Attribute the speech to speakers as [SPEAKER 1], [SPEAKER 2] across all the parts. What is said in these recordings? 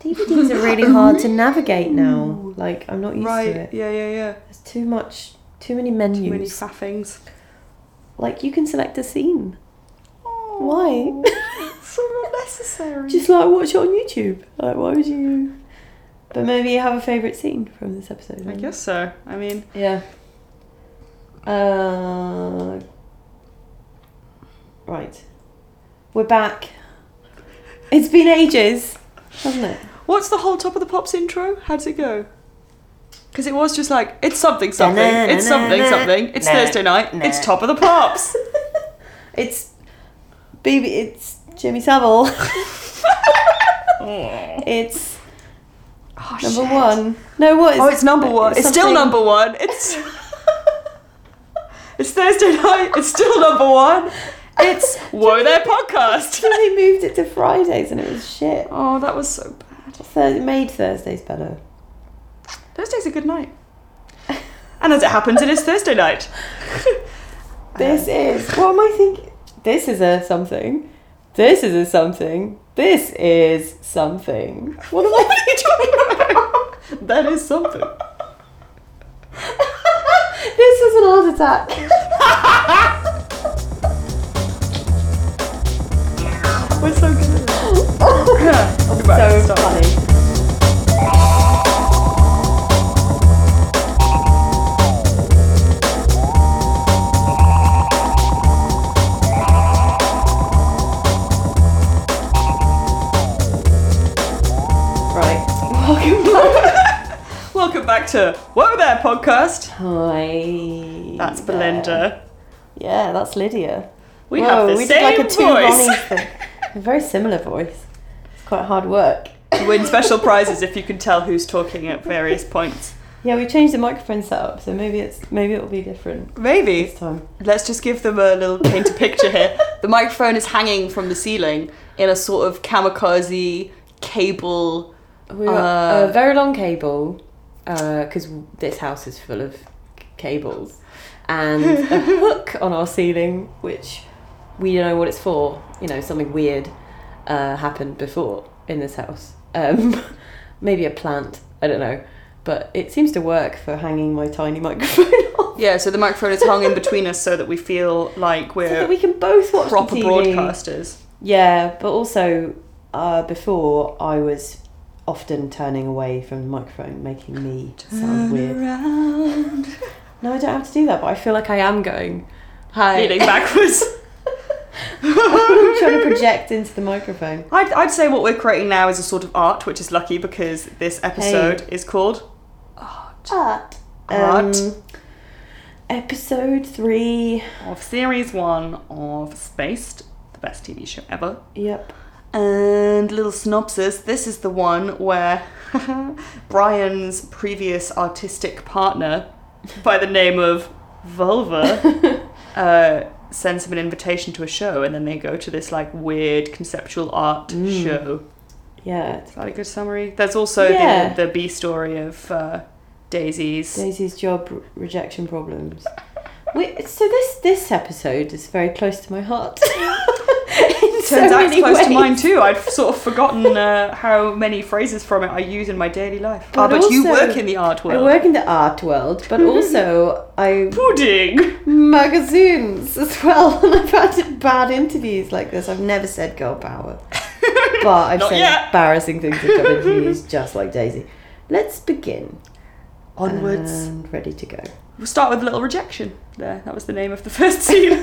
[SPEAKER 1] DVDs are really hard to navigate now. Like I'm not used to
[SPEAKER 2] right.
[SPEAKER 1] it.
[SPEAKER 2] Yeah, yeah, yeah.
[SPEAKER 1] There's too much, too many menus.
[SPEAKER 2] Too many faffings.
[SPEAKER 1] like you can select a scene. Why?
[SPEAKER 2] so unnecessary.
[SPEAKER 1] Just like watch it on YouTube. Like why would you? But maybe you have a favourite scene from this episode.
[SPEAKER 2] I
[SPEAKER 1] then.
[SPEAKER 2] guess so. I mean,
[SPEAKER 1] Yeah. Uh, right. We're back. It's been ages, hasn't it?
[SPEAKER 2] what's the whole top of the pops intro? How does it go? Because it was just like it's something something, it's something something, it's Thursday night, it's top of the pops.
[SPEAKER 1] It's BB. It's Jimmy Savile. it's
[SPEAKER 2] Oh,
[SPEAKER 1] number
[SPEAKER 2] shit.
[SPEAKER 1] one. No, what is
[SPEAKER 2] Oh, it's number one. It's, still
[SPEAKER 1] something-
[SPEAKER 2] number one. It's it's Thursday night. It's still number one. It's Whoa There podcast.
[SPEAKER 1] they moved it to Fridays and it was shit.
[SPEAKER 2] Oh, that was so bad.
[SPEAKER 1] Thur- made Thursdays better.
[SPEAKER 2] Thursday's a good night. And as it happens, it is Thursday night.
[SPEAKER 1] This is what am I thinking? This is a something. This is a something. This is something. What am I?
[SPEAKER 2] talking about? That is something.
[SPEAKER 1] this is an heart attack.
[SPEAKER 2] We're so good at that.
[SPEAKER 1] so
[SPEAKER 2] Right, stop.
[SPEAKER 1] funny. Right. Welcome back.
[SPEAKER 2] Welcome back to Whoa There podcast.
[SPEAKER 1] Hi.
[SPEAKER 2] That's
[SPEAKER 1] there.
[SPEAKER 2] Belinda.
[SPEAKER 1] Yeah, that's Lydia.
[SPEAKER 2] We
[SPEAKER 1] Whoa,
[SPEAKER 2] have the
[SPEAKER 1] we
[SPEAKER 2] same
[SPEAKER 1] did like a two Ronnies
[SPEAKER 2] voice.
[SPEAKER 1] thing. A very similar voice. It's quite hard work.
[SPEAKER 2] You win special prizes if you can tell who's talking at various points.
[SPEAKER 1] Yeah, we changed the microphone setup, so maybe it's maybe it'll be different
[SPEAKER 2] Maybe.
[SPEAKER 1] this time.
[SPEAKER 2] Let's just give them a little paint a picture here. The microphone is hanging from the ceiling in a sort of kamikaze cable.
[SPEAKER 1] We got
[SPEAKER 2] Uh,
[SPEAKER 1] a very long cable because this house is full of cables and a hook on our ceiling, which we don't know what it's for. You know, something weird uh, happened before in this house. Um, maybe a plant. I don't know, but it seems to work for hanging my tiny microphone off
[SPEAKER 2] Yeah, so the microphone is hung in between us so that we feel like
[SPEAKER 1] so that
[SPEAKER 2] we're
[SPEAKER 1] we can both watch the
[SPEAKER 2] proper
[SPEAKER 1] TV.
[SPEAKER 2] broadcasters.
[SPEAKER 1] Yeah, but also uh, before I was often turning away from the microphone, making me
[SPEAKER 2] Ah.
[SPEAKER 1] sound weird.
[SPEAKER 2] Around.
[SPEAKER 1] No, I don't have to do that, but I feel like I am going. Hi.
[SPEAKER 2] Leaning backwards.
[SPEAKER 1] I'm trying to project into the microphone.
[SPEAKER 2] I'd, I'd say what we're creating now is a sort of art, which is lucky because this episode is called.
[SPEAKER 1] Art.
[SPEAKER 2] Art.
[SPEAKER 1] um, episode three.
[SPEAKER 2] of series one of Spaced, the best TV show ever.
[SPEAKER 1] Yep.
[SPEAKER 2] And little synopsis this is the one where Brian's previous artistic partner, by the name of Vulva, uh, sends him an invitation to a show, and then they go to this like weird conceptual art show.
[SPEAKER 1] Yeah.
[SPEAKER 2] Is that a good summary? There's also
[SPEAKER 1] Yeah.
[SPEAKER 2] the, the B story of uh, Daisy's.
[SPEAKER 1] Daisy's job re- rejection problems. Wait, so this this episode is very close to my heart. Turns
[SPEAKER 2] Turns out it's close to mine too. I'd sort of forgotten uh, how many phrases from it I use in my daily life.
[SPEAKER 1] But
[SPEAKER 2] ah, but you
[SPEAKER 1] also-
[SPEAKER 2] work in the art world.
[SPEAKER 1] I work in the art world,
[SPEAKER 2] Mm-hmm.
[SPEAKER 1] but also I
[SPEAKER 2] Pudding.
[SPEAKER 1] magazines as well, and I've had bad interviews like this. I've never said girl power, but I've
[SPEAKER 2] Not
[SPEAKER 1] said
[SPEAKER 2] yet.
[SPEAKER 1] embarrassing things in job interviews, just like Daisy. Let's begin.
[SPEAKER 2] Onwards.
[SPEAKER 1] And ready to go.
[SPEAKER 2] We'll start with a little rejection. There, that was the name of the first scene.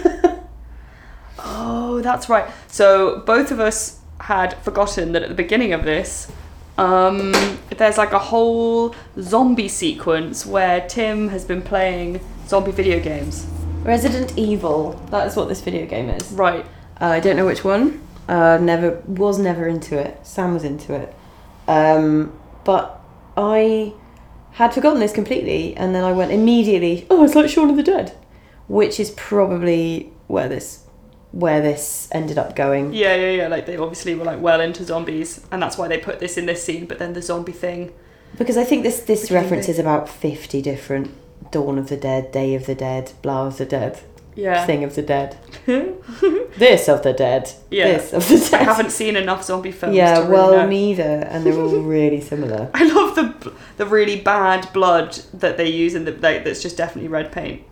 [SPEAKER 2] oh, that's right. So both of us had forgotten that at the beginning of this, um, there's like a whole zombie sequence where Tim has been playing zombie video games.
[SPEAKER 1] Resident Evil. That is what this video game is.
[SPEAKER 2] Right.
[SPEAKER 1] Uh, I don't know which one. Uh, never was never into it. Sam was into it, um, but I had forgotten this completely, and then I went immediately. Oh, it's like Shaun of the Dead, which is probably where this where this ended up going.
[SPEAKER 2] Yeah, yeah, yeah. Like they obviously were like well into zombies, and that's why they put this in this scene. But then the zombie thing.
[SPEAKER 1] Because I think this this
[SPEAKER 2] do you
[SPEAKER 1] reference
[SPEAKER 2] think?
[SPEAKER 1] is about fifty different Dawn of the Dead, Day of the Dead, Blah of the Dead,
[SPEAKER 2] Yeah.
[SPEAKER 1] Thing of the Dead. This of the dead.
[SPEAKER 2] Yeah.
[SPEAKER 1] This of the dead.
[SPEAKER 2] I haven't seen enough zombie films.
[SPEAKER 1] yeah,
[SPEAKER 2] to really
[SPEAKER 1] well,
[SPEAKER 2] know.
[SPEAKER 1] neither, and they're all really similar.
[SPEAKER 2] I love the bl- the really bad blood that they use and the, like, that's just definitely red paint.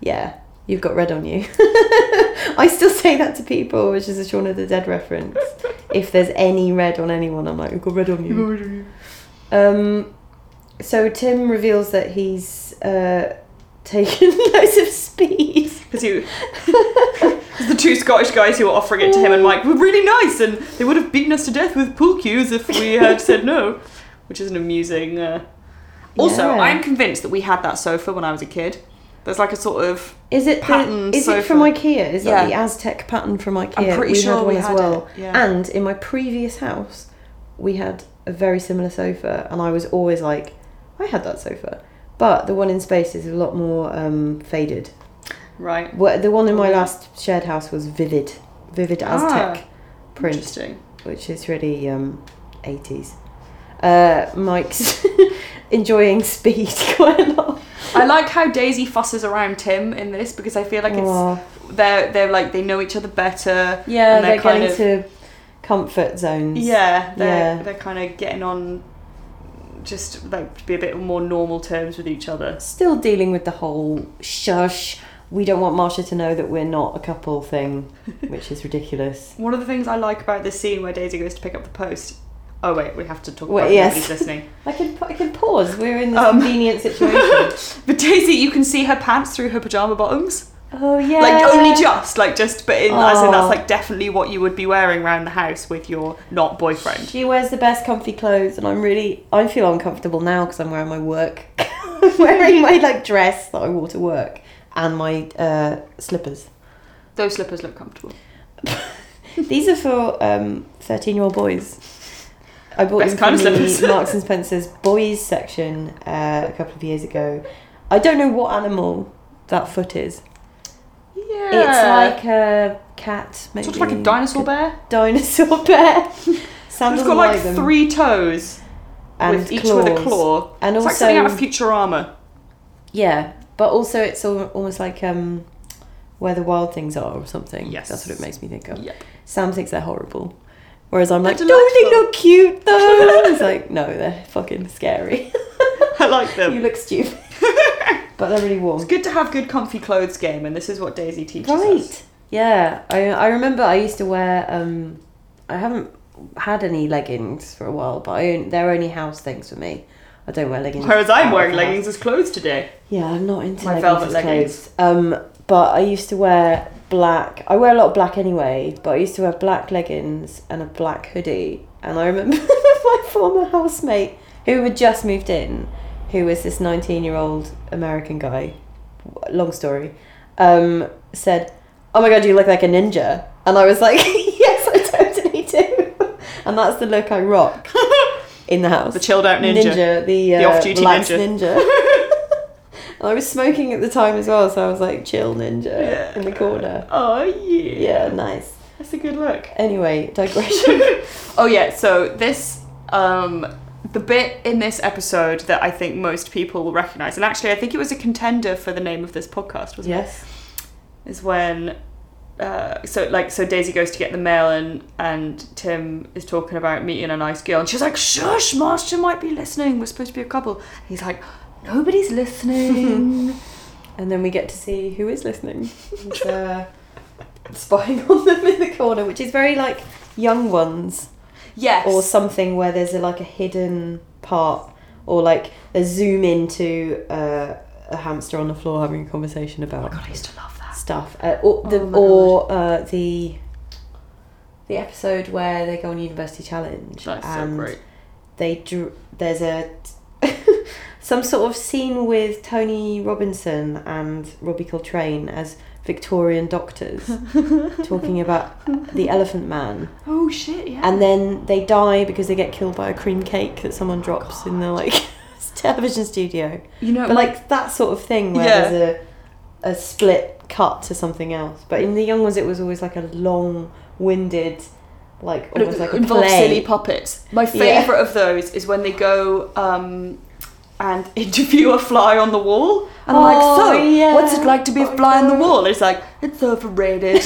[SPEAKER 1] Yeah, you've got red on you. I still say that to people, which is a Shaun of the Dead reference. if there's any red on anyone, I'm like, you've got red on you. Um, so Tim reveals that he's uh, taken loads of speed.
[SPEAKER 2] Because you, 'cause the two Scottish guys who were offering it to him and Mike were really nice, and they would have beaten us to death with pool cues if we had said no, which is an amusing. Uh... Also,
[SPEAKER 1] Yeah.
[SPEAKER 2] I'm convinced that we had that sofa when I was a kid. There's like a sort of
[SPEAKER 1] Is it the,
[SPEAKER 2] Pattern
[SPEAKER 1] is it
[SPEAKER 2] sofa.
[SPEAKER 1] from IKEA? Is
[SPEAKER 2] Yeah.
[SPEAKER 1] that the Aztec pattern from IKEA?
[SPEAKER 2] I'm pretty
[SPEAKER 1] we
[SPEAKER 2] sure
[SPEAKER 1] had one
[SPEAKER 2] we
[SPEAKER 1] as
[SPEAKER 2] had
[SPEAKER 1] well.
[SPEAKER 2] it. Yeah.
[SPEAKER 1] And in my previous house, we had a very similar sofa, and I was always like, I had that sofa. But the one in space is a lot more um, faded.
[SPEAKER 2] right
[SPEAKER 1] Wha- The one in my
[SPEAKER 2] Oh.
[SPEAKER 1] last shared house was vivid, vivid
[SPEAKER 2] Ah.
[SPEAKER 1] Aztec print
[SPEAKER 2] Interesting.
[SPEAKER 1] which is really um, 80s. Uh, Mike's enjoying speed quite a lot.
[SPEAKER 2] I like how Daisy fusses around Tim in this because I feel like it's
[SPEAKER 1] Aw.
[SPEAKER 2] they're they're like they know each other better.
[SPEAKER 1] yeah,
[SPEAKER 2] and they're
[SPEAKER 1] they're,
[SPEAKER 2] kind
[SPEAKER 1] going
[SPEAKER 2] of-
[SPEAKER 1] to comfort zones.
[SPEAKER 2] Yeah, they're
[SPEAKER 1] Yeah.
[SPEAKER 2] they're kind of getting on, just like to be a bit more normal terms with each other.
[SPEAKER 1] Still dealing with the whole shush, we don't want Marsha to know that we're not a couple thing, which is ridiculous.
[SPEAKER 2] One of the things I like about this scene where Daisy goes to pick up the post. Oh wait, we have to talk
[SPEAKER 1] Wait,
[SPEAKER 2] about
[SPEAKER 1] yes.
[SPEAKER 2] nobody's listening.
[SPEAKER 1] I could, I could pause, we're in this
[SPEAKER 2] Um.
[SPEAKER 1] convenient situation.
[SPEAKER 2] But Daisy, you can see her pants through her pajama bottoms,
[SPEAKER 1] oh, yeah. Oh.
[SPEAKER 2] like only just, like just, but in as in
[SPEAKER 1] Aw.
[SPEAKER 2] that's like definitely what you would be wearing around the house with your not boyfriend.
[SPEAKER 1] She wears the best comfy clothes, and I'm really I feel uncomfortable now because I'm wearing my work, I'm wearing my like dress that I wore to work and my uh, slippers.
[SPEAKER 2] Those slippers look comfortable.
[SPEAKER 1] These are for um, 13 year old boys. I bought
[SPEAKER 2] Best
[SPEAKER 1] them
[SPEAKER 2] kind of
[SPEAKER 1] from
[SPEAKER 2] slippers.
[SPEAKER 1] the Marks and Spencer's boys section uh, a couple of years ago. I don't know what animal that foot is.
[SPEAKER 2] Yeah,
[SPEAKER 1] It's like a cat, maybe.
[SPEAKER 2] sort of uh, like a dinosaur bear.
[SPEAKER 1] Dinosaur bear. Sam
[SPEAKER 2] It's
[SPEAKER 1] doesn't
[SPEAKER 2] got like
[SPEAKER 1] them.
[SPEAKER 2] three toes,
[SPEAKER 1] and
[SPEAKER 2] with each with a
[SPEAKER 1] claws.
[SPEAKER 2] claw.
[SPEAKER 1] And
[SPEAKER 2] It's
[SPEAKER 1] also,
[SPEAKER 2] like something out of Futurama.
[SPEAKER 1] Yeah, but also it's al- almost like um, where the wild things are or something.
[SPEAKER 2] Yes.
[SPEAKER 1] that's what it makes me think of.
[SPEAKER 2] Yep.
[SPEAKER 1] Sam thinks they're horrible, whereas I'm
[SPEAKER 2] They're
[SPEAKER 1] like, don't think
[SPEAKER 2] delightful."
[SPEAKER 1] they're cute though. it's like, no, they're fucking scary.
[SPEAKER 2] I like them.
[SPEAKER 1] you look stupid, but they're really
[SPEAKER 2] It's
[SPEAKER 1] warm.
[SPEAKER 2] good to have good comfy clothes game, and this is what Daisy teaches us.
[SPEAKER 1] Right? Yeah, I I remember I used to wear. Um, I haven't had any leggings for a while, but I own, they're only house things for me. I don't wear leggings.
[SPEAKER 2] Whereas
[SPEAKER 1] out
[SPEAKER 2] I'm
[SPEAKER 1] of
[SPEAKER 2] wearing
[SPEAKER 1] the house.
[SPEAKER 2] leggings as clothes today.
[SPEAKER 1] Yeah, I'm not into
[SPEAKER 2] My
[SPEAKER 1] leggings
[SPEAKER 2] velvet
[SPEAKER 1] as
[SPEAKER 2] leggings.
[SPEAKER 1] clothes. Um, but I used to wear black. I wear a lot of black anyway, but I used to wear black leggings and a black hoodie. And I remember my former housemate who had just moved in, who was this 19-year-old American guy. Long story. Um, said, "Oh my god, you look like a ninja," and I was like, "Yes, I totally do." And that's the look I rock in the house
[SPEAKER 2] The chilled out ninja.
[SPEAKER 1] the, uh,
[SPEAKER 2] The off-duty
[SPEAKER 1] relaxed ninja.
[SPEAKER 2] ninja.
[SPEAKER 1] and I was smoking at the time as well, so I was like chill ninja in the corner.
[SPEAKER 2] Oh yeah.
[SPEAKER 1] Yeah, nice.
[SPEAKER 2] That's a good look.
[SPEAKER 1] Anyway, digression.
[SPEAKER 2] Oh yeah. So this, um, the bit in this episode that I think most people will recognize, and actually I think it was a contender for the name of this podcast, wasn't
[SPEAKER 1] yes.
[SPEAKER 2] it? Is when. Uh, so like so Daisy goes to get the mail and and Tim is talking about meeting a nice girl and she's like shush Master might be listening we're supposed to be a couple and he's like nobody's listening
[SPEAKER 1] And then we get to see who is listening. And, uh, spying on them in the corner, which is very like young ones
[SPEAKER 2] Yes. Oh
[SPEAKER 1] or something where there's a, like a hidden part or like a zoom into uh, a hamster on the floor having a conversation about
[SPEAKER 2] I used to love that.
[SPEAKER 1] stuff, uh, or the
[SPEAKER 2] Oh my
[SPEAKER 1] or uh, the the episode where they go on university challenge
[SPEAKER 2] That's
[SPEAKER 1] and
[SPEAKER 2] so great.
[SPEAKER 1] they drew, there's a some sort of scene with Tony Robinson and Robbie Coltrane as Victorian doctors talking about the Elephant Man,
[SPEAKER 2] Oh shit, yeah.
[SPEAKER 1] and then they die because they get killed by a cream cake that someone drops in
[SPEAKER 2] Oh
[SPEAKER 1] the like television studio.
[SPEAKER 2] you know,
[SPEAKER 1] But like that sort of thing where
[SPEAKER 2] Yeah.
[SPEAKER 1] there's a, a split cut to something else. But in the young ones, it was always like a long winded, like
[SPEAKER 2] it
[SPEAKER 1] almost like a
[SPEAKER 2] involves silly
[SPEAKER 1] play.
[SPEAKER 2] puppets. My
[SPEAKER 1] Yeah.
[SPEAKER 2] favorite of those is when they go um and interview a fly on the wall. And I'm
[SPEAKER 1] Oh,
[SPEAKER 2] like, so
[SPEAKER 1] yeah.
[SPEAKER 2] what's it like to be a
[SPEAKER 1] Oh,
[SPEAKER 2] fly on the
[SPEAKER 1] no.
[SPEAKER 2] wall? It's like, it's overrated.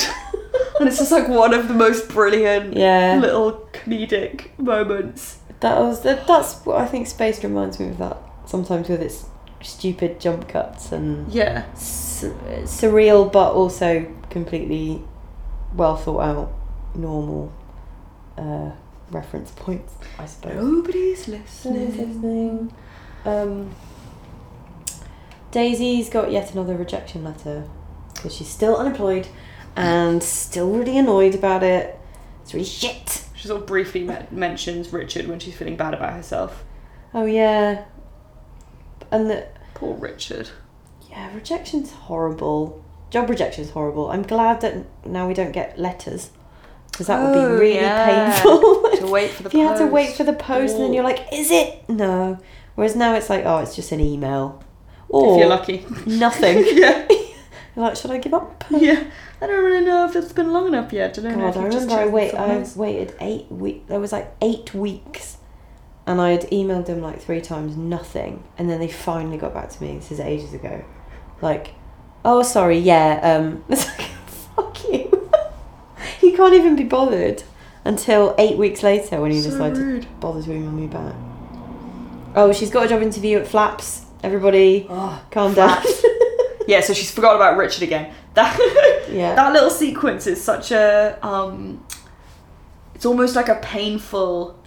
[SPEAKER 2] and it's just like one of the most brilliant
[SPEAKER 1] Yeah,
[SPEAKER 2] little comedic moments.
[SPEAKER 1] that was that, that's what I think space reminds me of that sometimes with its stupid jump cuts and
[SPEAKER 2] Yeah.
[SPEAKER 1] s- surreal but also completely well thought out normal uh, reference points, I suppose.
[SPEAKER 2] Nobody's
[SPEAKER 1] Nobody's
[SPEAKER 2] listening.
[SPEAKER 1] listening. Um, Daisy's got yet another rejection letter because she's still unemployed and still really annoyed about it. It's really shit.
[SPEAKER 2] She sort of briefly me- mentions Richard when she's feeling bad about herself.
[SPEAKER 1] Oh yeah, and the,
[SPEAKER 2] Poor Richard.
[SPEAKER 1] yeah, rejection's horrible. Job rejection's horrible. I'm glad that now we don't get letters because that would
[SPEAKER 2] Oh,
[SPEAKER 1] be really
[SPEAKER 2] yeah.
[SPEAKER 1] painful.
[SPEAKER 2] To wait for the
[SPEAKER 1] if you had to wait
[SPEAKER 2] post.
[SPEAKER 1] for the post and then you're like, is it? No. Whereas now it's like, oh, it's just an email. Or
[SPEAKER 2] If you're lucky.
[SPEAKER 1] nothing.
[SPEAKER 2] yeah.
[SPEAKER 1] You're like, should I give up?
[SPEAKER 2] Yeah. I don't really know if it's been long enough yet. I don't know
[SPEAKER 1] God,
[SPEAKER 2] if
[SPEAKER 1] I
[SPEAKER 2] you've just
[SPEAKER 1] remember I
[SPEAKER 2] chosen
[SPEAKER 1] wait.
[SPEAKER 2] someone
[SPEAKER 1] I
[SPEAKER 2] else.
[SPEAKER 1] waited eight weeks. There was like eight weeks, and I had emailed them like three times, nothing, and then they finally got back to me. This is ages ago. Like, oh, sorry, yeah. Um, it's like, fuck you. you can't even be bothered until eight weeks later when you
[SPEAKER 2] So
[SPEAKER 1] decide
[SPEAKER 2] rude.
[SPEAKER 1] to bother to email me back. Oh, she's got a job interview at Flaps. Everybody,
[SPEAKER 2] Oh.
[SPEAKER 1] calm
[SPEAKER 2] Flaps.
[SPEAKER 1] down.
[SPEAKER 2] Yeah, so she's forgot about Richard again. That
[SPEAKER 1] yeah.
[SPEAKER 2] that little sequence is such a um it's almost like a painful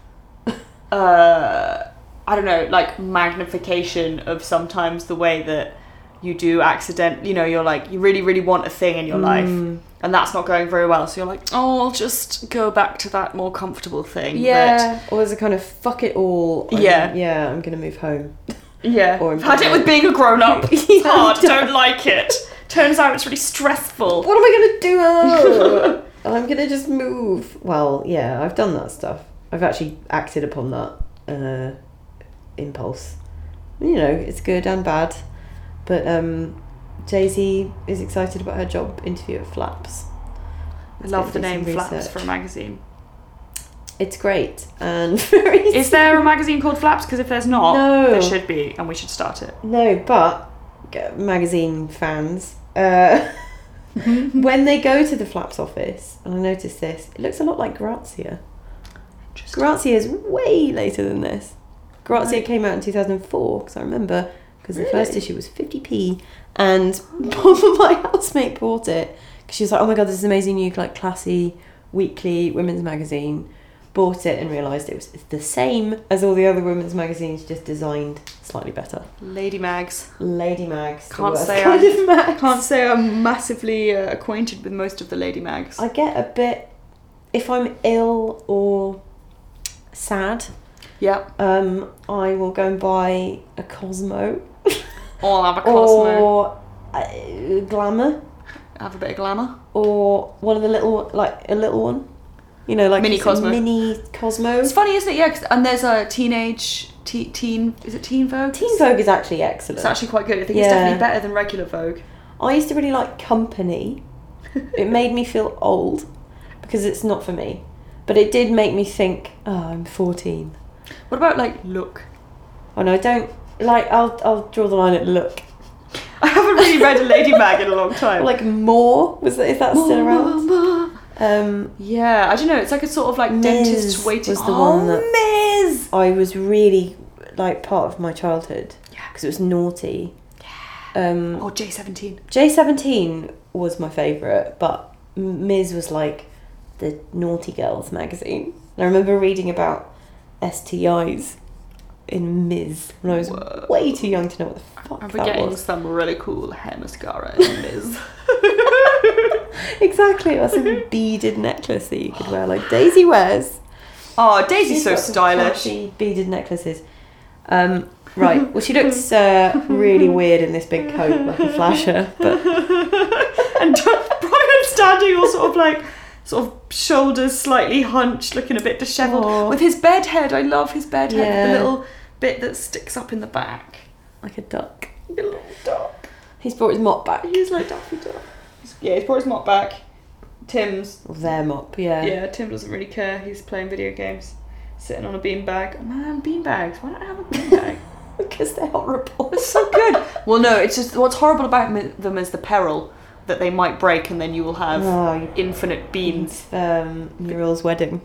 [SPEAKER 2] uh I don't know, like magnification of sometimes the way that you do accident you know, you're like you really, really want a thing in your life
[SPEAKER 1] Mm.
[SPEAKER 2] and that's not going very well, so you're like, Oh, I'll just go back to that more comfortable thing.
[SPEAKER 1] Yeah. Or there's a kind of fuck it all. I'm-
[SPEAKER 2] Yeah.
[SPEAKER 1] Yeah, I'm going to move home.
[SPEAKER 2] But, yeah.
[SPEAKER 1] Or-
[SPEAKER 2] I've had it with being a grown up. It's
[SPEAKER 1] Yeah.
[SPEAKER 2] hard, don't like it. Turns out it's really stressful.
[SPEAKER 1] What am I going to do? I'm going to just move. Well, yeah, I've done that stuff. I've actually acted upon that uh, impulse. You know, it's good and bad. But um, Daisy is excited about her job interview at Flaps.
[SPEAKER 2] I
[SPEAKER 1] Let's
[SPEAKER 2] love
[SPEAKER 1] go
[SPEAKER 2] the
[SPEAKER 1] do some
[SPEAKER 2] name Flaps
[SPEAKER 1] research.
[SPEAKER 2] for a magazine.
[SPEAKER 1] It's great and very.
[SPEAKER 2] Is there a magazine called Flaps? Because if there's not,
[SPEAKER 1] No.
[SPEAKER 2] there should be, and we should start it.
[SPEAKER 1] No, but g- magazine fans, uh, when they go to the Flaps office, and I noticed this, it looks a lot like Grazia. Grazia is way later than this. Grazia
[SPEAKER 2] Right.
[SPEAKER 1] came out in 2004, because I remember, because the
[SPEAKER 2] Really?
[SPEAKER 1] first issue was 50p, and my housemate bought it, because she was like, oh my god, this is amazing new, like, classy, weekly women's magazine. Bought it and realised it was the same as all the other women's magazines, just designed slightly better.
[SPEAKER 2] Lady Mags.
[SPEAKER 1] Lady Mags. the
[SPEAKER 2] Can't
[SPEAKER 1] worst
[SPEAKER 2] say
[SPEAKER 1] kind
[SPEAKER 2] I'm-
[SPEAKER 1] of Mags.
[SPEAKER 2] Can't say I'm massively uh, acquainted with most of the Lady Mags.
[SPEAKER 1] I get a bit if I'm ill or sad.
[SPEAKER 2] Yep.
[SPEAKER 1] Um, I will go and buy a Cosmo,
[SPEAKER 2] All have a Cosmo.
[SPEAKER 1] or uh, Glamour
[SPEAKER 2] Have a bit of glamour.
[SPEAKER 1] or one of the little like a little one. You know, like
[SPEAKER 2] Mini
[SPEAKER 1] it's a
[SPEAKER 2] Cosmo.
[SPEAKER 1] Mini Cosmo.
[SPEAKER 2] It's funny, isn't it? Yeah. 'cause- and there's a teenage te- teen. Is it Teen Vogue?
[SPEAKER 1] Teen Vogue is actually excellent.
[SPEAKER 2] It's actually quite good. I think
[SPEAKER 1] Yeah.
[SPEAKER 2] it's definitely better than regular Vogue.
[SPEAKER 1] I used to really like company. it made me feel old because it's not for me. But it did make me think, oh, I'm 14.
[SPEAKER 2] What about like look?
[SPEAKER 1] Oh no, I don't like. I'll I'll draw the line at look.
[SPEAKER 2] I haven't really read a Lady Mag in a long time.
[SPEAKER 1] Like more was that, is that still around? Um,
[SPEAKER 2] Yeah, I don't know. It's like a sort of like dentist's
[SPEAKER 1] Miz
[SPEAKER 2] Oh, waiting.
[SPEAKER 1] was the one
[SPEAKER 2] one
[SPEAKER 1] that- I was really like part of my childhood
[SPEAKER 2] Yeah.
[SPEAKER 1] because it was naughty. Um,
[SPEAKER 2] Or Oh, J seventeen.
[SPEAKER 1] J seventeen was my favorite, but M- Ms was like the naughty girls magazine. And I remember reading about STIs in Ms when I was
[SPEAKER 2] Whoa.
[SPEAKER 1] way too young to know what the fuck
[SPEAKER 2] I'm
[SPEAKER 1] that
[SPEAKER 2] getting
[SPEAKER 1] was.
[SPEAKER 2] some really cool hair mascara in this.
[SPEAKER 1] Exactly, that's a beaded necklace that you could wear, like Daisy wears.
[SPEAKER 2] oh, Daisy's so
[SPEAKER 1] got some
[SPEAKER 2] stylish.
[SPEAKER 1] classy Beaded necklaces. Um, right, well, she looks uh, really weird in this big coat, like a flasher. But
[SPEAKER 2] and Brian standing all sort of like, sort of shoulders slightly hunched, looking a bit dishevelled.
[SPEAKER 1] Aw.
[SPEAKER 2] With his bed head, I love his bed head. with
[SPEAKER 1] Yeah.
[SPEAKER 2] The little bit that sticks up in the back.
[SPEAKER 1] like a duck.
[SPEAKER 2] The little duck.
[SPEAKER 1] He's brought his mop back.
[SPEAKER 2] He's like Daffy Duck. He's- Yeah, he's brought his mop back. Tim's
[SPEAKER 1] Or Their mop, yeah.
[SPEAKER 2] Yeah, Tim doesn't really care. He's playing video games, sitting on a beanbag. Oh man, beanbags. Why don't I have a beanbag?
[SPEAKER 1] because they're horrible.
[SPEAKER 2] It's so good. well, no, it's just what's horrible about mi- them is the peril that they might break, and then you will have
[SPEAKER 1] Oh, you
[SPEAKER 2] infinite beans.
[SPEAKER 1] um, Muriel's wedding.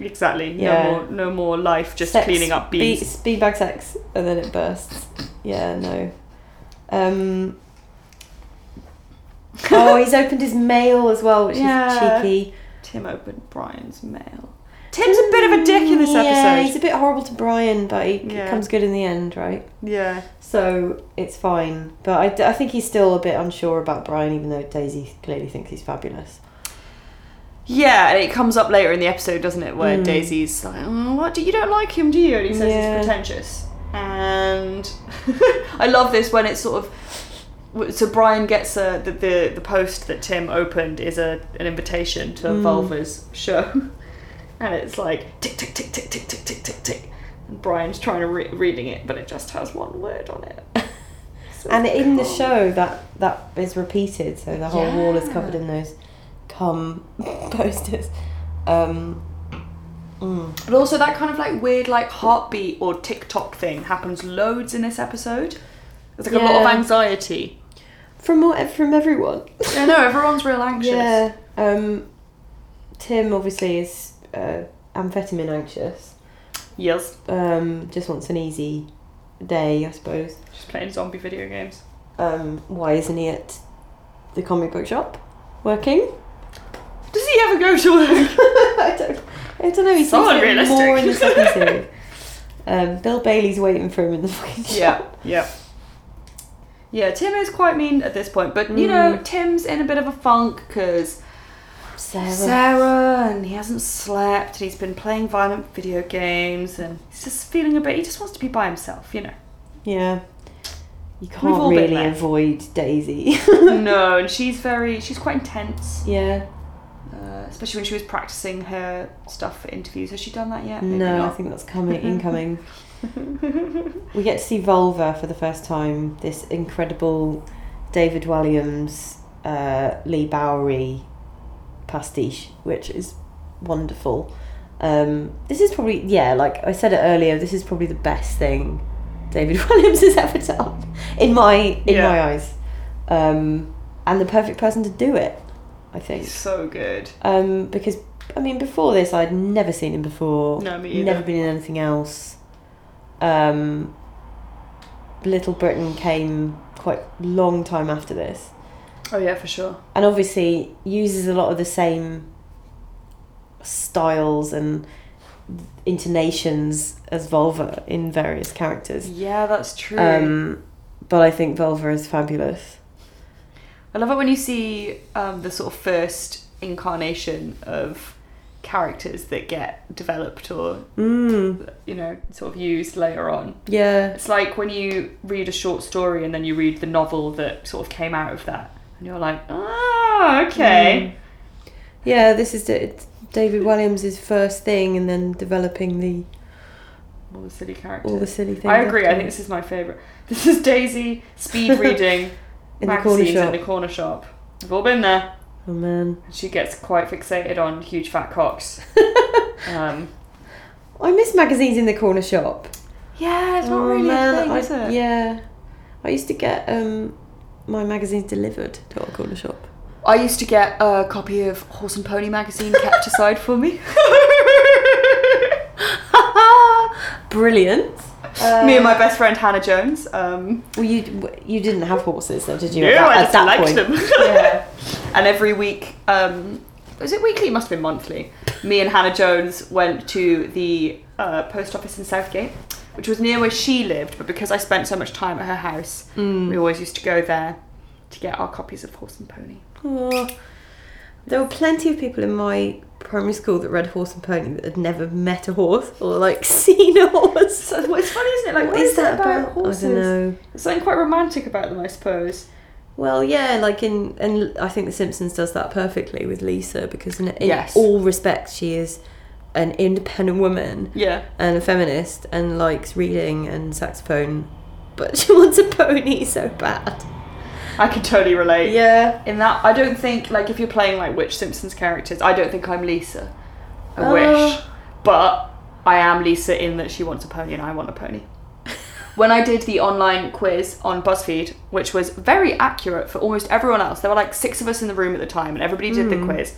[SPEAKER 2] Exactly.
[SPEAKER 1] Yeah.
[SPEAKER 2] No more, no more life, just
[SPEAKER 1] Sex,
[SPEAKER 2] cleaning up beans.
[SPEAKER 1] Be- beanbag sex, and then it bursts. Yeah, no. Um, oh, he's opened his mail as well, which
[SPEAKER 2] Yeah.
[SPEAKER 1] is cheeky.
[SPEAKER 2] Tim opened Brian's mail. Tim's a bit of a dick in this
[SPEAKER 1] Yeah, he's
[SPEAKER 2] episode.
[SPEAKER 1] a bit horrible to Brian, but he
[SPEAKER 2] Yeah.
[SPEAKER 1] comes good in the end, right?
[SPEAKER 2] Yeah.
[SPEAKER 1] So it's fine. But I, d- I think he's still a bit unsure about Brian, even though Daisy clearly thinks he's fabulous.
[SPEAKER 2] Yeah, and it comes up later in the episode, doesn't it? Where
[SPEAKER 1] Mm.
[SPEAKER 2] Daisy's like, oh, "What? Do you don't like him, do you?" And he says
[SPEAKER 1] Yeah.
[SPEAKER 2] he's pretentious. And I love this when it's sort of so Brian gets a the the, the post that Tim opened is a an invitation to a
[SPEAKER 1] Mm.
[SPEAKER 2] Vulva's show, and it's like tick tick tick tick tick tick tick tick tick, and Brian's trying to re- reading it, but it just has one word on it. So
[SPEAKER 1] And in the
[SPEAKER 2] cool.
[SPEAKER 1] show, that that is repeated, so the whole wall is covered in those cum posters. Um, mm.
[SPEAKER 2] But also that kind of like weird like heartbeat or TikTok thing happens loads in this episode. There's like a lot of
[SPEAKER 1] Yeah.
[SPEAKER 2] anxiety.
[SPEAKER 1] From what, from everyone.
[SPEAKER 2] I know everyone's real anxious.
[SPEAKER 1] Yeah. Um, Tim obviously is uh, amphetamine anxious.
[SPEAKER 2] Yes.
[SPEAKER 1] Um, just wants an easy day, I suppose.
[SPEAKER 2] Just playing zombie video games.
[SPEAKER 1] Um, why isn't he at the comic book shop working?
[SPEAKER 2] Does he ever go to work?
[SPEAKER 1] I don't. I don't know. He seems
[SPEAKER 2] Somewhat
[SPEAKER 1] to get
[SPEAKER 2] realistic.
[SPEAKER 1] more in the second series. Um, Bill Bailey's waiting for him in the fucking shop.
[SPEAKER 2] yeah. Yeah. Yeah, Tim is quite mean at this point, but you know, Tim's in a bit of a funk because
[SPEAKER 1] Sarah.
[SPEAKER 2] Sarah and he hasn't slept and he's been playing violent video games and he's just feeling a bit, he just wants to be by himself, you know.
[SPEAKER 1] Yeah. You
[SPEAKER 2] all
[SPEAKER 1] can't
[SPEAKER 2] been
[SPEAKER 1] really
[SPEAKER 2] there.
[SPEAKER 1] avoid Daisy.
[SPEAKER 2] no, and she's very, she's quite intense.
[SPEAKER 1] yeah.
[SPEAKER 2] Uh, especially when she was practicing her stuff for interviews. Has she done that yet? Maybe
[SPEAKER 1] No, I
[SPEAKER 2] not.
[SPEAKER 1] think that's coming incoming. we get to see Volva for the first time. This incredible David Williams, uh, Lee Bowery pastiche, which is wonderful. Um, this is probably yeah, like I said it earlier. This is probably the best thing David Williams has ever done in my in
[SPEAKER 2] Yeah.
[SPEAKER 1] my eyes, um, and the perfect person to do it, I think.
[SPEAKER 2] It's so good.
[SPEAKER 1] Um, because I mean, before this, I'd never seen him before.
[SPEAKER 2] No, me either.
[SPEAKER 1] Oh, Never been in anything else. Um, Little Britain came quite long time after this,
[SPEAKER 2] Oh yeah, for sure.
[SPEAKER 1] and obviously uses a lot of the same styles and intonations as Volva in various characters.
[SPEAKER 2] Yeah, that's true.
[SPEAKER 1] Um, but I think Volva is fabulous.
[SPEAKER 2] I love it when you see um, the sort of first incarnation of characters that get developed or
[SPEAKER 1] Mm,
[SPEAKER 2] you know sort of used later on.
[SPEAKER 1] yeah,
[SPEAKER 2] It's like when you read a short story and then you read the novel that sort of came out of that, and you're like, ah, okay.
[SPEAKER 1] Mm. Yeah, this is Da- David Williams' first thing, and then developing the
[SPEAKER 2] All the silly characters.
[SPEAKER 1] Mm. all the silly things.
[SPEAKER 2] I agree. I
[SPEAKER 1] after.
[SPEAKER 2] think this is my favorite. This is Daisy speed reading
[SPEAKER 1] in the corner
[SPEAKER 2] magazines
[SPEAKER 1] shop.
[SPEAKER 2] in the corner shop. We've all been there.
[SPEAKER 1] Oh man,
[SPEAKER 2] And she gets quite fixated on huge fat cocks. um,
[SPEAKER 1] I miss magazines in the corner shop.
[SPEAKER 2] yeah, it's not
[SPEAKER 1] oh
[SPEAKER 2] really
[SPEAKER 1] man,
[SPEAKER 2] a thing,
[SPEAKER 1] I,
[SPEAKER 2] is it?
[SPEAKER 1] yeah. I used to get um, my magazines delivered to our corner shop.
[SPEAKER 2] I used to get a copy of Horse and Pony magazine kept aside for me.
[SPEAKER 1] Brilliant. Uh,
[SPEAKER 2] me and my best friend Hannah Jones. Um,
[SPEAKER 1] Well, you you didn't have horses, though, did you?
[SPEAKER 2] yeah, I
[SPEAKER 1] at
[SPEAKER 2] just
[SPEAKER 1] that,
[SPEAKER 2] liked
[SPEAKER 1] point,
[SPEAKER 2] them.
[SPEAKER 1] Yeah.
[SPEAKER 2] And every week, um, was it weekly? It must have been monthly. Me and Hannah Jones went to the uh, post office in Southgate, which was near where she lived, but because I spent so much time at her house,
[SPEAKER 1] Mm.
[SPEAKER 2] we always used to go there to get our copies of Horse and Pony.
[SPEAKER 1] Oh. There were plenty of people in my primary school that read Horse and Pony that had never met a horse or like seen a horse.
[SPEAKER 2] So well, it's funny, isn't it? Like, what is, that about, horses?
[SPEAKER 1] I don't know.
[SPEAKER 2] There's something quite romantic about them, I suppose.
[SPEAKER 1] Well, yeah, like in, and I think The Simpsons does that perfectly with Lisa because in, in
[SPEAKER 2] Yes.
[SPEAKER 1] all respects she is an independent woman
[SPEAKER 2] Yeah.
[SPEAKER 1] and a feminist and likes reading and saxophone, but she wants a pony so bad.
[SPEAKER 2] I could totally relate.
[SPEAKER 1] Yeah.
[SPEAKER 2] In that, I don't think like if you're playing like which Simpsons characters, I don't think I'm Lisa. I
[SPEAKER 1] Oh.
[SPEAKER 2] wish, but I am Lisa in that she wants a pony and I want a pony. when I did the online quiz on BuzzFeed, which was very accurate for almost everyone else, there were like six of us in the room at the time, and everybody did the quiz,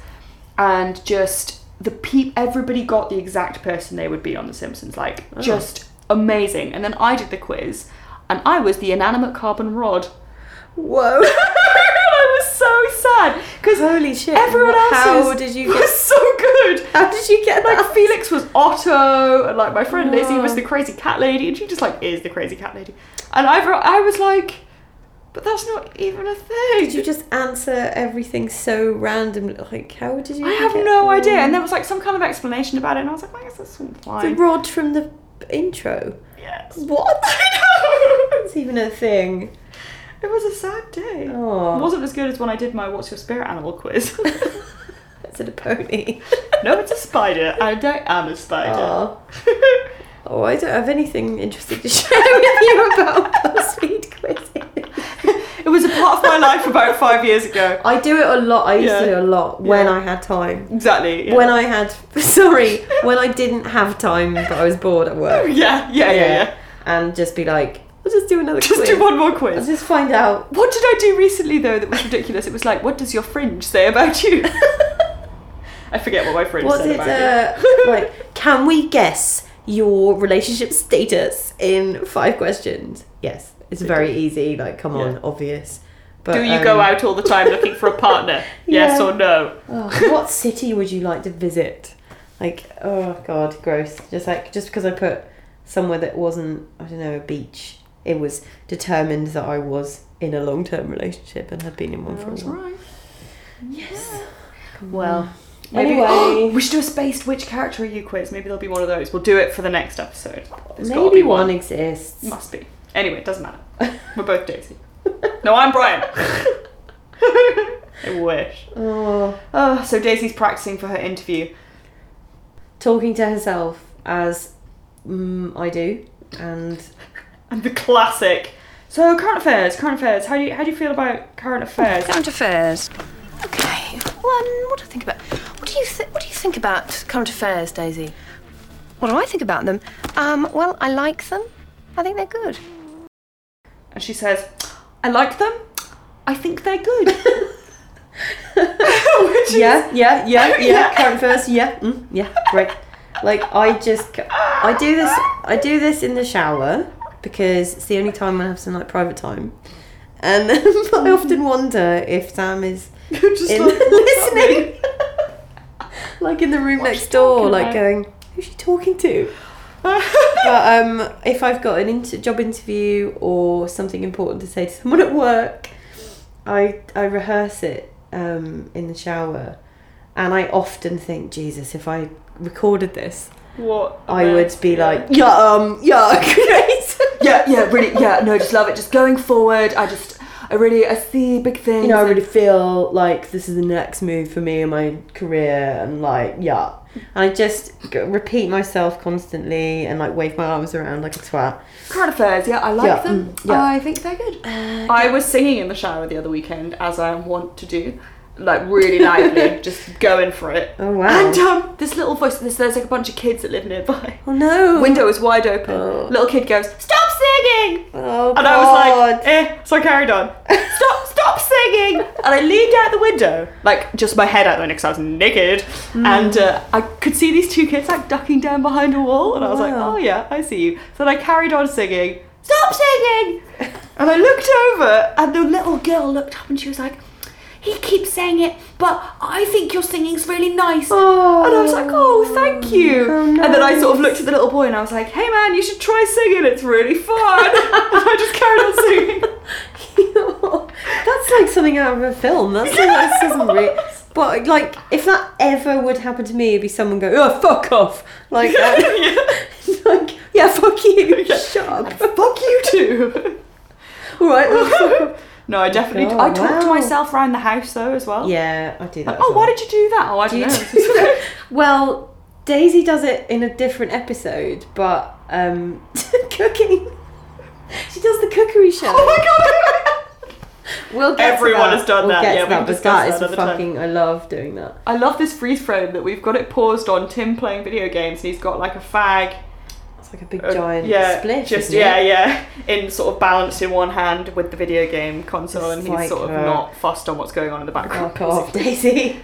[SPEAKER 2] and just the peep, everybody got the exact person they would be on The Simpsons, like just amazing. And then I did the quiz, and I was the inanimate carbon rod.
[SPEAKER 1] Whoa.
[SPEAKER 2] I was so sad because
[SPEAKER 1] Holy shit.
[SPEAKER 2] everyone
[SPEAKER 1] Wha-
[SPEAKER 2] else
[SPEAKER 1] How did you
[SPEAKER 2] was
[SPEAKER 1] get
[SPEAKER 2] so good.
[SPEAKER 1] How did you Oh. get
[SPEAKER 2] Like
[SPEAKER 1] that?
[SPEAKER 2] Felix was Otto, and like my friend Lizzie was
[SPEAKER 1] Wow.
[SPEAKER 2] the crazy cat lady, and she just like is the crazy cat lady. And I, wrote- I was like, but that's not even a thing.
[SPEAKER 1] Did you just answer everything so randomly? Like, how did you?
[SPEAKER 2] I have
[SPEAKER 1] get
[SPEAKER 2] no
[SPEAKER 1] all
[SPEAKER 2] idea. And there was like some kind of explanation about it, and I was like, well, I guess that's all
[SPEAKER 1] the
[SPEAKER 2] fine.
[SPEAKER 1] rod from the intro.
[SPEAKER 2] Yes.
[SPEAKER 1] What?
[SPEAKER 2] I know.
[SPEAKER 1] It's even a thing.
[SPEAKER 2] It was a sad day. It
[SPEAKER 1] Oh,
[SPEAKER 2] wasn't as good as when I did my "What's Your Spirit Animal" quiz.
[SPEAKER 1] is it a pony?
[SPEAKER 2] no, it's a spider, and I am a spider.
[SPEAKER 1] Oh. oh, I don't have anything interesting to share with you about BuzzFeed quizzes.
[SPEAKER 2] It was a part of my life about five years ago.
[SPEAKER 1] I do it a lot. I used to
[SPEAKER 2] Yeah.
[SPEAKER 1] do a lot when
[SPEAKER 2] Yeah.
[SPEAKER 1] I had time.
[SPEAKER 2] Exactly. yeah.
[SPEAKER 1] When I had, sorry, when I didn't have time, but I was bored at work,
[SPEAKER 2] Oh, yeah, yeah, yeah,
[SPEAKER 1] Yeah.
[SPEAKER 2] yeah.
[SPEAKER 1] and just be like, I'll just do another
[SPEAKER 2] Just
[SPEAKER 1] quiz.
[SPEAKER 2] do one more
[SPEAKER 1] I'll
[SPEAKER 2] quiz.
[SPEAKER 1] just find out
[SPEAKER 2] What did I do recently though that was ridiculous? It was like, what does your fringe say about you? I forget what my fringe
[SPEAKER 1] Was
[SPEAKER 2] said
[SPEAKER 1] it
[SPEAKER 2] about
[SPEAKER 1] uh,
[SPEAKER 2] you.
[SPEAKER 1] like, can we guess your relationship status in five questions? Yes, it's very easy. Like, come on,
[SPEAKER 2] Yeah.
[SPEAKER 1] obvious. But
[SPEAKER 2] do you
[SPEAKER 1] um,
[SPEAKER 2] go out all the time looking for a partner? Yes
[SPEAKER 1] Yeah.
[SPEAKER 2] or no?
[SPEAKER 1] oh, what city would you like to visit? Like, oh god, gross. Just like just because I put somewhere that wasn't, I don't know, a beach. It was determined that I was in a long-term relationship and had been in one for a
[SPEAKER 2] That's
[SPEAKER 1] while.
[SPEAKER 2] right.
[SPEAKER 1] Yes.
[SPEAKER 2] Well,
[SPEAKER 1] Anyway.
[SPEAKER 2] Oh, we should do a space. Which character are you quiz? Maybe there'll be one of those. We'll do it for the next episode. There's gotta
[SPEAKER 1] Maybe
[SPEAKER 2] be
[SPEAKER 1] one exists.
[SPEAKER 2] Must be. Anyway, it doesn't matter. We're both Daisy. No, I'm Brian. I wish.
[SPEAKER 1] Oh.
[SPEAKER 2] Oh, so Daisy's practicing for her interview.
[SPEAKER 1] talking to herself as mm, I do, and
[SPEAKER 2] And the classic. So current affairs, current affairs. How do you how do you feel about current affairs?
[SPEAKER 3] Current affairs. Okay. Well, um, what do I think about? What do you th- What do you think about current affairs, Daisy? What do I think about them? Um, well, I like them. I think they're good.
[SPEAKER 2] And she says, I like them. I think they're good. Which is-
[SPEAKER 1] yeah, yeah, yeah, yeah,
[SPEAKER 2] Yeah.
[SPEAKER 1] current first, yeah, mm, yeah, right. Like I just, c- I do this, I do this in the shower because it's the only time I have some like private time, and I often wonder if Sam is
[SPEAKER 2] You're just
[SPEAKER 1] in
[SPEAKER 2] like,
[SPEAKER 1] listening, like in the room
[SPEAKER 2] What's
[SPEAKER 1] next
[SPEAKER 2] she
[SPEAKER 1] door,
[SPEAKER 2] talking
[SPEAKER 1] like
[SPEAKER 2] about?
[SPEAKER 1] going, who's she talking to? but um, if I've got an inter- job interview or something important to say to someone at work, I I rehearse it um, in the shower, and I often think, Jesus, if I recorded this,
[SPEAKER 2] what? a
[SPEAKER 1] I
[SPEAKER 2] mess.
[SPEAKER 1] would be like, yeah, um, yeah, great.
[SPEAKER 2] Yeah, yeah, really, yeah, no, just love it. Just going forward, I just, I really, I see big things.
[SPEAKER 1] You know, I really feel like this is the next move for me in my career, and like, yeah. And I just g- repeat myself constantly and like wave my arms around like a twat.
[SPEAKER 2] Current affairs, yeah, I like
[SPEAKER 1] Yeah,
[SPEAKER 2] them.
[SPEAKER 1] mm, yeah.
[SPEAKER 2] I think they're good. I was singing in the shower the other weekend, as I want to do, like really loudly, just going for it.
[SPEAKER 1] Oh, wow.
[SPEAKER 2] And um, this little voice, this, there's like a bunch of kids that live nearby.
[SPEAKER 1] Oh no!
[SPEAKER 2] Window is wide open.
[SPEAKER 1] Oh.
[SPEAKER 2] Little kid goes, "Stop singing!"
[SPEAKER 1] Oh god!
[SPEAKER 2] And I was like, "Eh." So I carried on. Stop! Stop singing! And I leaned out the window, like just my head out the window because I was naked,
[SPEAKER 1] Hmm.
[SPEAKER 2] and uh, I could see these two kids like ducking down behind a wall, and I was like,
[SPEAKER 1] Wow.
[SPEAKER 2] "Oh yeah, I see you." So then I carried on singing. Stop singing! And I looked over, and the little girl looked up, and she was like, "He keeps saying it, but I think your singing's really nice." And I was like, oh, thank you.
[SPEAKER 1] Oh,
[SPEAKER 2] And then I sort of
[SPEAKER 1] nice.
[SPEAKER 2] looked at the little boy and I was like, hey man, you should try singing, it's really fun. and I just carried on singing.
[SPEAKER 1] that's like something out of a film. That's like that's isn't real. But like, if that ever would happen to me, it'd be someone go, "Oh, fuck off!" Like, that. like, yeah, fuck you. Shut up.
[SPEAKER 2] Fuck you too.
[SPEAKER 1] All right. well, fuck off.
[SPEAKER 2] No, I definitely.
[SPEAKER 1] God,
[SPEAKER 2] I talk to
[SPEAKER 1] Oh, wow.
[SPEAKER 2] myself around the house though as well.
[SPEAKER 1] Yeah, I do that.
[SPEAKER 2] Oh, why did you do that? Oh, I
[SPEAKER 1] you
[SPEAKER 2] don't know.
[SPEAKER 1] do that? Well, Daisy does it in a different episode, but um, cooking. She does the cookery show.
[SPEAKER 2] oh my god.
[SPEAKER 1] We'll get to
[SPEAKER 2] Everyone
[SPEAKER 1] that.
[SPEAKER 2] has done
[SPEAKER 1] we'll
[SPEAKER 2] that.
[SPEAKER 1] Get
[SPEAKER 2] Yeah,
[SPEAKER 1] to
[SPEAKER 2] we
[SPEAKER 1] that,
[SPEAKER 2] can
[SPEAKER 1] but
[SPEAKER 2] discuss
[SPEAKER 1] that is
[SPEAKER 2] that another time.
[SPEAKER 1] fucking. I love doing that.
[SPEAKER 2] I love this freeze frame that we've got it paused on Tim playing video games and he's got like a fag
[SPEAKER 1] It's like a big
[SPEAKER 2] Uh,
[SPEAKER 1] giant
[SPEAKER 2] yeah,
[SPEAKER 1] split.
[SPEAKER 2] Just
[SPEAKER 1] isn't it?
[SPEAKER 2] yeah, yeah. In sort of balanced in one hand with the video game console,
[SPEAKER 1] It's
[SPEAKER 2] and he's
[SPEAKER 1] like,
[SPEAKER 2] sort of
[SPEAKER 1] uh,
[SPEAKER 2] not fussed on what's going on in the background.
[SPEAKER 1] Fuck off, Daisy.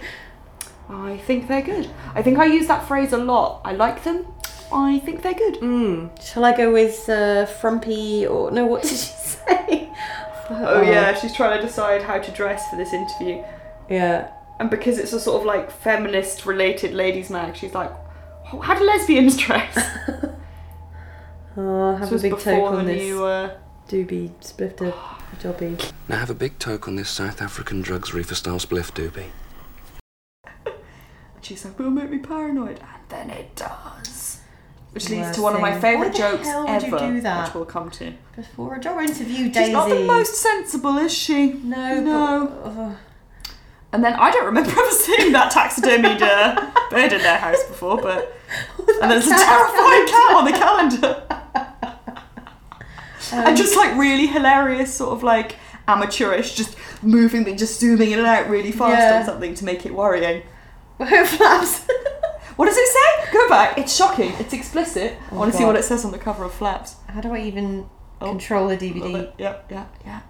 [SPEAKER 2] I think they're good. I think I use that phrase a lot. I like them. I think they're good.
[SPEAKER 1] Mm. Shall I go with uh, frumpy or no? What did she say?
[SPEAKER 2] Oh yeah, she's trying to decide how to dress for this interview,
[SPEAKER 1] yeah.
[SPEAKER 2] and because it's a sort of like feminist-related ladies' mag, she's like, "Oh, "How do lesbians dress?"
[SPEAKER 1] Oh, have
[SPEAKER 2] This was
[SPEAKER 1] a big
[SPEAKER 2] before
[SPEAKER 1] toke on
[SPEAKER 2] the
[SPEAKER 1] this
[SPEAKER 2] new, uh,
[SPEAKER 1] doobie splifter jobby.
[SPEAKER 4] Now have a big toke on this South African drugs reefer style spliff doobie.
[SPEAKER 2] And she's like, "Will make me paranoid," and then it does, which leads
[SPEAKER 1] Worst
[SPEAKER 2] to one of my
[SPEAKER 1] thing.
[SPEAKER 2] favorite
[SPEAKER 1] Why the
[SPEAKER 2] jokes
[SPEAKER 1] hell would
[SPEAKER 2] ever,
[SPEAKER 1] you do that?
[SPEAKER 2] which we'll come to.
[SPEAKER 1] Before a job interview, Daisy.
[SPEAKER 2] She's not the most sensible, is she?
[SPEAKER 1] No,
[SPEAKER 2] No.
[SPEAKER 1] But, ugh.
[SPEAKER 2] And then I don't remember ever seeing that taxidermied uh, bird in their house before, but and there's a terrifying cat on the calendar,
[SPEAKER 1] uh, um,
[SPEAKER 2] and just like really hilarious, sort of like amateurish, just moving, but just zooming in and out really fast
[SPEAKER 1] Yeah.
[SPEAKER 2] on something to make it worrying.
[SPEAKER 1] Who flaps?
[SPEAKER 2] What does it say? Go back. It's shocking. It's explicit. I want to see
[SPEAKER 1] Oh God.
[SPEAKER 2] what it says on the cover of Flaps.
[SPEAKER 1] How do I even
[SPEAKER 2] Oh,
[SPEAKER 1] control a
[SPEAKER 2] Love
[SPEAKER 1] DVD?
[SPEAKER 2] it. Yeah, yeah, yeah.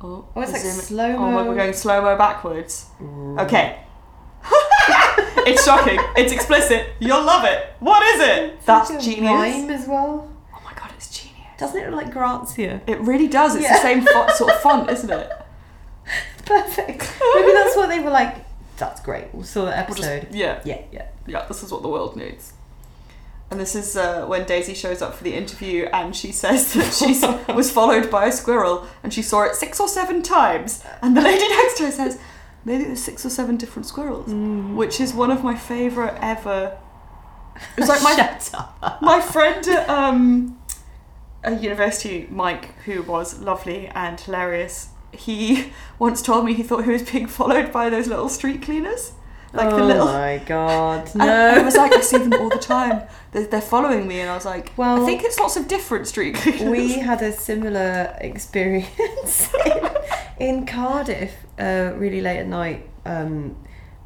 [SPEAKER 2] Oh,
[SPEAKER 1] Oh, it's like
[SPEAKER 2] zoom it.
[SPEAKER 1] slow-mo.
[SPEAKER 2] Oh, we're going slow mo backwards. Okay. it's shocking. It's explicit. You'll love it. What is it? That's
[SPEAKER 1] Like a
[SPEAKER 2] genius.
[SPEAKER 1] Rhyme as well.
[SPEAKER 2] Oh my god, it's genius.
[SPEAKER 1] Doesn't it look like Grazia?
[SPEAKER 2] It really does. It's
[SPEAKER 1] Yeah.
[SPEAKER 2] the same font, sort of font, isn't it?
[SPEAKER 1] Perfect. Maybe that's what they were like. That's great. We saw that
[SPEAKER 2] We'll just-
[SPEAKER 1] episode.
[SPEAKER 2] yeah,
[SPEAKER 1] Yeah, yeah.
[SPEAKER 2] yeah. This is what the world needs. And this is uh, when Daisy shows up for the interview, and she says that she was followed by a squirrel, and she saw it six or seven times. And the lady next to her says, "Maybe it was six or seven different squirrels,"
[SPEAKER 1] Mm.
[SPEAKER 2] which is one of my favourite ever. It's like my
[SPEAKER 1] Shut up.
[SPEAKER 2] my friend at, um, at university, Mike, who was lovely and hilarious, he once told me he thought he was being followed by those little street cleaners. Like
[SPEAKER 1] oh
[SPEAKER 2] the little.
[SPEAKER 1] my god,
[SPEAKER 2] And I
[SPEAKER 1] no.
[SPEAKER 2] was like, I see them all the time. They're, they're following me. And I was like, well,
[SPEAKER 1] Well-
[SPEAKER 2] I think it's lots of different street cleaners.
[SPEAKER 1] we had a similar experience in, in Cardiff, uh, really late at night, um,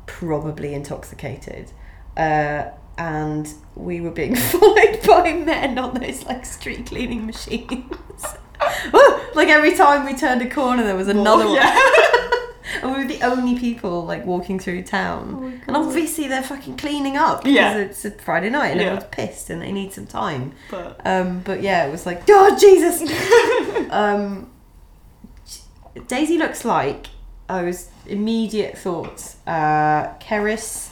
[SPEAKER 1] probably intoxicated. Uh, and we were being followed by men on those like street cleaning machines. Woo! like every time we turned a corner, there was another one.
[SPEAKER 2] Oh, Yeah.
[SPEAKER 1] And we were the only people like walking through town. and obviously they're fucking cleaning up because
[SPEAKER 2] Oh Yeah.
[SPEAKER 1] it's a Friday night and
[SPEAKER 2] Yeah.
[SPEAKER 1] everyone's pissed and they need some time.
[SPEAKER 2] But
[SPEAKER 1] Um, but yeah, it was like, oh Jesus. um, Daisy looks like I was immediate thoughts. Uh, Keris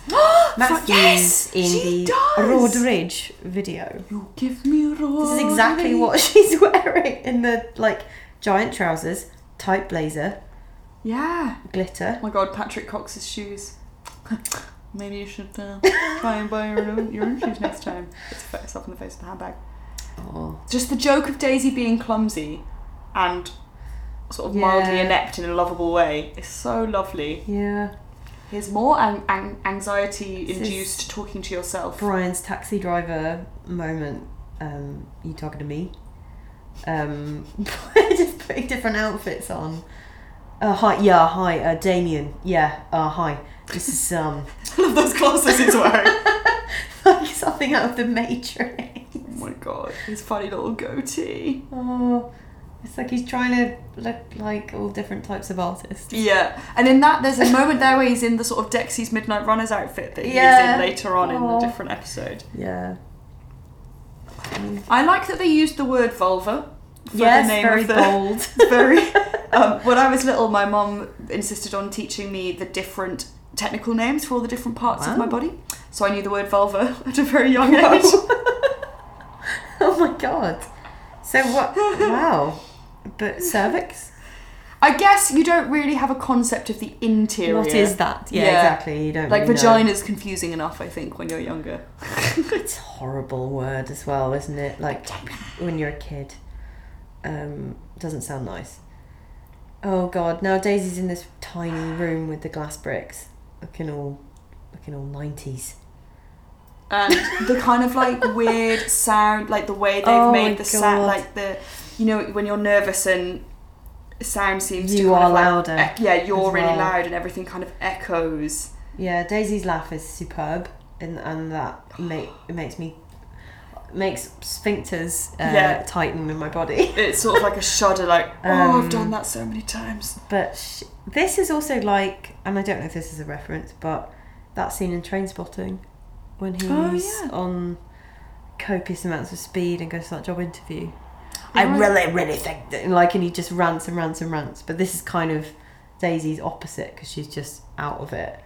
[SPEAKER 1] Matthews
[SPEAKER 2] yes,
[SPEAKER 1] in
[SPEAKER 2] she
[SPEAKER 1] the
[SPEAKER 2] does. Oh,
[SPEAKER 1] Road Rage video.
[SPEAKER 2] you give me a
[SPEAKER 1] This is exactly what she's wearing in the like giant trousers, tight blazer,
[SPEAKER 2] Yeah.
[SPEAKER 1] glitter.
[SPEAKER 2] Oh my god, Patrick Cox's shoes. Maybe you should uh, try and buy your own, your own shoes next time. It's a slap in the face with a handbag.
[SPEAKER 1] Oh.
[SPEAKER 2] Just the joke of Daisy being clumsy and sort of mildly
[SPEAKER 1] Yeah.
[SPEAKER 2] inept in a lovable way is so lovely.
[SPEAKER 1] Yeah.
[SPEAKER 2] Here's more an- an- anxiety induced talking to yourself.
[SPEAKER 1] Brian's taxi driver moment. Um, you talking to me? Um, just putting different outfits on. Uh, hi, yeah, hi, uh, Damien. Yeah, uh, hi. This is um,
[SPEAKER 2] I love those glasses he's wearing. oh
[SPEAKER 1] like something out of the Matrix.
[SPEAKER 2] my god, his funny little goatee.
[SPEAKER 1] Oh, it's like he's trying to look like all different types of artists.
[SPEAKER 2] Yeah, and in that, there's a moment there where he's in the sort of Dexy's Midnight Runners outfit that he's
[SPEAKER 1] Yeah.
[SPEAKER 2] in later on in
[SPEAKER 1] Aw.
[SPEAKER 2] a different episode.
[SPEAKER 1] Yeah.
[SPEAKER 2] I like that they used the word vulva. For
[SPEAKER 1] yes,
[SPEAKER 2] the name
[SPEAKER 1] very
[SPEAKER 2] of the,
[SPEAKER 1] bold.
[SPEAKER 2] very. Um, when I was little, my mum insisted on teaching me the different technical names for all the different parts of
[SPEAKER 1] Wow.
[SPEAKER 2] my body. So I knew the word vulva at a very young age.
[SPEAKER 1] oh my god. So what? Wow. But cervix?
[SPEAKER 2] I guess you don't really have a concept of the interior.
[SPEAKER 1] What is that? Yeah,
[SPEAKER 2] Yeah.
[SPEAKER 1] exactly. You don't
[SPEAKER 2] Like
[SPEAKER 1] really know.
[SPEAKER 2] vagina's confusing enough, I think, when you're younger.
[SPEAKER 1] It's a horrible word as well, isn't it? Like when you're a kid, um, doesn't sound nice. Oh god! Now Daisy's in this tiny room with the glass bricks, looking all, looking all nineties.
[SPEAKER 2] and the kind of like weird sound, like the way they've
[SPEAKER 1] Oh my
[SPEAKER 2] made the sound,
[SPEAKER 1] God.
[SPEAKER 2] like the, you know, when you're nervous and sound seems to
[SPEAKER 1] You
[SPEAKER 2] kind
[SPEAKER 1] are
[SPEAKER 2] of, like,
[SPEAKER 1] louder
[SPEAKER 2] ec- yeah, you're
[SPEAKER 1] as
[SPEAKER 2] really
[SPEAKER 1] well.
[SPEAKER 2] loud, and everything kind of echoes.
[SPEAKER 1] Yeah, Daisy's laugh is superb, and and that make it makes me. makes sphincters uh,
[SPEAKER 2] Yeah.
[SPEAKER 1] tighten in my body.
[SPEAKER 2] It's sort of like a shudder, like, oh,
[SPEAKER 1] Um,
[SPEAKER 2] I've done that so many times.
[SPEAKER 1] But sh- this is also like, and I don't know if this is a reference, but that scene in Train Spotting when he's
[SPEAKER 2] Oh, yeah.
[SPEAKER 1] on copious amounts of speed and goes to that job interview. I really, really think that, like, and he just rants and rants and rants. But this is kind of Daisy's opposite because she's just out of it,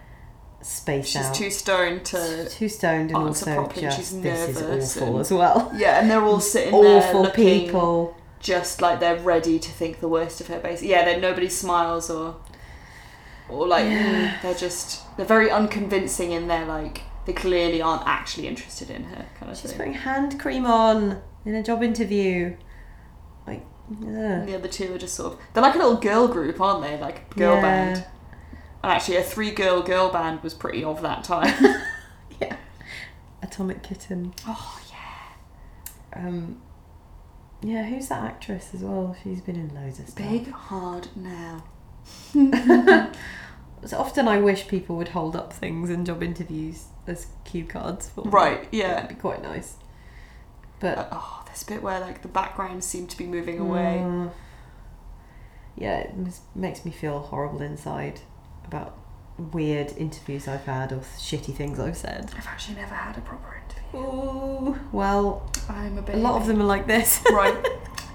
[SPEAKER 1] spaced
[SPEAKER 2] She's
[SPEAKER 1] out,
[SPEAKER 2] too stoned to.
[SPEAKER 1] too stoned, and
[SPEAKER 2] answer
[SPEAKER 1] also
[SPEAKER 2] properly and
[SPEAKER 1] just
[SPEAKER 2] she's
[SPEAKER 1] this
[SPEAKER 2] nervous
[SPEAKER 1] is awful
[SPEAKER 2] and-
[SPEAKER 1] as well.
[SPEAKER 2] Yeah, and they're all sitting there
[SPEAKER 1] Awful
[SPEAKER 2] looking
[SPEAKER 1] people.
[SPEAKER 2] just like they're ready to think the worst of her. Basically, yeah, then nobody smiles or, or like mm, they're just they're very unconvincing in their like they clearly aren't actually interested in her kind of
[SPEAKER 1] She's
[SPEAKER 2] thing.
[SPEAKER 1] putting hand cream on in a job interview. Like,
[SPEAKER 2] And
[SPEAKER 1] ugh.
[SPEAKER 2] the other two are just sort of they're like a little girl group, aren't they? Like girl
[SPEAKER 1] Yeah.
[SPEAKER 2] band. And actually, a three girl girl band was pretty of that time.
[SPEAKER 1] Atomic Kitten.
[SPEAKER 2] oh yeah,
[SPEAKER 1] Um, yeah, who's that actress as well? She's been in loads of stuff.
[SPEAKER 2] big hard now.
[SPEAKER 1] So often I wish people would hold up things in job interviews as cue cards for me.
[SPEAKER 2] Right, yeah.
[SPEAKER 1] That'd be quite nice. But
[SPEAKER 2] Oh, this bit where like the background seemed to be moving away.
[SPEAKER 1] Mm. yeah, it mis- makes me feel horrible inside about weird interviews I've had or shitty things I've said.
[SPEAKER 2] I've actually never had a proper interview.
[SPEAKER 1] Ooh, well,
[SPEAKER 2] I'm a bit
[SPEAKER 1] a lot of them are like this.
[SPEAKER 2] right.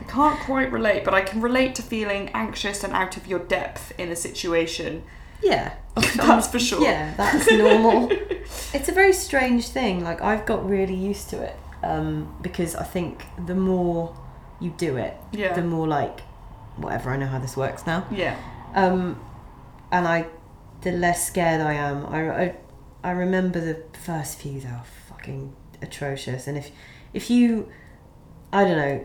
[SPEAKER 2] I can't quite relate, but I can relate to feeling anxious and out of your depth in a situation.
[SPEAKER 1] yeah.
[SPEAKER 2] That's for sure.
[SPEAKER 1] Yeah, that's normal. it's a very strange thing. Like I've got really used to it um, because I think the more you do it,
[SPEAKER 2] Yeah.
[SPEAKER 1] the more like whatever I know how this works now,
[SPEAKER 2] Yeah.
[SPEAKER 1] um, and I the less scared I am. I, I I remember the first few they were fucking atrocious, and if if you I don't know.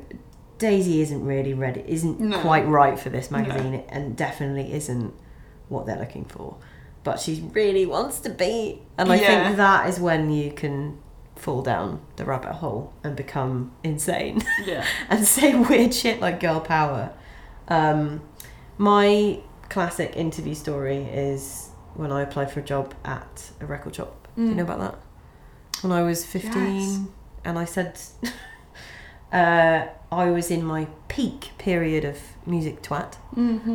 [SPEAKER 1] Daisy isn't really ready, isn't
[SPEAKER 2] No.
[SPEAKER 1] quite right for this magazine, and definitely isn't what they're looking for. But she really wants to be, and I
[SPEAKER 2] Yeah.
[SPEAKER 1] think that is when you can fall down the rabbit hole and become insane
[SPEAKER 2] Yeah.
[SPEAKER 1] and say weird shit like girl power. Um, my classic interview story is when I applied for a job at a record shop. Do you know about that? When I was 15,
[SPEAKER 2] Mm. Yes.
[SPEAKER 1] and I said uh, I was in my peak period of music twat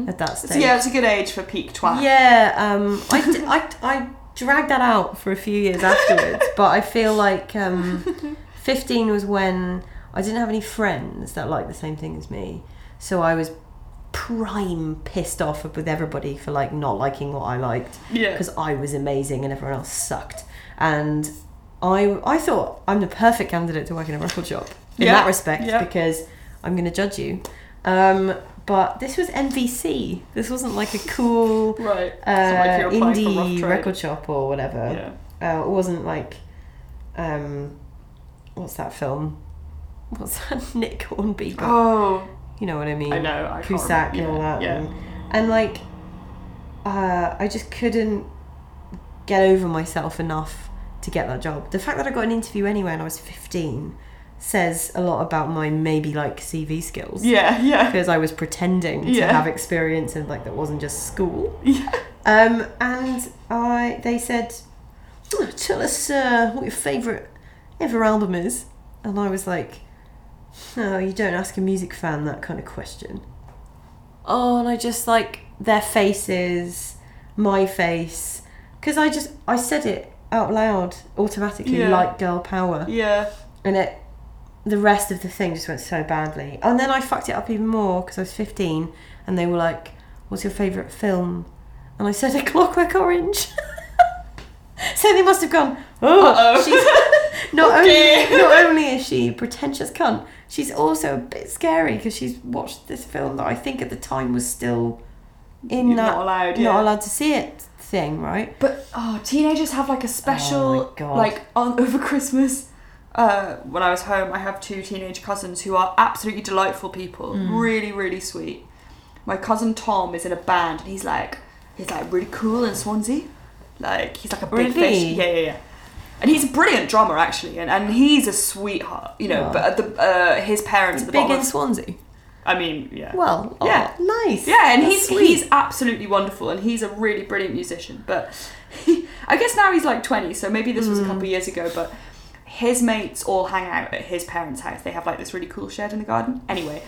[SPEAKER 1] at that stage.
[SPEAKER 2] So yeah, it's a good age for peak twat.
[SPEAKER 1] Mm-hmm. Yeah, um, I, d- I, I dragged that out for a few years afterwards, but I feel like um, 15 was when I didn't have any friends that liked the same thing as me. So I was prime pissed off with everybody for like not liking what I liked
[SPEAKER 2] Yeah.
[SPEAKER 1] because I was amazing and everyone else sucked. And I, I thought I'm the perfect candidate to work in a record shop in
[SPEAKER 2] Yeah,
[SPEAKER 1] that respect
[SPEAKER 2] yeah.
[SPEAKER 1] because I'm going to judge you. Um, but this was NBC. This wasn't like a cool uh,
[SPEAKER 2] Right. It's not like you're applying for rough
[SPEAKER 1] indie
[SPEAKER 2] trade.
[SPEAKER 1] record shop or whatever.
[SPEAKER 2] Yeah.
[SPEAKER 1] Uh, it wasn't like, um, what's that film? What's that Nick Hornby? book?
[SPEAKER 2] Oh.
[SPEAKER 1] You know what I mean?
[SPEAKER 2] I know, I can't
[SPEAKER 1] Cusack
[SPEAKER 2] remember.
[SPEAKER 1] and all
[SPEAKER 2] Yeah,
[SPEAKER 1] that.
[SPEAKER 2] yeah.
[SPEAKER 1] And, and like, uh, I just couldn't get over myself enough to get that job. The fact that I got an interview anyway and I was 15 says a lot about my maybe like CV skills
[SPEAKER 2] Yeah. Yeah.
[SPEAKER 1] because I was pretending to
[SPEAKER 2] Yeah.
[SPEAKER 1] have experience and like that wasn't just school.
[SPEAKER 2] Yeah.
[SPEAKER 1] Um, and I, they said, "Oh, tell us uh, what your favourite ever album is, and I was like, oh, you don't ask a music fan that kind of question. Oh, and I just like their faces, my face, because I just I said it out loud automatically
[SPEAKER 2] Yeah.
[SPEAKER 1] like girl power
[SPEAKER 2] Yeah.
[SPEAKER 1] and it the rest of the thing just went so badly and then i fucked it up even more because i was 15 and they were like what's your favourite film and i said a clockwork orange so they must have gone oh
[SPEAKER 2] Uh-oh.
[SPEAKER 1] she's not
[SPEAKER 2] Oh,
[SPEAKER 1] only
[SPEAKER 2] dear.
[SPEAKER 1] not only is she a pretentious cunt she's also a bit scary because she's watched this film that i think at the time was still in
[SPEAKER 2] You're
[SPEAKER 1] that
[SPEAKER 2] not allowed,
[SPEAKER 1] not
[SPEAKER 2] yeah.
[SPEAKER 1] allowed to see it thing right
[SPEAKER 2] But oh, teenagers have like a special
[SPEAKER 1] Oh my God.
[SPEAKER 2] like on over Christmas. Uh, when I was home, I have two teenage cousins who are absolutely delightful people,
[SPEAKER 1] Mm.
[SPEAKER 2] really, really sweet. My cousin Tom is in a band, and he's like, he's like really cool in Swansea, like he's like a big fish.
[SPEAKER 1] Really?
[SPEAKER 2] Yeah, yeah, yeah. And he's a brilliant drummer actually, and, and he's a sweetheart, you know.
[SPEAKER 1] Aw.
[SPEAKER 2] But at the uh, his parents at the
[SPEAKER 1] big
[SPEAKER 2] bottom.
[SPEAKER 1] in
[SPEAKER 2] of-
[SPEAKER 1] swansea
[SPEAKER 2] I mean, yeah.
[SPEAKER 1] well oh,
[SPEAKER 2] Yeah.
[SPEAKER 1] nice
[SPEAKER 2] Yeah, and
[SPEAKER 1] That's
[SPEAKER 2] he's
[SPEAKER 1] sweet.
[SPEAKER 2] he's absolutely wonderful, and he's a really
[SPEAKER 1] Hmm.
[SPEAKER 2] brilliant musician. But he, I guess now he's like twenty, so maybe this was a couple of years ago. But his mates all hang out at his parents' house. They have like this really cool shed in the garden. Anyway,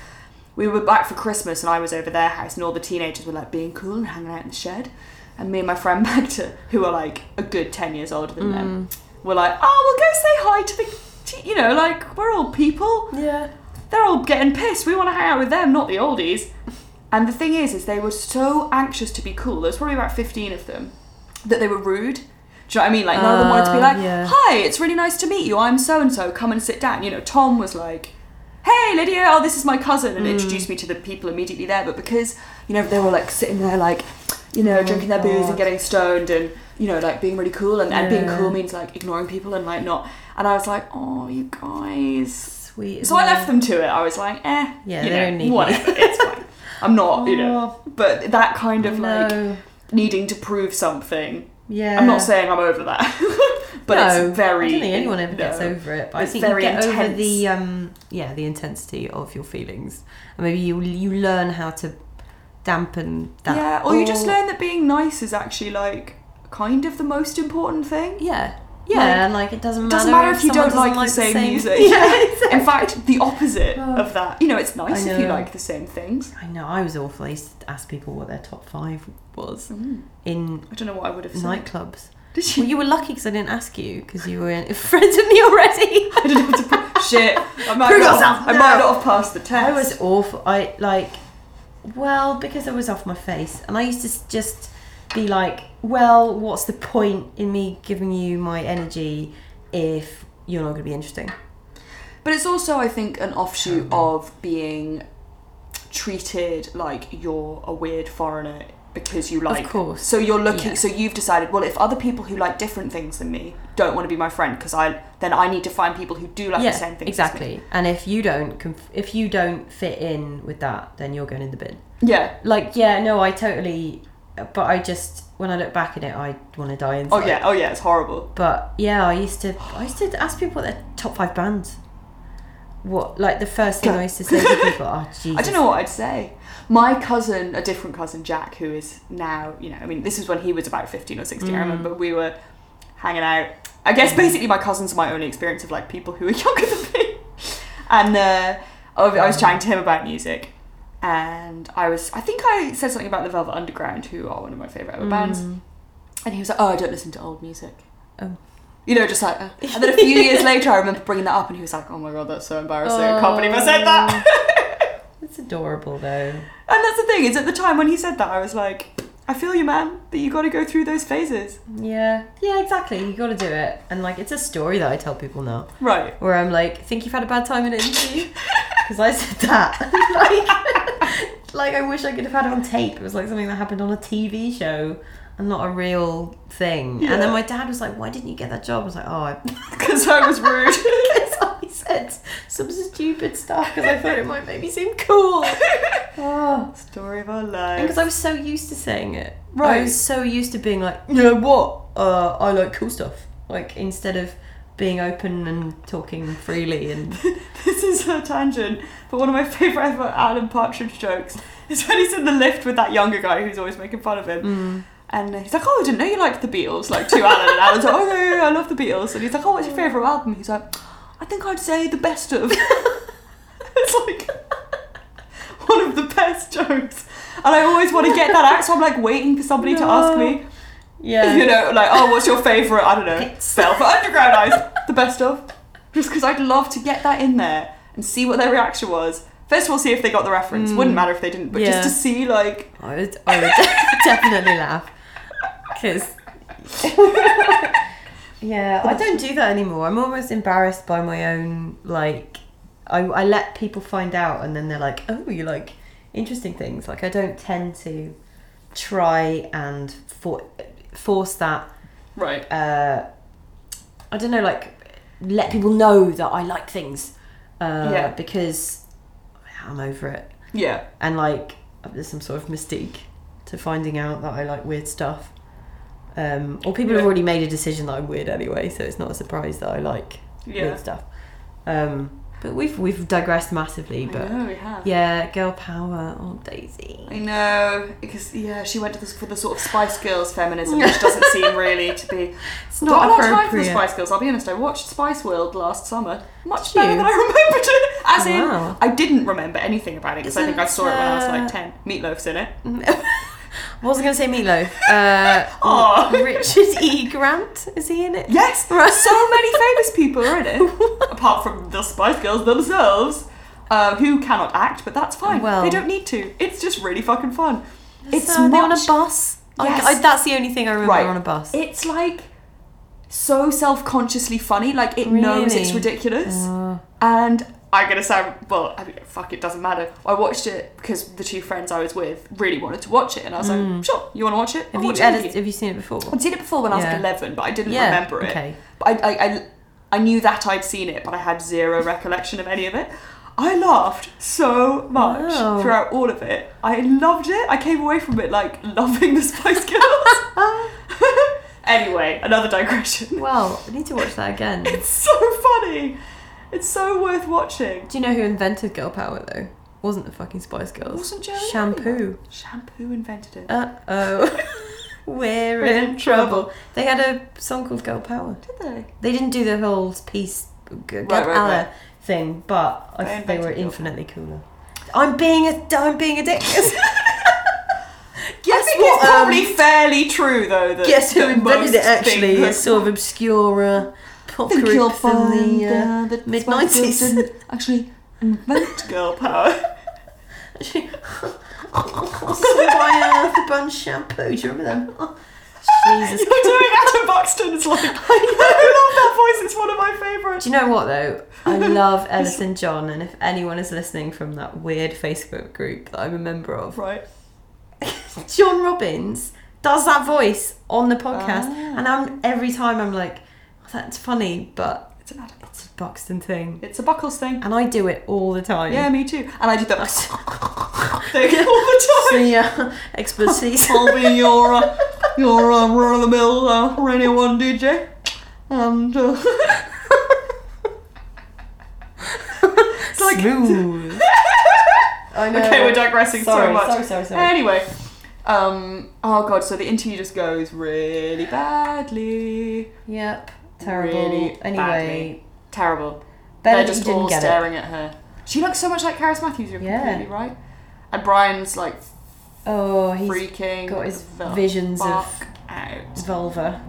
[SPEAKER 2] we were back for Christmas and I was over their house and all the teenagers were like being cool and hanging out in the shed. And me and my friend Magda, who are like a good 10 years older than them,
[SPEAKER 1] Hmm.
[SPEAKER 2] were like, oh, we'll go say hi to the, te- you know, like we're all people.
[SPEAKER 1] Yeah.
[SPEAKER 2] They're all getting pissed. We want to hang out with them, not the oldies. And the thing is, is they were so anxious to be cool. There was probably about 15 of them that they were rude. Do you know what I mean? Like none of them wanted to be
[SPEAKER 1] Ah,
[SPEAKER 2] like,
[SPEAKER 1] yeah.
[SPEAKER 2] "Hi, it's really nice to meet you. I'm so and so. Come and sit down." You know, Tom was like, "Hey, Lydia. Oh, this is my cousin,"
[SPEAKER 1] Mm.
[SPEAKER 2] and introduced me to the people immediately there. But because you know they were like sitting there, like you
[SPEAKER 1] Oh,
[SPEAKER 2] know, drinking their booze and getting stoned, and you know, like being really cool, and, and being
[SPEAKER 1] Yeah.
[SPEAKER 2] cool means like ignoring people and like not. And I was like, "Oh, you guys."
[SPEAKER 1] Sweet.
[SPEAKER 2] So I left them to it. I was like, "Eh,
[SPEAKER 1] Yeah,
[SPEAKER 2] you
[SPEAKER 1] they
[SPEAKER 2] know,
[SPEAKER 1] don't need Oh,
[SPEAKER 2] whatever. it's fine. I'm not, you know." But that kind of like
[SPEAKER 1] No.
[SPEAKER 2] needing to prove something
[SPEAKER 1] Yeah.
[SPEAKER 2] I'm not saying I'm over that, but
[SPEAKER 1] no,
[SPEAKER 2] it's very.
[SPEAKER 1] I don't think anyone ever
[SPEAKER 2] no.
[SPEAKER 1] gets over it, but
[SPEAKER 2] It's
[SPEAKER 1] I think you
[SPEAKER 2] very
[SPEAKER 1] get over
[SPEAKER 2] intense.
[SPEAKER 1] the um, yeah the intensity of your feelings, and maybe you you learn how to dampen that.
[SPEAKER 2] Yeah, or you just learn that being nice is actually like kind of the most important thing.
[SPEAKER 1] Yeah, yeah,
[SPEAKER 2] Like,
[SPEAKER 1] and like it doesn't
[SPEAKER 2] It
[SPEAKER 1] matter.
[SPEAKER 2] doesn't matter if you
[SPEAKER 1] someone
[SPEAKER 2] don't like,
[SPEAKER 1] doesn't
[SPEAKER 2] the same, music.
[SPEAKER 1] Yeah, exactly.
[SPEAKER 2] In fact, the opposite of that. You know, it's nice
[SPEAKER 1] Oh. I
[SPEAKER 2] if you
[SPEAKER 1] know.
[SPEAKER 2] like the same things.
[SPEAKER 1] I know. I was awful. I used to ask people what their top five was in
[SPEAKER 2] Hmm, I don't know what I would have said.
[SPEAKER 1] nightclubs.
[SPEAKER 2] Did you?
[SPEAKER 1] Well, you were lucky because I didn't ask you because you were in- friends with me already.
[SPEAKER 2] I didn't have to. Pr- shit. I might,
[SPEAKER 1] Prove
[SPEAKER 2] not,
[SPEAKER 1] yourself,
[SPEAKER 2] I might
[SPEAKER 1] no.
[SPEAKER 2] not have passed the test.
[SPEAKER 1] I was awful. I like, well, because I was off my face, and I used to s- just be like, well, what's the point in me giving you my energy if you're not going to be interesting?
[SPEAKER 2] But it's also, I think, an offshoot
[SPEAKER 1] Mm-hmm.
[SPEAKER 2] of being treated like you're a weird foreigner because you like.
[SPEAKER 1] course.
[SPEAKER 2] So you're looking.
[SPEAKER 1] Yeah.
[SPEAKER 2] So you've decided. Well, if other people who like different things than me don't want to be my friend, because I then I need to find people who do like the same things. as me.
[SPEAKER 1] exactly. And if you don't, conf- if you don't fit in with that, then you're going in the bin.
[SPEAKER 2] Yeah.
[SPEAKER 1] Like, yeah, no, I totally. But I just, when I look back at it, I want to die inside.
[SPEAKER 2] Oh yeah. Oh yeah. It's horrible.
[SPEAKER 1] But yeah, I used to I used to ask people what their top five bands. What like the first thing I used to say to people? Oh Jesus!
[SPEAKER 2] I don't know what I'd say. My cousin, a different cousin, Jack, who is now, you know, I mean, this is when he was about 15 or 16, I remember we were hanging out. I guess basically my cousins are my only experience of like people who are younger than me. And uh, I was- I was chatting to him about music. And I was, I think I said something about the Velvet Underground, who are one of my favourite
[SPEAKER 1] Mm.
[SPEAKER 2] ever bands. And he was like, oh, I don't listen to old music.
[SPEAKER 1] Oh.
[SPEAKER 2] You know, just like, uh. and then a few years later, I remember bringing that up, and he was like, "Oh my god, that's so embarrassing! I can't believe I said that."
[SPEAKER 1] It's adorable though.
[SPEAKER 2] And that's the thing is, at the time when he said that, I was like, I feel you, man, but you got to go through those phases,
[SPEAKER 1] Yeah, yeah, exactly. You got to do it, and like it's a story that I tell people now,
[SPEAKER 2] right?
[SPEAKER 1] where I'm like, think you've had a bad time in an interview because I said that. like, like I wish I could have had it on tape. It was like something that happened on a TV show. And not a real thing. And then my dad was like, "Why didn't you get that job?" I was like, "Oh, I
[SPEAKER 2] Because I was rude.
[SPEAKER 1] because I said some stupid stuff because I thought it might make me seem cool. Oh.
[SPEAKER 2] Story of our
[SPEAKER 1] And
[SPEAKER 2] lives.
[SPEAKER 1] because I was so used to saying it. I
[SPEAKER 2] Right.
[SPEAKER 1] was so used to being like, you know what? Uh, I like cool stuff. Like, instead of being open and talking freely and
[SPEAKER 2] this is a tangent, but one of my favourite ever Alan Partridge jokes is when he's in the lift with that younger guy who's always making fun of him. And he's like, oh, I didn't know you liked the Beatles, like to Alan. And Alan's like, oh, yeah, yeah, yeah, I love the Beatles. And he's like, oh, what's your favourite album? He's like, I think I'd say the best of. it's like one of the best jokes. And I always want to get that out, so I'm like waiting for somebody to ask me,
[SPEAKER 1] yeah.
[SPEAKER 2] you know, like, oh, what's your favourite, I don't know,
[SPEAKER 1] Hits.
[SPEAKER 2] Velvet Underground Eyes, the best of. Just because I'd love to get that in there and see what their reaction was. First of all, see if they got the reference. Wouldn't matter if they didn't, but
[SPEAKER 1] Mm. Yeah.
[SPEAKER 2] just to see, like,
[SPEAKER 1] I would, I would definitely laugh because yeah, I don't do that anymore. I'm almost embarrassed by my own like. I, I let people find out, and then they're like, "Oh, you like interesting things." Like I don't tend to try and for, force that.
[SPEAKER 2] right.
[SPEAKER 1] Uh, I don't know, like let people know that I like things. Uh,
[SPEAKER 2] Yeah.
[SPEAKER 1] Because I'm over it
[SPEAKER 2] Yeah.
[SPEAKER 1] and like there's some sort of mystique to finding out that I like weird stuff. Um, or people have
[SPEAKER 2] Yeah.
[SPEAKER 1] already made a decision that I'm weird anyway, so it's not a surprise that I like
[SPEAKER 2] Yeah.
[SPEAKER 1] weird stuff. Um, But we've we've digressed massively.
[SPEAKER 2] I
[SPEAKER 1] But
[SPEAKER 2] know we have.
[SPEAKER 1] yeah, girl power. Oh, Daisy.
[SPEAKER 2] I know because yeah, she went to this for the sort of Spice Girls feminism, which doesn't seem really to be. It's
[SPEAKER 1] not
[SPEAKER 2] a lot of time for the
[SPEAKER 1] appropriate.
[SPEAKER 2] Spice Girls. I'll be honest. I watched Spice World last summer, much
[SPEAKER 1] Did
[SPEAKER 2] better
[SPEAKER 1] you?
[SPEAKER 2] than I remembered it. As in,
[SPEAKER 1] Wow.
[SPEAKER 2] I didn't remember anything about it because I think I
[SPEAKER 1] Isn't,
[SPEAKER 2] saw it when I was
[SPEAKER 1] uh,
[SPEAKER 2] like ten. Meatloaf's in it.
[SPEAKER 1] I was gonna say meatloaf. Uh,
[SPEAKER 2] Aw.
[SPEAKER 1] Richard E. Grant is he in it?
[SPEAKER 2] Yes, so many famous people are in it, apart from the Spice Girls themselves, uh, who cannot act, but that's fine.
[SPEAKER 1] Well.
[SPEAKER 2] they don't need to. It's just really fucking fun. It's
[SPEAKER 1] so they're on a
[SPEAKER 2] much-
[SPEAKER 1] bus. I-
[SPEAKER 2] Yes.
[SPEAKER 1] I, that's the only thing I remember.
[SPEAKER 2] Right.
[SPEAKER 1] On a bus.
[SPEAKER 2] It's like so self-consciously funny. Like it knows it's
[SPEAKER 1] Really? Oh.
[SPEAKER 2] ridiculous,
[SPEAKER 1] Uh,
[SPEAKER 2] and I'm gonna sound well. I mean, fuck, it doesn't matter. I watched it because the two friends I was with really wanted to watch it, and I was like, sure, you want to watch it? I'll
[SPEAKER 1] Mm. have you,
[SPEAKER 2] watch it with
[SPEAKER 1] edit,
[SPEAKER 2] you."
[SPEAKER 1] have you seen it before?
[SPEAKER 2] I'd seen it before when I was
[SPEAKER 1] Yeah.
[SPEAKER 2] like 11, but I didn't
[SPEAKER 1] Yeah,
[SPEAKER 2] remember it.
[SPEAKER 1] okay.
[SPEAKER 2] But I, I, I, I knew that I'd seen it, but I had zero recollection of any of it. I laughed so much
[SPEAKER 1] Wow.
[SPEAKER 2] throughout all of it. I loved it. I came away from it like loving the Spice Um, Girls. anyway, another digression.
[SPEAKER 1] Well, I need to watch that again. Do
[SPEAKER 2] It's so funny. It's so worth watching.
[SPEAKER 1] you know who invented girl power though? Wasn't the fucking Spice Girls?
[SPEAKER 2] Wasn't Jeremy
[SPEAKER 1] Shampoo.
[SPEAKER 2] Shampoo invented it.
[SPEAKER 1] Uh oh. We're in trouble. They had a song called Girl Power.
[SPEAKER 2] Did they?
[SPEAKER 1] They didn't do the whole piece g- g-
[SPEAKER 2] Right, right,
[SPEAKER 1] gala
[SPEAKER 2] right.
[SPEAKER 1] thing, but I
[SPEAKER 2] They
[SPEAKER 1] think they were
[SPEAKER 2] invented Girl
[SPEAKER 1] infinitely cooler. I'm being a I'm being a dick.
[SPEAKER 2] I
[SPEAKER 1] guess
[SPEAKER 2] think
[SPEAKER 1] what?
[SPEAKER 2] it's
[SPEAKER 1] um,
[SPEAKER 2] probably fairly true though. That
[SPEAKER 1] guess who
[SPEAKER 2] that most
[SPEAKER 1] invented it? Actually,
[SPEAKER 2] things-
[SPEAKER 1] it's sort of obscure uh, pop group
[SPEAKER 2] you'll
[SPEAKER 1] from the uh,
[SPEAKER 2] uh, that
[SPEAKER 1] mid
[SPEAKER 2] Spice Girls
[SPEAKER 1] 90s.
[SPEAKER 2] didn't actually invent girl power.
[SPEAKER 1] so I uh, the bun shampoo. Do you remember them? Oh, Jesus.
[SPEAKER 2] You're doing Adam Buxton. It's like I, love that voice. It's one of my favourites.
[SPEAKER 1] Do you know what though? I love Ellison John, and if anyone is listening from that weird Facebook group that I'm a member of,
[SPEAKER 2] Right.
[SPEAKER 1] John Robbins does that voice on the podcast, and I'm every time I'm like, oh, that's funny, but
[SPEAKER 2] It's an Adam. Buxton.
[SPEAKER 1] it's a Buxton thing,
[SPEAKER 2] It's a Buckles thing.
[SPEAKER 1] and I do it all the time.
[SPEAKER 2] Yeah, me too. And I do that thing all the time.
[SPEAKER 1] The uh, expertise.
[SPEAKER 2] I'll be your uh, your uh, run of the mill uh, Radio One DJ. And uh,
[SPEAKER 1] Smooth. I know.
[SPEAKER 2] okay, we're digressing
[SPEAKER 1] Sorry,
[SPEAKER 2] so much.
[SPEAKER 1] sorry, sorry, sorry.
[SPEAKER 2] Anyway, um, oh god, so the interview just goes really badly.
[SPEAKER 1] Yep. Terrible.
[SPEAKER 2] Really
[SPEAKER 1] anyway,
[SPEAKER 2] badly. Terrible.
[SPEAKER 1] better
[SPEAKER 2] They're
[SPEAKER 1] that you
[SPEAKER 2] just
[SPEAKER 1] didn't
[SPEAKER 2] all
[SPEAKER 1] get it.
[SPEAKER 2] staring at her. She looks so much like Karis Matthews. You're
[SPEAKER 1] Yeah.
[SPEAKER 2] completely right. And Brian's like
[SPEAKER 1] Oh, he's
[SPEAKER 2] freaking.
[SPEAKER 1] got his
[SPEAKER 2] the
[SPEAKER 1] visions of-
[SPEAKER 2] fuck out.
[SPEAKER 1] vulva.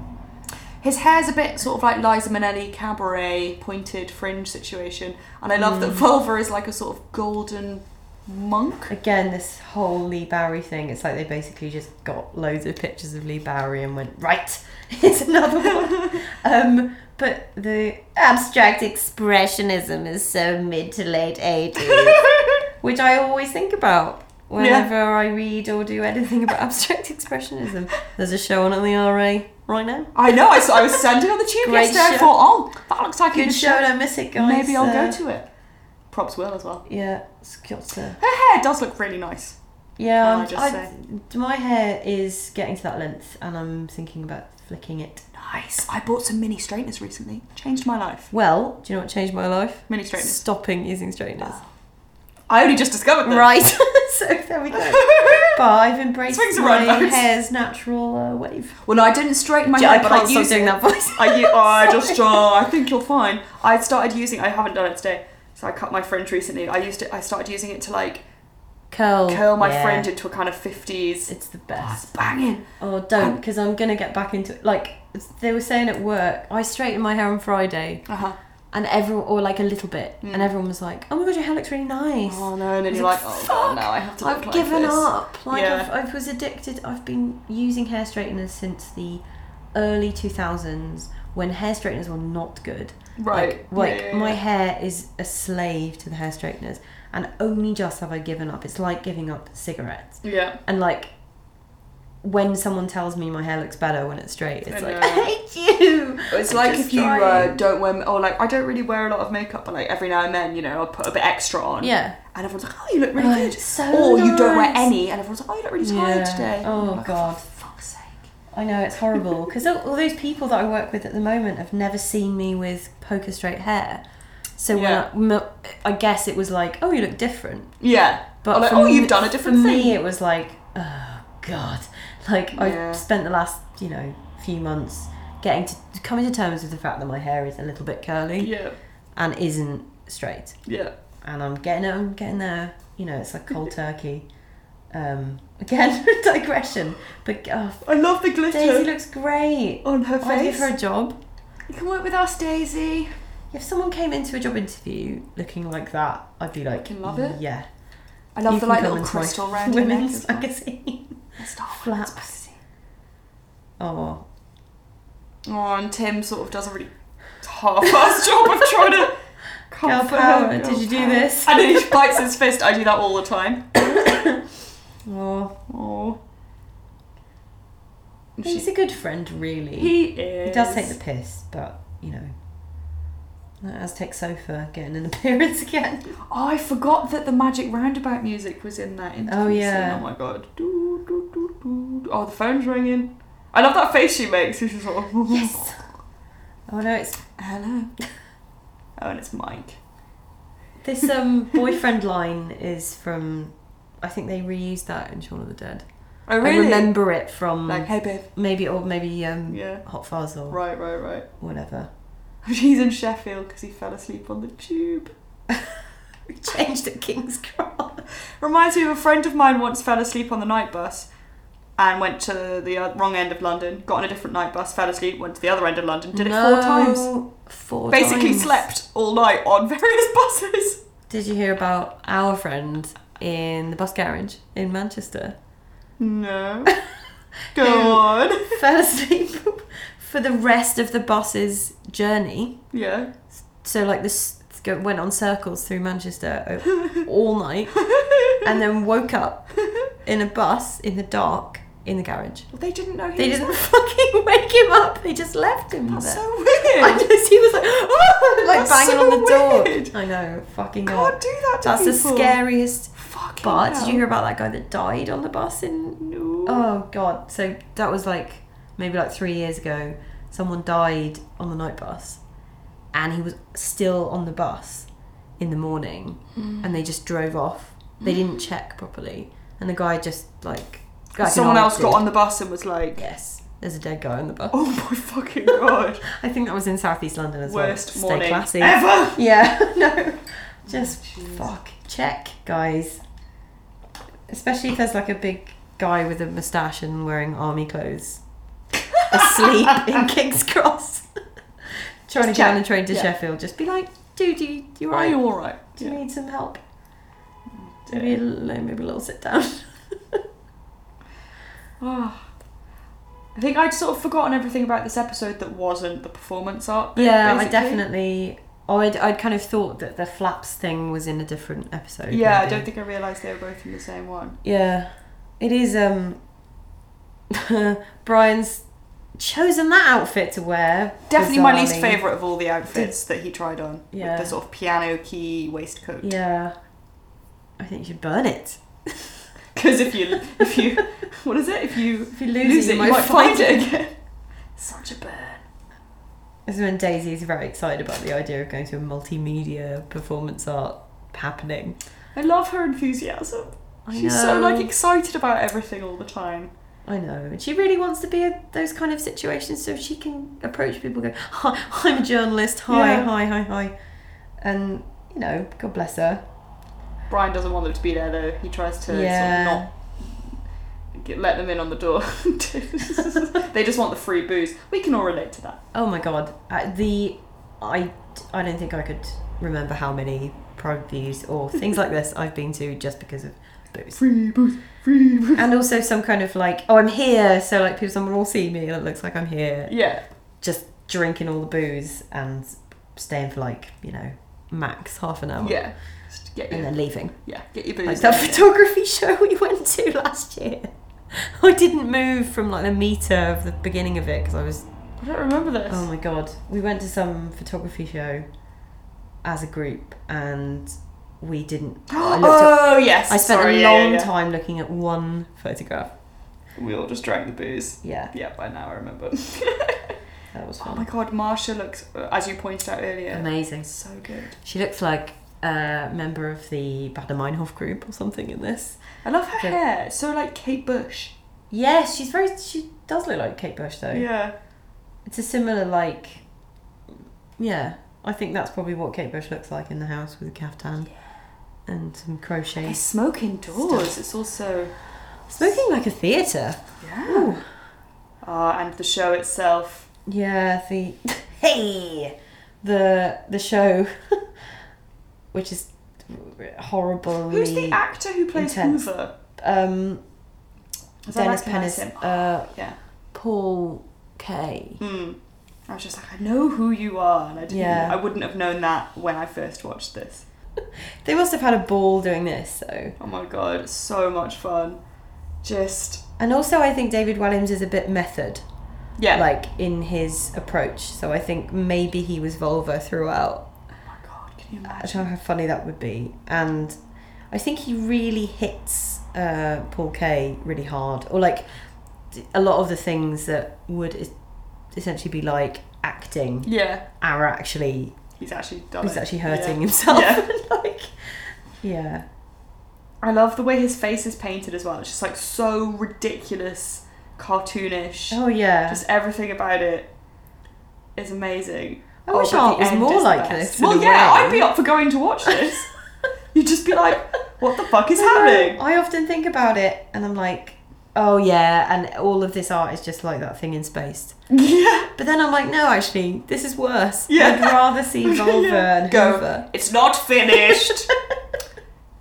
[SPEAKER 2] His hair's a bit sort of like Liza Minnelli cabaret pointed fringe situation, and I love
[SPEAKER 1] Mm.
[SPEAKER 2] that Vulva is like a sort of golden monk.
[SPEAKER 1] Again, this whole Lee Bowery thing. It's like they basically just got loads of pictures of Lee Bowery and went right. It's another one. um, but the abstract expressionism is so mid to late eighties, which I always think about. Whenever I read or do anything about abstract expressionism, there's a show on at the RA right now.
[SPEAKER 2] I know. I saw. I was standing on the tube
[SPEAKER 1] Great
[SPEAKER 2] yesterday. I
[SPEAKER 1] show.
[SPEAKER 2] thought, oh, that looks like a
[SPEAKER 1] Good show, don't miss it, guys.
[SPEAKER 2] Maybe I'll
[SPEAKER 1] Uh,
[SPEAKER 2] go to it. Props will as well.
[SPEAKER 1] Yeah, it's got to-
[SPEAKER 2] Her hair does look really nice.
[SPEAKER 1] Yeah,
[SPEAKER 2] Can I
[SPEAKER 1] I'm,
[SPEAKER 2] just
[SPEAKER 1] I-
[SPEAKER 2] say?
[SPEAKER 1] my hair is getting to that length, and I'm thinking about flicking it.
[SPEAKER 2] Nice. I bought some mini straighteners recently. Changed my life.
[SPEAKER 1] Well, do you know what changed my life?
[SPEAKER 2] Mini straighteners.
[SPEAKER 1] Stopping using straighteners.
[SPEAKER 2] Ah. I only just discovered that.
[SPEAKER 1] Right, so there we go. But I've embraced
[SPEAKER 2] Swings and
[SPEAKER 1] my
[SPEAKER 2] roundabouts.
[SPEAKER 1] hair's natural uh, wave.
[SPEAKER 2] Well, no, I didn't straighten my
[SPEAKER 1] I
[SPEAKER 2] hair, but I
[SPEAKER 1] can't stop
[SPEAKER 2] used
[SPEAKER 1] doing
[SPEAKER 2] it.
[SPEAKER 1] that voice.
[SPEAKER 2] I, u- oh, I just, uh, I think you're fine. I started using. I haven't done it today, so I cut my fringe recently. I used it. I started using it to like
[SPEAKER 1] curl,
[SPEAKER 2] curl my
[SPEAKER 1] Oh, yeah.
[SPEAKER 2] fringe into a kind of fifties.
[SPEAKER 1] It's the best.
[SPEAKER 2] Banging.
[SPEAKER 1] Oh, don't, because I'm gonna get back into it. Like they were saying at work, I straightened my hair on Friday,
[SPEAKER 2] Uh huh.
[SPEAKER 1] and everyone, or like a little bit, and everyone was like, "Oh my god, your hair looks really nice."
[SPEAKER 2] Mm. Oh no, and then
[SPEAKER 1] I was
[SPEAKER 2] you're like,
[SPEAKER 1] like,
[SPEAKER 2] oh god,
[SPEAKER 1] fuck,
[SPEAKER 2] now I have to.
[SPEAKER 1] I've
[SPEAKER 2] look like
[SPEAKER 1] given
[SPEAKER 2] this."
[SPEAKER 1] up. Like
[SPEAKER 2] Yeah.
[SPEAKER 1] I've, I was addicted. I've been using hair straighteners since the early 2000s when hair straighteners were not good.
[SPEAKER 2] Right.
[SPEAKER 1] Like, like
[SPEAKER 2] Yeah, yeah,
[SPEAKER 1] my
[SPEAKER 2] yeah.
[SPEAKER 1] hair is a slave to the hair straighteners, and only just have I given up. It's like giving up cigarettes.
[SPEAKER 2] Yeah.
[SPEAKER 1] And like when someone tells me my hair looks better when it's straight, it's
[SPEAKER 2] I
[SPEAKER 1] like
[SPEAKER 2] know.
[SPEAKER 1] I hate you.
[SPEAKER 2] It's
[SPEAKER 1] I'm
[SPEAKER 2] like
[SPEAKER 1] just
[SPEAKER 2] if you uh,
[SPEAKER 1] trying."
[SPEAKER 2] don't wear, or like I don't really wear a lot of makeup, but like every now and then, you know, I'll put a bit extra on.
[SPEAKER 1] yeah.
[SPEAKER 2] And everyone's like, oh, you look really
[SPEAKER 1] Oh,
[SPEAKER 2] good.
[SPEAKER 1] it's so
[SPEAKER 2] or you don't wear
[SPEAKER 1] nice.
[SPEAKER 2] any, and everyone's like, oh, you look really tired
[SPEAKER 1] Yeah.
[SPEAKER 2] today.
[SPEAKER 1] Oh,
[SPEAKER 2] I'm like,
[SPEAKER 1] God.
[SPEAKER 2] For fuck's sake.
[SPEAKER 1] I know it's horrible because all, all those people that I work with at the moment have never seen me with poker straight hair. So when
[SPEAKER 2] Yeah.
[SPEAKER 1] I m I I guess it was like, oh, you look different.
[SPEAKER 2] Yeah.
[SPEAKER 1] But
[SPEAKER 2] Or like,
[SPEAKER 1] for
[SPEAKER 2] oh,
[SPEAKER 1] me-
[SPEAKER 2] you've done a different
[SPEAKER 1] for
[SPEAKER 2] thing.
[SPEAKER 1] me, it was like, oh god, like I
[SPEAKER 2] Yeah.
[SPEAKER 1] spent the last you know few months getting to coming to terms with the fact that my hair is a little bit curly
[SPEAKER 2] Yeah.
[SPEAKER 1] and isn't straight,
[SPEAKER 2] Yeah.
[SPEAKER 1] and I'm getting it, I'm getting there. You know, it's like cold turkey. Um, again, digression, but oh,
[SPEAKER 2] I love the glitter
[SPEAKER 1] Daisy looks great.
[SPEAKER 2] on her
[SPEAKER 1] I'd give
[SPEAKER 2] face.
[SPEAKER 1] her a job.
[SPEAKER 2] You can work with us, Daisy.
[SPEAKER 1] If someone came into a job interview looking like that, I'd be like,
[SPEAKER 2] Fucking love it.
[SPEAKER 1] Yeah,
[SPEAKER 2] I love
[SPEAKER 1] you
[SPEAKER 2] the
[SPEAKER 1] can
[SPEAKER 2] like
[SPEAKER 1] come
[SPEAKER 2] little
[SPEAKER 1] into my
[SPEAKER 2] crystal round her neck.
[SPEAKER 1] women's
[SPEAKER 2] as well.
[SPEAKER 1] magazine.
[SPEAKER 2] Star Wars
[SPEAKER 1] flaps.
[SPEAKER 2] magazine.
[SPEAKER 1] Oh,
[SPEAKER 2] Oh, and Tim sort of does a really half-assed job of trying to.
[SPEAKER 1] girl
[SPEAKER 2] comfort
[SPEAKER 1] power.
[SPEAKER 2] her, girl
[SPEAKER 1] Did you do
[SPEAKER 2] power.
[SPEAKER 1] this?
[SPEAKER 2] And then he bites his fist. I do that all the time.
[SPEAKER 1] Oh,
[SPEAKER 2] Oh. And
[SPEAKER 1] he's
[SPEAKER 2] she-
[SPEAKER 1] a good friend, really.
[SPEAKER 2] he is.
[SPEAKER 1] He does take the piss, but you know, No, as take sofa getting an appearance again.
[SPEAKER 2] Oh, I forgot that the Magic Roundabout music was in that interview
[SPEAKER 1] Oh,
[SPEAKER 2] scene.
[SPEAKER 1] yeah.
[SPEAKER 2] Oh my god. Doo, doo, doo, doo. Oh, the phone's ringing. I love that face she makes. She's just like,
[SPEAKER 1] Yes. Oh no, it's
[SPEAKER 2] hello. Oh, and it's Mike.
[SPEAKER 1] this um boyfriend line is from. I think they reused that in Shaun of the Dead.
[SPEAKER 2] Oh,
[SPEAKER 1] I remember it from
[SPEAKER 2] Like, hey, babe.
[SPEAKER 1] maybe or maybe um
[SPEAKER 2] Yeah.
[SPEAKER 1] Hot Fuzz or
[SPEAKER 2] Right, right, right.
[SPEAKER 1] whatever.
[SPEAKER 2] He's in Sheffield because he fell asleep on the tube.
[SPEAKER 1] We changed at King's Cross.
[SPEAKER 2] Reminds me of a friend of mine once fell asleep on the night bus and went to the uh, wrong end of London, got on a different night bus, fell asleep, went to the other end of London, did it four times.
[SPEAKER 1] Four
[SPEAKER 2] Basically
[SPEAKER 1] times.
[SPEAKER 2] slept all night on various buses.
[SPEAKER 1] Did you hear about our friend in the bus garage in Manchester?
[SPEAKER 2] No. Go on.
[SPEAKER 1] fell asleep for the rest of the bus's journey.
[SPEAKER 2] Yeah.
[SPEAKER 1] So like this go- went on circles through Manchester o- all night, and then woke up in a bus in the dark in the garage.
[SPEAKER 2] Well, they didn't know he
[SPEAKER 1] They
[SPEAKER 2] was
[SPEAKER 1] didn't fucking wake him up. They just left him
[SPEAKER 2] That's
[SPEAKER 1] there.
[SPEAKER 2] so
[SPEAKER 1] I
[SPEAKER 2] weird.
[SPEAKER 1] just, he was like, "Oh," like
[SPEAKER 2] That's
[SPEAKER 1] banging
[SPEAKER 2] so
[SPEAKER 1] on the
[SPEAKER 2] weird.
[SPEAKER 1] door. I know, fucking
[SPEAKER 2] Can't
[SPEAKER 1] God.
[SPEAKER 2] do that to
[SPEAKER 1] That's
[SPEAKER 2] people.
[SPEAKER 1] the scariest
[SPEAKER 2] Fucking
[SPEAKER 1] but did
[SPEAKER 2] hell.
[SPEAKER 1] you hear about that guy that died on the bus in?
[SPEAKER 2] No.
[SPEAKER 1] Oh god! So that was like maybe like three years ago. Someone died on the night bus, and he was still on the bus in the morning,
[SPEAKER 2] Mm.
[SPEAKER 1] and they just drove off. They didn't check properly, and the guy just like like an
[SPEAKER 2] Someone
[SPEAKER 1] old
[SPEAKER 2] else got
[SPEAKER 1] dude.
[SPEAKER 2] on the bus and was like,
[SPEAKER 1] Yes, there's a dead guy on the bus.
[SPEAKER 2] oh my fucking god.
[SPEAKER 1] I think that was in southeast London as
[SPEAKER 2] Worst
[SPEAKER 1] well. Stay
[SPEAKER 2] morning
[SPEAKER 1] classy.
[SPEAKER 2] ever.
[SPEAKER 1] Yeah, no. Just fuck. Check, guys. Especially if there's like a big guy with a moustache and wearing army clothes asleep in King's Cross. Trying to get on a train to
[SPEAKER 2] Yeah.
[SPEAKER 1] Sheffield. Just be like, dude, you, you
[SPEAKER 2] Are
[SPEAKER 1] right?
[SPEAKER 2] you alright?
[SPEAKER 1] Do you
[SPEAKER 2] Yeah.
[SPEAKER 1] need some help? Maybe a, little, maybe a little sit down.
[SPEAKER 2] Ah. I think I'd sort of forgotten everything about this episode that wasn't the performance art. bit,
[SPEAKER 1] yeah, I
[SPEAKER 2] basically.
[SPEAKER 1] definitely. Or I'd, I'd kind of thought that the flaps thing was in a different episode.
[SPEAKER 2] Yeah, I
[SPEAKER 1] maybe.
[SPEAKER 2] don't think I realised they were both in the same one.
[SPEAKER 1] Yeah, it is. Um, Brian's chosen that outfit to wear.
[SPEAKER 2] Definitely my least
[SPEAKER 1] bizarrely.
[SPEAKER 2] favourite of all the outfits that he tried on.
[SPEAKER 1] Yeah.
[SPEAKER 2] With the sort of piano key waistcoat.
[SPEAKER 1] Yeah, I think you should burn it.
[SPEAKER 2] Because if you, if you, what is it? If you
[SPEAKER 1] If you
[SPEAKER 2] lose,
[SPEAKER 1] lose,
[SPEAKER 2] it, you might, find it again. Such a burn.
[SPEAKER 1] This is when Daisy is very excited about the idea of going to a multimedia performance art happening.
[SPEAKER 2] I love her enthusiasm.
[SPEAKER 1] I
[SPEAKER 2] Oh, She's so
[SPEAKER 1] know.
[SPEAKER 2] like excited about everything all the time.
[SPEAKER 1] I know, and she really wants to be in those kind of situations so she can approach people. and Go, hi, I'm a journalist. Hi,
[SPEAKER 2] Yeah.
[SPEAKER 1] hi, hi, hi, and you know, God bless her.
[SPEAKER 2] Brian doesn't want them to be there though. He tries to
[SPEAKER 1] Yeah.
[SPEAKER 2] sort of not get, let them in on the door. they just want the free booze. We can all relate to that.
[SPEAKER 1] Oh my god, uh, the I I don't think I could remember how many private views or things like this I've been to just because of booze,
[SPEAKER 2] Free booze, free booze.
[SPEAKER 1] and also some kind of like oh I'm here, so like people someone will see me and it looks like I'm here,
[SPEAKER 2] Yeah,
[SPEAKER 1] just drinking all the booze and staying for like you know max half an hour
[SPEAKER 2] yeah. Just get
[SPEAKER 1] and
[SPEAKER 2] your,
[SPEAKER 1] then leaving.
[SPEAKER 2] yeah, get your
[SPEAKER 1] Like
[SPEAKER 2] booze.
[SPEAKER 1] that photography show we went to last year. I didn't move from like the meter of the beginning of it because I was
[SPEAKER 2] I don't remember this.
[SPEAKER 1] Oh my god. We went to some photography show as a group and we didn't. I, looked up-
[SPEAKER 2] oh yes.
[SPEAKER 1] I spent
[SPEAKER 2] Sorry,
[SPEAKER 1] a
[SPEAKER 2] yeah,
[SPEAKER 1] long
[SPEAKER 2] yeah, yeah.
[SPEAKER 1] time looking at one photograph.
[SPEAKER 2] We all just drank the booze.
[SPEAKER 1] Yeah.
[SPEAKER 2] Yeah, by now I remember.
[SPEAKER 5] That was
[SPEAKER 2] Oh
[SPEAKER 5] fun.
[SPEAKER 2] my god, Marsha looks, uh, as you pointed out earlier,
[SPEAKER 1] Amazing.
[SPEAKER 2] so good.
[SPEAKER 1] She looks like a member of the Bader Meinhof group or something in this.
[SPEAKER 2] I love her
[SPEAKER 1] Good.
[SPEAKER 2] hair. It's so like Kate Bush.
[SPEAKER 1] Yes, she's very. She does look like Kate Bush though.
[SPEAKER 2] Yeah.
[SPEAKER 1] It's a similar like. Yeah, I think that's probably what Kate Bush looks like in the house with a caftan and some crochet.
[SPEAKER 2] They smoke indoors. It's also.
[SPEAKER 1] Smoking like a theatre.
[SPEAKER 2] Yeah. Ah, and the show itself.
[SPEAKER 1] Yeah, the hey, the the show, which is horrible.
[SPEAKER 2] Who's the actor who plays
[SPEAKER 1] intense.
[SPEAKER 2] Hoover?
[SPEAKER 1] um,
[SPEAKER 2] As I
[SPEAKER 1] Dennis Penn
[SPEAKER 2] recognise
[SPEAKER 1] is
[SPEAKER 2] him.
[SPEAKER 1] uh,
[SPEAKER 2] Oh, Yeah.
[SPEAKER 1] Paul K.
[SPEAKER 2] Hmm. I was just like, I know who you are, and I didn't.
[SPEAKER 1] Yeah.
[SPEAKER 2] I wouldn't have known that when I first watched this.
[SPEAKER 1] They must have had a ball doing this, though.
[SPEAKER 2] Oh my god, so much fun. Just
[SPEAKER 1] And also, I think David Walliams is a bit method,
[SPEAKER 2] yeah.
[SPEAKER 1] like in his approach. So I think maybe he was vulva throughout.
[SPEAKER 2] oh my god, can you
[SPEAKER 1] I
[SPEAKER 2] imagine?
[SPEAKER 1] don't know how funny that would be. And I think he really hits uh, Paul K really hard, or like d- a lot of the things that would es- essentially be like acting
[SPEAKER 2] Yeah.
[SPEAKER 1] are actually
[SPEAKER 2] He's actually done
[SPEAKER 1] he's
[SPEAKER 2] it.
[SPEAKER 1] actually
[SPEAKER 2] Yeah.
[SPEAKER 1] hurting himself.
[SPEAKER 2] Yeah.
[SPEAKER 1] like, yeah,
[SPEAKER 2] I love the way his face is painted as well. It's just like so ridiculous, cartoonish.
[SPEAKER 1] oh yeah.
[SPEAKER 2] Just everything about it is amazing. Oh,
[SPEAKER 1] I wish
[SPEAKER 2] but
[SPEAKER 1] art
[SPEAKER 2] the
[SPEAKER 1] was
[SPEAKER 2] end
[SPEAKER 1] more
[SPEAKER 2] is the
[SPEAKER 1] like
[SPEAKER 2] best.
[SPEAKER 1] this in
[SPEAKER 2] Well,
[SPEAKER 1] a
[SPEAKER 2] yeah,
[SPEAKER 1] way.
[SPEAKER 2] I'd be up for going to watch this. You'd just be like, what the fuck is
[SPEAKER 1] I know.
[SPEAKER 2] happening?
[SPEAKER 1] I often think about it and I'm like, oh yeah, and all of this art is just like that thing in space.
[SPEAKER 2] Yeah.
[SPEAKER 1] But then I'm like, no, actually, this is worse.
[SPEAKER 2] Yeah.
[SPEAKER 1] I'd rather see Volva and
[SPEAKER 2] Go.
[SPEAKER 1] Hoover.
[SPEAKER 2] It's not finished.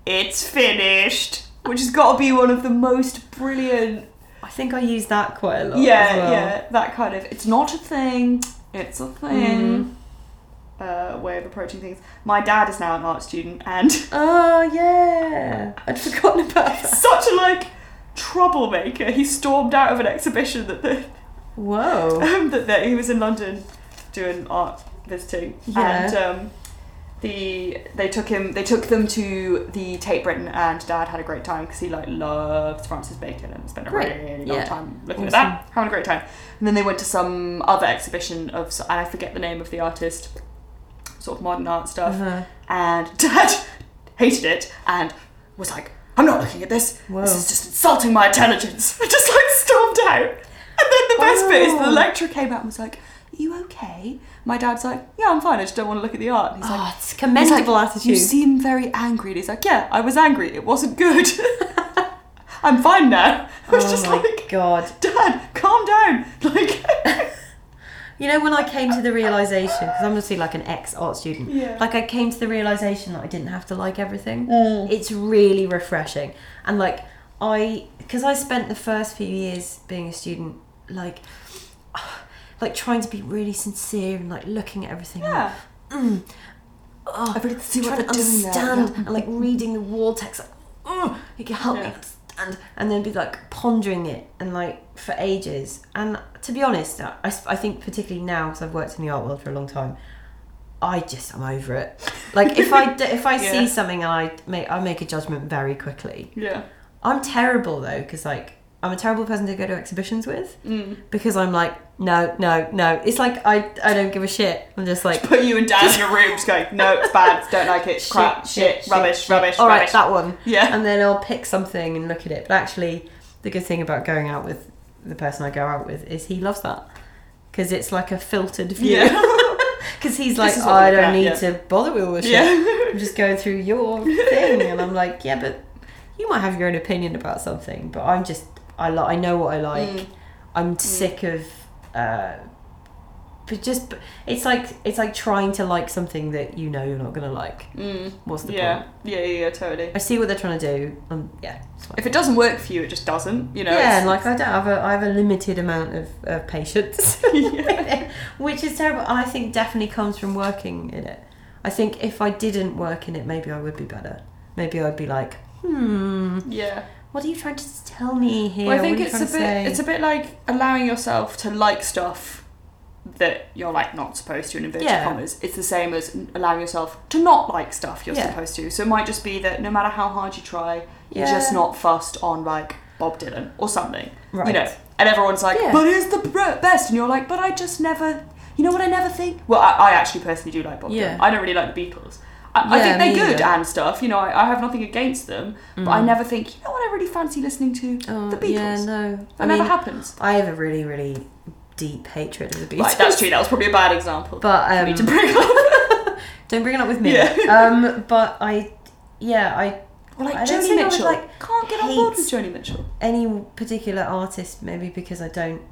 [SPEAKER 2] it's finished. Which has got to be one of the most brilliant.
[SPEAKER 1] I think I use that quite a lot.
[SPEAKER 2] yeah,
[SPEAKER 1] as well.
[SPEAKER 2] yeah. That kind of. It's not a thing. It's a
[SPEAKER 1] Mm-hmm.
[SPEAKER 2] thing. Uh, way of approaching things. My dad is now an art student, and
[SPEAKER 1] Oh yeah, I'd forgotten about that.
[SPEAKER 2] such a like troublemaker. He stormed out of an exhibition that the
[SPEAKER 1] Whoa.
[SPEAKER 2] um, that, that he was in London doing art visiting,
[SPEAKER 1] Yeah.
[SPEAKER 2] and um, the they took him they took them to the Tate Britain, and Dad had a great time because he like loves Francis Bacon and spent a
[SPEAKER 1] Great.
[SPEAKER 2] really
[SPEAKER 1] Yeah.
[SPEAKER 2] long time looking at
[SPEAKER 1] Awesome.
[SPEAKER 2] that, having a great time. And then they went to some other exhibition of s- and I forget the name of the artist, sort of modern art stuff,
[SPEAKER 1] Uh-huh.
[SPEAKER 2] and Dad hated it and was like. I'm not looking at this.
[SPEAKER 1] Whoa.
[SPEAKER 2] This is just insulting my intelligence. I just like stormed out. And then the best bit is the
[SPEAKER 1] Wow.
[SPEAKER 2] lecturer came out and was like, Are you okay? My dad's like, Yeah, I'm fine. I just don't want to look at the art. And he's like,
[SPEAKER 1] Oh, it's
[SPEAKER 2] he's like,
[SPEAKER 1] commendable
[SPEAKER 2] You
[SPEAKER 1] attitude.
[SPEAKER 2] seem very angry. And he's like, Yeah, I was angry. It wasn't good. I'm fine now. I was
[SPEAKER 1] oh
[SPEAKER 2] just
[SPEAKER 1] my
[SPEAKER 2] like,
[SPEAKER 1] god.
[SPEAKER 2] Dad, calm down. Like,
[SPEAKER 1] You know when I came to the realization because I'm obviously like an ex art student.
[SPEAKER 2] Yeah. Mm.
[SPEAKER 1] Like I came to the realization that I didn't have to like everything. It's really refreshing, and like I because I spent the first few years being a student like. Like trying to be really sincere and like looking at everything. and,
[SPEAKER 2] yeah.
[SPEAKER 1] oh,
[SPEAKER 2] I've really see what
[SPEAKER 1] trying
[SPEAKER 2] they're
[SPEAKER 1] to
[SPEAKER 2] doing there.
[SPEAKER 1] understand and like reading the wall text. Like, oh, it can help me
[SPEAKER 2] Yeah.
[SPEAKER 1] understand, and then be like pondering it and like for ages. And to be honest, I, I s- I think particularly now because I've worked in the art world for a long time, I just I'm over it. Like if I d- if I
[SPEAKER 2] Yeah.
[SPEAKER 1] see something and I make I make a judgment very quickly.
[SPEAKER 2] Yeah.
[SPEAKER 1] I'm terrible though because like I'm a terrible person to go to exhibitions with
[SPEAKER 2] Mm.
[SPEAKER 1] because I'm like no no no. It's like I I don't give a shit. I'm just like
[SPEAKER 2] Put you and Dad in a room, just going, No, it's bad. Don't like it. crap. Shit. rubbish. Rubbish.
[SPEAKER 1] All right,
[SPEAKER 2] rubbish.
[SPEAKER 1] that one.
[SPEAKER 2] Yeah.
[SPEAKER 1] And then I'll pick something and look at it. But actually, the good thing about going out with the person I go out with is he loves that because it's like a filtered view.
[SPEAKER 2] Yeah.
[SPEAKER 1] Because he's like,
[SPEAKER 2] is
[SPEAKER 1] "Oh,
[SPEAKER 2] what
[SPEAKER 1] I
[SPEAKER 2] we
[SPEAKER 1] don't
[SPEAKER 2] get,
[SPEAKER 1] need
[SPEAKER 2] yeah."
[SPEAKER 1] to bother with all this shit.
[SPEAKER 2] Yeah.
[SPEAKER 1] I'm just going through your thing, and I'm like, yeah, but you might have your own opinion about something, but I'm just, I li- I know what I like.
[SPEAKER 2] Mm.
[SPEAKER 1] I'm sick of, uh, but just, it's like it's like trying to like something that you know you're not gonna like.
[SPEAKER 2] Mm.
[SPEAKER 1] What's the
[SPEAKER 2] Yeah.
[SPEAKER 1] point?
[SPEAKER 2] Yeah, yeah, yeah, totally.
[SPEAKER 1] I see what they're trying to do. Um, yeah, it's fine.
[SPEAKER 2] If it doesn't work for you, it just doesn't, you know?
[SPEAKER 1] yeah,
[SPEAKER 2] it's-
[SPEAKER 1] and like I don't have a, I have a limited amount of, of patience, which is terrible. And I think definitely comes from working in it. I think if I didn't work in it, maybe I would be better. Maybe I'd be like, hmm,
[SPEAKER 2] Mm. Yeah.
[SPEAKER 1] what are you trying to tell me here?
[SPEAKER 2] Well, I
[SPEAKER 1] What
[SPEAKER 2] think
[SPEAKER 1] are you
[SPEAKER 2] it's a
[SPEAKER 1] trying
[SPEAKER 2] bit
[SPEAKER 1] to say?"
[SPEAKER 2] it's a bit like allowing yourself to like stuff that you're like not supposed to in inverted
[SPEAKER 1] Yeah.
[SPEAKER 2] commas. It's the same as n- allowing yourself to not like stuff you're
[SPEAKER 1] Yeah.
[SPEAKER 2] supposed to. So it might just be that no matter how hard you try, you're
[SPEAKER 1] Yeah.
[SPEAKER 2] just not fussed on like Bob Dylan or something. You know.
[SPEAKER 1] Right.
[SPEAKER 2] and everyone's like,
[SPEAKER 6] Yeah.
[SPEAKER 2] "But it's the br- best," and you're like, "But I just never." You know what I never think? Well, I, I actually personally do like Bob
[SPEAKER 6] Yeah.
[SPEAKER 2] Dylan. I don't really like the Beatles. I,
[SPEAKER 1] Yeah,
[SPEAKER 2] I think
[SPEAKER 1] me
[SPEAKER 2] they're good
[SPEAKER 1] either.
[SPEAKER 2] and stuff. You know, I, I have nothing against them, but I never think. You know what I really fancy listening to?
[SPEAKER 6] Oh,
[SPEAKER 2] the Beatles.
[SPEAKER 6] Yeah, no.
[SPEAKER 2] That
[SPEAKER 6] I
[SPEAKER 2] never
[SPEAKER 6] mean,
[SPEAKER 2] happens.
[SPEAKER 1] I have a really, really deep hatred of the Beatles.
[SPEAKER 2] Right, that's true. That was probably a bad example.
[SPEAKER 1] But
[SPEAKER 2] for
[SPEAKER 1] um,
[SPEAKER 2] me to bring up.
[SPEAKER 1] Don't bring it up with me.
[SPEAKER 2] Yeah.
[SPEAKER 1] Um, but I, yeah, I
[SPEAKER 2] Well, like
[SPEAKER 1] I don't
[SPEAKER 2] Joni
[SPEAKER 1] think I was,
[SPEAKER 2] Mitchell.
[SPEAKER 1] like,
[SPEAKER 2] can't get on board with
[SPEAKER 1] hates-
[SPEAKER 2] Joni Mitchell.
[SPEAKER 1] any particular artist maybe because I don't,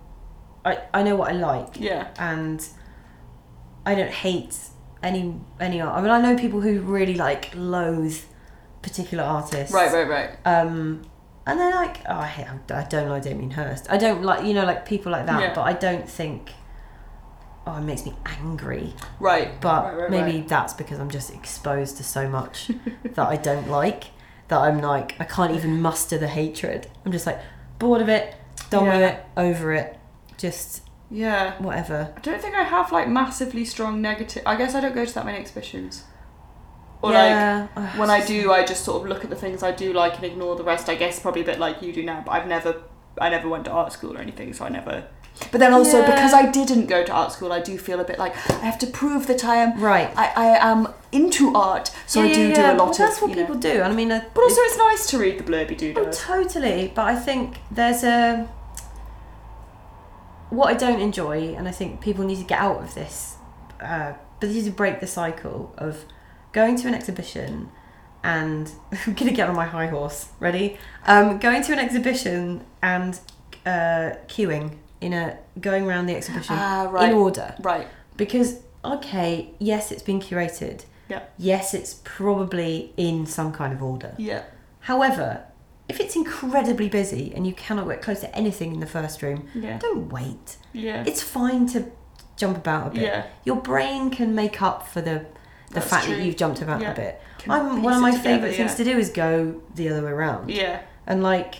[SPEAKER 1] I I know what I like
[SPEAKER 2] Yeah.
[SPEAKER 1] and I don't hate any any art. I mean, I know people who really like loathe particular artists.
[SPEAKER 2] Right, right, right.
[SPEAKER 1] Um, and they're like, oh, I hate, I don't like Damien Hirst. I don't like you know like people like that.
[SPEAKER 2] Yeah.
[SPEAKER 1] But I don't think. Oh, it makes me angry.
[SPEAKER 2] Right.
[SPEAKER 1] but
[SPEAKER 2] Right, right,
[SPEAKER 1] maybe
[SPEAKER 2] right.
[SPEAKER 1] that's because I'm just exposed to so much that I don't like that I'm like I can't even muster the hatred. I'm just like bored of it, done with
[SPEAKER 2] Yeah.
[SPEAKER 1] it, over it, just
[SPEAKER 2] Yeah.
[SPEAKER 1] whatever.
[SPEAKER 2] I don't think I have like massively strong negative. I guess I don't go to that many exhibitions. Or
[SPEAKER 1] yeah,
[SPEAKER 2] like when I do, I just sort of look at the things I do like and ignore the rest. I guess probably a bit like you do now, but I've never, I never went to art school or anything, so I never. But then also
[SPEAKER 1] Yeah.
[SPEAKER 2] because I didn't go to art school, I do feel a bit like I have to prove that I am.
[SPEAKER 1] right.
[SPEAKER 2] I, I am into art, so I
[SPEAKER 1] Yeah,
[SPEAKER 2] do
[SPEAKER 1] yeah,
[SPEAKER 2] do
[SPEAKER 1] yeah.
[SPEAKER 2] a lot
[SPEAKER 1] Well,
[SPEAKER 2] of.
[SPEAKER 1] that's what
[SPEAKER 2] you know.
[SPEAKER 1] people do, and I mean, uh, I,
[SPEAKER 2] But also, it's nice to read the blurby
[SPEAKER 1] Oh,
[SPEAKER 2] doodles.
[SPEAKER 1] totally. But I think there's a. What I don't enjoy, and I think people need to get out of this, uh, but they need to break the cycle of going to an exhibition and. I'm going to get on my high horse. Ready? Um, going to an exhibition and uh, queuing in a. going around the exhibition
[SPEAKER 2] Ah, right.
[SPEAKER 1] in order.
[SPEAKER 2] Right.
[SPEAKER 1] Because, okay, yes, it's been curated.
[SPEAKER 2] Yeah.
[SPEAKER 1] Yes, it's probably in some kind of order.
[SPEAKER 2] Yeah.
[SPEAKER 1] However, if it's incredibly busy and you cannot get close to anything in the first room,
[SPEAKER 2] Yeah.
[SPEAKER 1] don't wait.
[SPEAKER 2] Yeah.
[SPEAKER 1] It's fine to jump about a bit.
[SPEAKER 2] Yeah.
[SPEAKER 1] Your brain can make up for the the
[SPEAKER 2] That's
[SPEAKER 1] fact
[SPEAKER 2] true.
[SPEAKER 1] that you've jumped about
[SPEAKER 2] Yeah.
[SPEAKER 1] a bit.
[SPEAKER 2] Can
[SPEAKER 1] I'm,
[SPEAKER 2] piece
[SPEAKER 1] one of
[SPEAKER 2] it
[SPEAKER 1] my
[SPEAKER 2] together,
[SPEAKER 1] favourite things
[SPEAKER 2] yeah.
[SPEAKER 1] to do is go the other way around.
[SPEAKER 2] Yeah.
[SPEAKER 1] And like,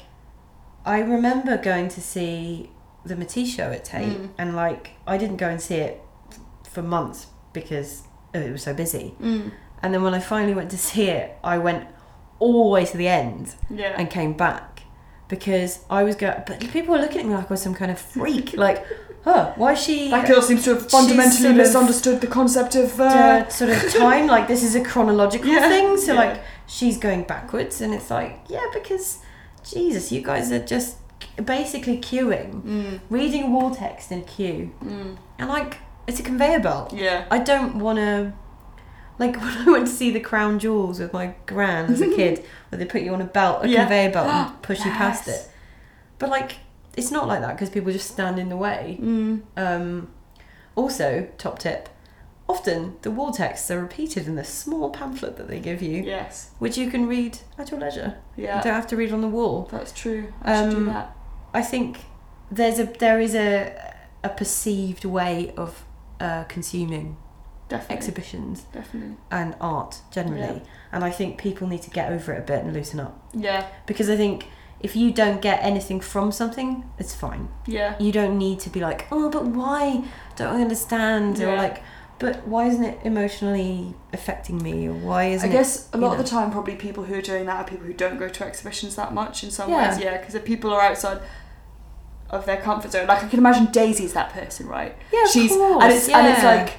[SPEAKER 1] I remember going to see the Matisse show at Tate,
[SPEAKER 2] Mm.
[SPEAKER 1] and like, I didn't go and see it for months because it was so busy.
[SPEAKER 2] Mm.
[SPEAKER 1] And then when I finally went to see it, I went all the way to the end
[SPEAKER 2] Yeah.
[SPEAKER 1] and came back because I was going. But people were looking at me like I was some kind of freak. like, huh, why is she
[SPEAKER 2] That girl seems to have fundamentally
[SPEAKER 1] sort of-
[SPEAKER 2] misunderstood the concept of. Uh,
[SPEAKER 1] uh, sort of time? Like this is a chronological
[SPEAKER 2] Yeah,
[SPEAKER 1] thing. So
[SPEAKER 2] yeah.
[SPEAKER 1] like she's going backwards, and it's like yeah, because Jesus, you guys are just basically queuing,
[SPEAKER 2] mm.
[SPEAKER 1] reading a wall text in queue, and like it's a conveyor belt.
[SPEAKER 2] yeah.
[SPEAKER 1] I don't want to. Like when I went to see the Crown Jewels with my gran as a kid, where they put you on a belt, a
[SPEAKER 2] Yeah.
[SPEAKER 1] conveyor belt, and push you past
[SPEAKER 2] Yes.
[SPEAKER 1] it. But like, it's not like that because people just stand in the way. Um, also, top tip: often the wall texts are repeated in the small pamphlet that they give you,
[SPEAKER 2] Yes.
[SPEAKER 1] which you can read at your leisure. You
[SPEAKER 2] Yeah.
[SPEAKER 1] don't have to read on the wall.
[SPEAKER 2] That's true. I should do
[SPEAKER 1] Um,
[SPEAKER 2] that.
[SPEAKER 1] I think there's a there is a a perceived way of uh, consuming
[SPEAKER 2] Definitely.
[SPEAKER 1] exhibitions
[SPEAKER 2] Definitely.
[SPEAKER 1] and art generally. And I think people need to get over it a bit and loosen up.
[SPEAKER 2] Yeah.
[SPEAKER 1] Because I think if you don't get anything from something, it's fine.
[SPEAKER 2] Yeah.
[SPEAKER 1] You don't need to be like, oh, but why don't I understand? Or
[SPEAKER 2] Yeah.
[SPEAKER 1] like, but why isn't it emotionally affecting me? Or why
[SPEAKER 2] I
[SPEAKER 1] isn't it?
[SPEAKER 2] guess a
[SPEAKER 1] you
[SPEAKER 2] lot of
[SPEAKER 1] know.
[SPEAKER 2] the time, probably people who are doing that are people who don't go to exhibitions that much in some
[SPEAKER 1] Yeah.
[SPEAKER 2] ways. Yeah, because if people are outside of their comfort zone, like I can imagine Daisy's that person, right?
[SPEAKER 1] Yeah, of
[SPEAKER 2] She's
[SPEAKER 1] course,
[SPEAKER 2] and it's and it's
[SPEAKER 1] yeah.
[SPEAKER 2] like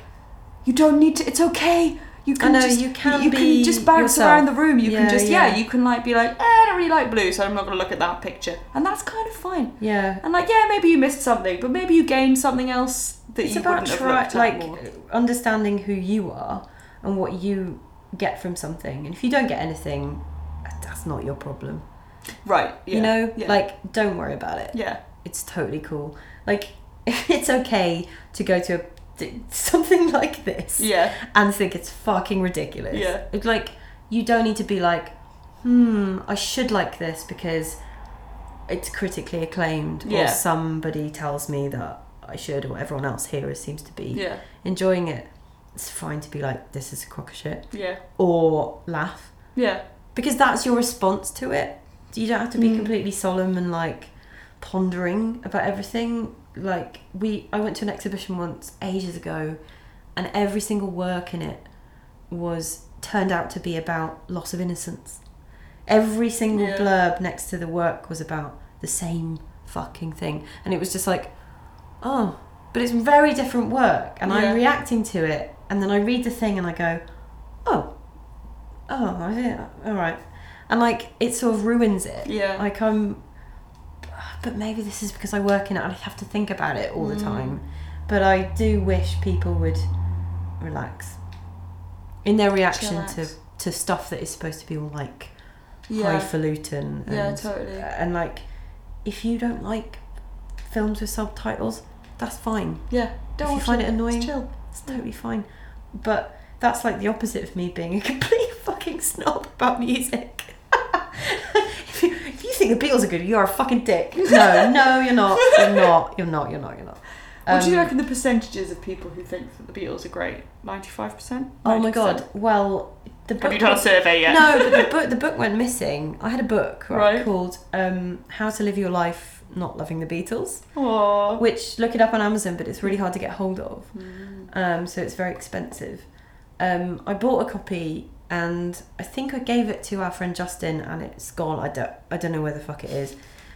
[SPEAKER 2] you don't need to. It's okay. You can
[SPEAKER 1] know,
[SPEAKER 2] just
[SPEAKER 1] you can
[SPEAKER 2] you
[SPEAKER 1] be
[SPEAKER 2] can just bounce
[SPEAKER 1] yourself.
[SPEAKER 2] around the room. You
[SPEAKER 1] Yeah,
[SPEAKER 2] can just yeah.
[SPEAKER 1] yeah.
[SPEAKER 2] You can like be like eh, I don't really like blue, so I'm not gonna look at that picture, and that's kind of fine.
[SPEAKER 1] Yeah.
[SPEAKER 2] And like yeah, maybe you missed something, but maybe you gained something else that
[SPEAKER 1] It's
[SPEAKER 2] you
[SPEAKER 1] about
[SPEAKER 2] wouldn't
[SPEAKER 1] try,
[SPEAKER 2] have looked
[SPEAKER 1] like
[SPEAKER 2] at more.
[SPEAKER 1] understanding who you are and what you get from something. And if you don't get anything, that's not your problem.
[SPEAKER 2] Right. Yeah,
[SPEAKER 1] you know,
[SPEAKER 2] Yeah.
[SPEAKER 1] like don't worry about it.
[SPEAKER 2] yeah.
[SPEAKER 1] it's totally cool. Like, it's okay to go to a, to something like this
[SPEAKER 2] Yeah.
[SPEAKER 1] and think it's fucking ridiculous.
[SPEAKER 2] Yeah.
[SPEAKER 1] It's like, you don't need to be like, hmm, I should like this because it's critically acclaimed
[SPEAKER 2] Yeah.
[SPEAKER 1] or somebody tells me that I should or everyone else here seems to be
[SPEAKER 2] Yeah.
[SPEAKER 1] enjoying it. It's fine to be like, this is a crock of shit
[SPEAKER 2] Yeah.
[SPEAKER 1] or laugh
[SPEAKER 2] Yeah.
[SPEAKER 1] because that's your response to it. You don't have to be completely solemn and like pondering about everything. Like we, I went to an exhibition once ages ago, and every single work in it was turned out to be about loss of innocence. Every single
[SPEAKER 2] Yeah.
[SPEAKER 1] blurb next to the work was about the same fucking thing. And it was just like, oh, but it's very different work, and I'm reacting to it. And then I read the thing and I go, oh, oh, yeah, all right. And like, it sort of ruins it.
[SPEAKER 2] Yeah.
[SPEAKER 1] Like, I'm, but maybe this is because I work in it, I have to think about it all
[SPEAKER 2] Mm.
[SPEAKER 1] the time. But I do wish people would relax in their reaction to,
[SPEAKER 2] Chillax.
[SPEAKER 1] to stuff that is supposed to be all like
[SPEAKER 2] Yeah.
[SPEAKER 1] highfalutin. And, uh,
[SPEAKER 2] Yeah, totally.
[SPEAKER 1] And like, if you don't like films with subtitles, that's fine.
[SPEAKER 2] Yeah. Don't
[SPEAKER 1] if you
[SPEAKER 2] watch
[SPEAKER 1] find
[SPEAKER 2] it.
[SPEAKER 1] it annoying,
[SPEAKER 2] It's chill.
[SPEAKER 1] it's totally fine. But that's like the opposite of me being a complete fucking snob about music. if, you, if you think the Beatles are good, you are a fucking dick. No, no, you're not. You're not. You're not. You're not. You're not.
[SPEAKER 2] what do you
[SPEAKER 1] Um,
[SPEAKER 2] reckon the percentages of people who think that the Beatles are great? Ninety-five percent.
[SPEAKER 1] Oh my god. Well, the book.
[SPEAKER 2] Have you done a survey yet?
[SPEAKER 1] No, but the book the book went missing. I had a book right,
[SPEAKER 2] Right.
[SPEAKER 1] called um, "How to Live Your Life Not Loving the Beatles,"
[SPEAKER 2] Aw.
[SPEAKER 1] which look it up on Amazon, but it's really hard to get hold of, um, so it's very expensive. Um, I bought a copy, and I think I gave it to our friend Justin, and it's gone. I don't I don't know where the fuck it is,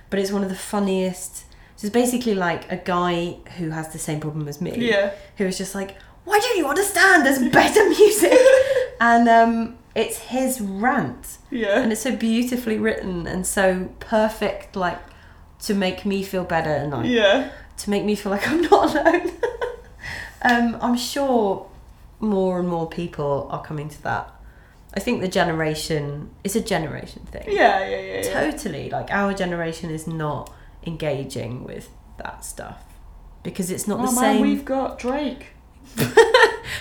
[SPEAKER 1] but it's one of the funniest. So it's basically like a guy who has the same problem as me
[SPEAKER 2] Yeah.
[SPEAKER 1] who was just like, "Why don't you understand? There's better music." and um, it's his rant,
[SPEAKER 2] Yeah.
[SPEAKER 1] and it's so beautifully written and so perfect, like to make me feel better and like
[SPEAKER 2] Yeah.
[SPEAKER 1] to make me feel like I'm not alone. um, I'm sure more and more people are coming to that. I think the generation it's a generation thing.
[SPEAKER 2] Yeah. Yeah. Yeah. yeah.
[SPEAKER 1] Totally, like our generation is not engaging with that stuff because it's not
[SPEAKER 2] Oh
[SPEAKER 1] the
[SPEAKER 2] man,
[SPEAKER 1] same.
[SPEAKER 2] we've got Drake.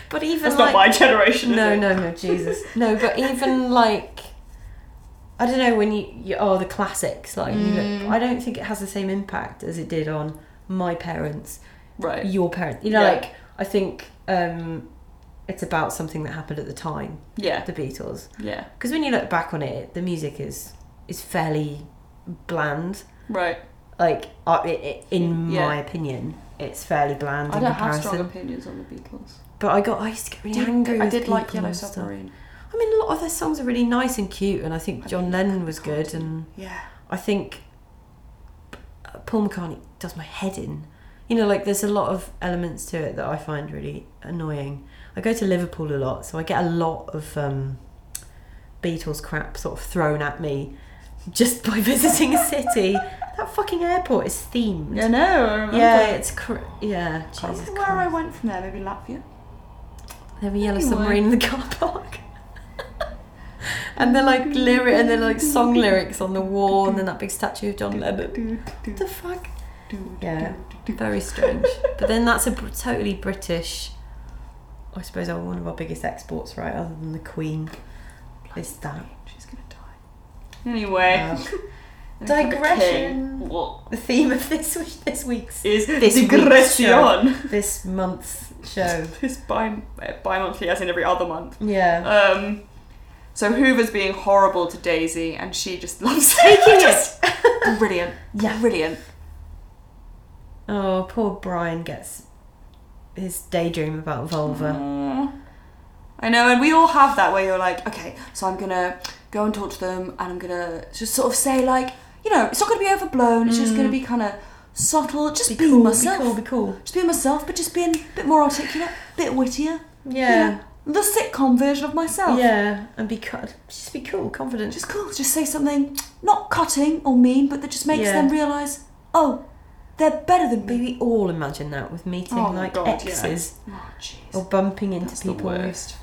[SPEAKER 1] But even
[SPEAKER 2] That's
[SPEAKER 1] like
[SPEAKER 2] not my generation. Is
[SPEAKER 1] no,
[SPEAKER 2] it?
[SPEAKER 1] no, no, Jesus, no. But even like, I don't know when you, you oh the classics like you
[SPEAKER 2] Mm.
[SPEAKER 1] look, I don't think it has the same impact as it did on my parents,
[SPEAKER 2] Right.
[SPEAKER 1] your parents. You know,
[SPEAKER 2] Yeah.
[SPEAKER 1] like I think um, it's about something that happened at the time,
[SPEAKER 2] Yeah.
[SPEAKER 1] the Beatles.
[SPEAKER 2] Yeah.
[SPEAKER 1] Because when you look back on it, the music is is fairly bland.
[SPEAKER 2] Right.
[SPEAKER 1] Like uh, i i in
[SPEAKER 2] Yeah.
[SPEAKER 1] my opinion, it's fairly bland
[SPEAKER 2] I
[SPEAKER 1] in
[SPEAKER 2] don't have
[SPEAKER 1] comparison.
[SPEAKER 2] strong opinions on the Beatles.
[SPEAKER 1] But I got I used to get really angry.
[SPEAKER 2] I
[SPEAKER 1] with
[SPEAKER 2] did like
[SPEAKER 1] people
[SPEAKER 2] Yellow
[SPEAKER 1] and stuff.
[SPEAKER 2] Submarine.
[SPEAKER 1] I mean, a lot of their songs are really nice and cute, and I think John Lennon was good, and
[SPEAKER 2] Yeah.
[SPEAKER 1] I think uh, Paul McCartney does my head in. You know, like there's a lot of elements to it that I find really annoying. I go to Liverpool a lot, so I get a lot of um, Beatles crap sort of thrown at me just by visiting a city. That fucking airport is themed.
[SPEAKER 2] Yeah. No. I remember.
[SPEAKER 1] Yeah, it's cr- yeah.
[SPEAKER 2] I don't
[SPEAKER 1] Jesus
[SPEAKER 2] remember where I
[SPEAKER 1] Christ.
[SPEAKER 2] went from there. Maybe Latvia.
[SPEAKER 1] They have a yellow
[SPEAKER 2] Anyway.
[SPEAKER 1] submarine in the car park. and they're like lyric and they're like song lyrics on the wall and then that big statue of John Lennon.
[SPEAKER 2] Do, do,
[SPEAKER 1] What the fuck?
[SPEAKER 2] do,
[SPEAKER 1] Yeah.
[SPEAKER 2] do, do.
[SPEAKER 1] Very strange. But then that's a br- totally British I suppose are one of our biggest exports, right, other than the Queen. Is that
[SPEAKER 2] She's gonna die. Anyway.
[SPEAKER 1] Uh,
[SPEAKER 2] Let me put the
[SPEAKER 1] digression.
[SPEAKER 2] king- What
[SPEAKER 1] the theme of this week- this week's
[SPEAKER 2] is
[SPEAKER 1] This week's
[SPEAKER 2] digression?
[SPEAKER 1] this month's show?
[SPEAKER 2] This bi bi-monthly, as in every other month.
[SPEAKER 1] Yeah.
[SPEAKER 2] Um. So Hoover's being horrible to Daisy, and she just loves taking it. Brilliant.
[SPEAKER 1] Yeah.
[SPEAKER 2] Brilliant.
[SPEAKER 1] Oh, poor Brian gets his daydream about vulva.
[SPEAKER 2] Aw. I know, and we all have that where you're like, okay, so I'm gonna go and talk to them, and I'm gonna just sort of say like, you know, it's not gonna be overblown. It's just gonna be kind of subtle. Just be,
[SPEAKER 1] cool,
[SPEAKER 2] myself.
[SPEAKER 1] Mm. be cool, be cool.
[SPEAKER 2] Just being myself, but just being a bit more articulate, a bit wittier.
[SPEAKER 1] Yeah.
[SPEAKER 2] The sitcom version of myself.
[SPEAKER 1] Yeah, and be co- just be cool, confident.
[SPEAKER 2] Just cool. Just say something not cutting or mean, but that just makes
[SPEAKER 1] Yeah.
[SPEAKER 2] them realise, oh, they're better than me.
[SPEAKER 1] we all imagine that with meeting
[SPEAKER 2] Oh my
[SPEAKER 1] like
[SPEAKER 2] God,
[SPEAKER 1] exes
[SPEAKER 2] Oh, jeez.
[SPEAKER 1] or bumping into
[SPEAKER 2] That's the
[SPEAKER 1] people we've
[SPEAKER 2] worst.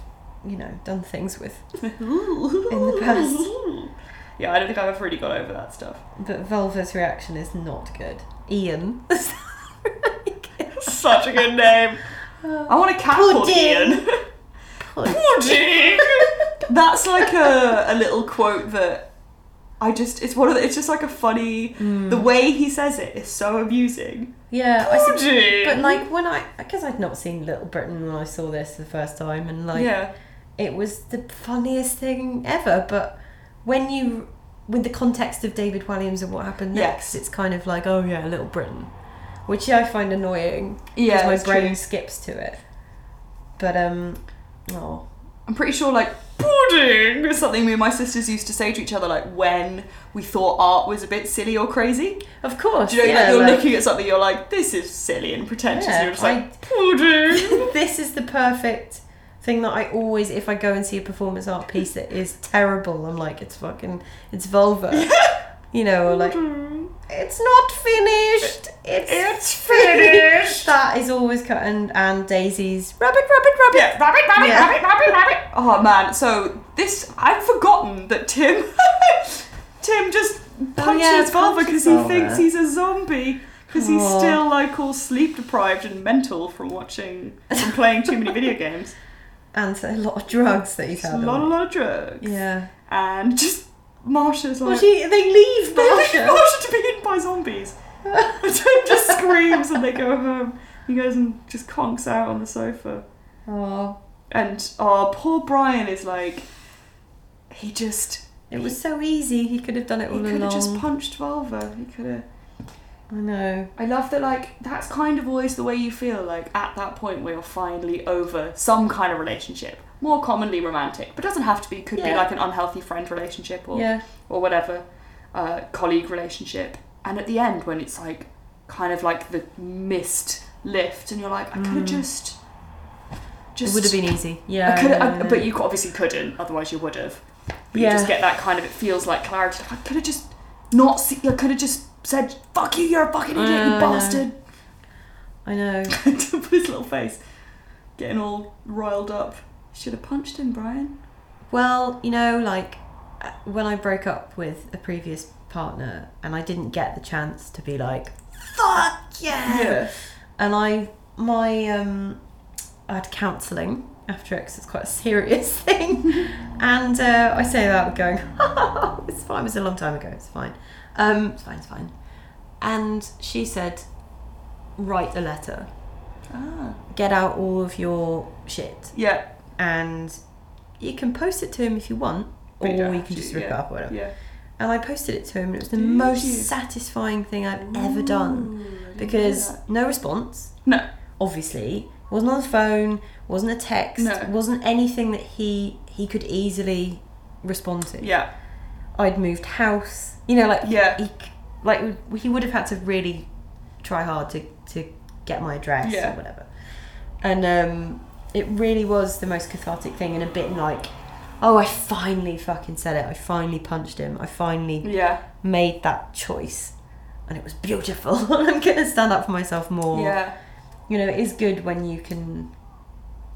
[SPEAKER 1] you know done things with.
[SPEAKER 2] In
[SPEAKER 1] the past.
[SPEAKER 2] Yeah, I don't think I've ever really got over that stuff.
[SPEAKER 1] But Vulva's reaction is not good. Ian,
[SPEAKER 2] Such a good name. I want a cat called
[SPEAKER 1] Pudding.
[SPEAKER 2] Ian. Pudding. That's like a, a little quote that I just it's one of the, it's just like a funny the way he says it is so amusing.
[SPEAKER 1] yeah, I s-
[SPEAKER 2] Pudding.
[SPEAKER 1] but like when I I guess I'd not seen Little Britain when I saw this the first time, and like
[SPEAKER 2] yeah,
[SPEAKER 1] it was the funniest thing ever. But when you with the context of David Williams and what happened next,
[SPEAKER 2] Yes.
[SPEAKER 1] it's kind of like oh yeah, Little Britain, which I find annoying.
[SPEAKER 2] yeah,
[SPEAKER 1] because
[SPEAKER 2] it's
[SPEAKER 1] my brain
[SPEAKER 2] true.
[SPEAKER 1] skips to it. But um, oh,
[SPEAKER 2] I'm pretty sure like Grounding is something me and my sisters used to say to each other, like when we thought art was a bit silly or crazy.
[SPEAKER 7] Of course.
[SPEAKER 2] Do you know,
[SPEAKER 7] yeah,
[SPEAKER 2] like you're
[SPEAKER 7] like-
[SPEAKER 2] looking at something, you're like, this is silly and pretentious.
[SPEAKER 1] Yeah,
[SPEAKER 2] and you're just like, grounding.
[SPEAKER 1] this is the perfect thing that I always, if I go and see a performance art piece that is terrible, I'm like, it's fucking, it's vulva. You know, or like, it's not finished. It's,
[SPEAKER 2] Mm-hmm. It's finished.
[SPEAKER 1] that is always cut. And, and Daisy's rabbit, rabbit, rabbit.
[SPEAKER 2] Yeah, rabbit, rabbit,
[SPEAKER 1] Yeah.
[SPEAKER 2] rabbit, rabbit, rabbit. Oh man, so this I've forgotten that Tim Tim just punches
[SPEAKER 1] Oh, yeah,
[SPEAKER 2] his vulva
[SPEAKER 1] punches
[SPEAKER 2] because he
[SPEAKER 1] vulva.
[SPEAKER 2] thinks he's a zombie. Because he's
[SPEAKER 1] Aw.
[SPEAKER 2] still like all sleep deprived and mental from watching from playing too many video games.
[SPEAKER 1] And so a lot of drugs that he's
[SPEAKER 2] It's a
[SPEAKER 1] had.
[SPEAKER 2] lot, a
[SPEAKER 1] on.
[SPEAKER 2] lot of drugs.
[SPEAKER 1] Yeah.
[SPEAKER 2] And just Marsha's like
[SPEAKER 1] Well, she, they leave
[SPEAKER 2] they leave
[SPEAKER 1] Marsha.
[SPEAKER 2] Marsha to be eaten by zombies. And Tim just screams and they go home. He goes and just conks out on the sofa.
[SPEAKER 1] Oh,
[SPEAKER 2] And oh, poor Brian is like, he just
[SPEAKER 1] it was so easy. He could have done it all
[SPEAKER 2] he could
[SPEAKER 1] along.
[SPEAKER 2] have just punched Vulva. He could have.
[SPEAKER 1] I know.
[SPEAKER 2] I love that. Like that's kind of always the way you feel. Like at that point where you're finally over some kind of relationship, more commonly romantic, but doesn't have to be. Could be
[SPEAKER 1] Yeah.
[SPEAKER 2] like an unhealthy friend relationship or
[SPEAKER 1] Yeah.
[SPEAKER 2] or whatever, uh, colleague relationship. And at the end, when it's like kind of like the mist lift, and you're like, I could have just.
[SPEAKER 1] Mm. It
[SPEAKER 2] Just
[SPEAKER 1] would have been easy. Yeah.
[SPEAKER 2] I could,
[SPEAKER 1] yeah,
[SPEAKER 2] I,
[SPEAKER 1] yeah.
[SPEAKER 2] but you obviously couldn't, otherwise you would have. But
[SPEAKER 1] Um, Yeah.
[SPEAKER 2] You just get that kind of it feels like clarity. Like, I could have just not. Se- I could have just said, "Fuck you, you're a fucking idiot,
[SPEAKER 1] I
[SPEAKER 2] you
[SPEAKER 1] know, Oh, I know.
[SPEAKER 2] bastard."
[SPEAKER 1] I know.
[SPEAKER 2] to put his little face, getting all riled up. Should have punched him, Brian.
[SPEAKER 1] Well, you know, like uh, when I broke up with a previous partner and I didn't get the chance to be like, fuck yeah. And I, my, um, I had counselling after it 'cause it's quite a serious thing. and uh, I say that going, it's fine. It was a long time ago. It's fine. Um, it's fine. It's fine. And she said, write a letter.
[SPEAKER 2] Ah.
[SPEAKER 1] Get out all of your shit
[SPEAKER 2] Yeah.
[SPEAKER 1] and you can post it to him if you want,
[SPEAKER 2] But
[SPEAKER 1] or
[SPEAKER 2] don't
[SPEAKER 1] you,
[SPEAKER 2] have
[SPEAKER 1] can
[SPEAKER 2] to,
[SPEAKER 1] just rip
[SPEAKER 2] yeah.
[SPEAKER 1] it up or whatever.
[SPEAKER 2] Yeah.
[SPEAKER 1] And I posted it to him, and it was the
[SPEAKER 2] Did
[SPEAKER 1] most
[SPEAKER 2] you?
[SPEAKER 1] satisfying thing I've ever
[SPEAKER 2] Ooh,
[SPEAKER 1] done
[SPEAKER 2] I didn't
[SPEAKER 1] because
[SPEAKER 2] know that.
[SPEAKER 1] no response,
[SPEAKER 2] No.
[SPEAKER 1] obviously, wasn't on the phone, wasn't a text,
[SPEAKER 2] No.
[SPEAKER 1] wasn't anything that he he could easily respond to.
[SPEAKER 2] Yeah.
[SPEAKER 1] I'd moved house, you know, like
[SPEAKER 2] Yeah.
[SPEAKER 1] he, c- like he would have had to really try hard to to get my address
[SPEAKER 2] Yeah.
[SPEAKER 1] or whatever. And um, it really was the most cathartic thing, and a bit like, oh, I finally fucking said it. I finally punched him. I finally
[SPEAKER 2] Yeah.
[SPEAKER 1] made that choice, and it was beautiful. I'm gonna stand up for myself more.
[SPEAKER 2] Yeah.
[SPEAKER 1] You know, it is good when you can,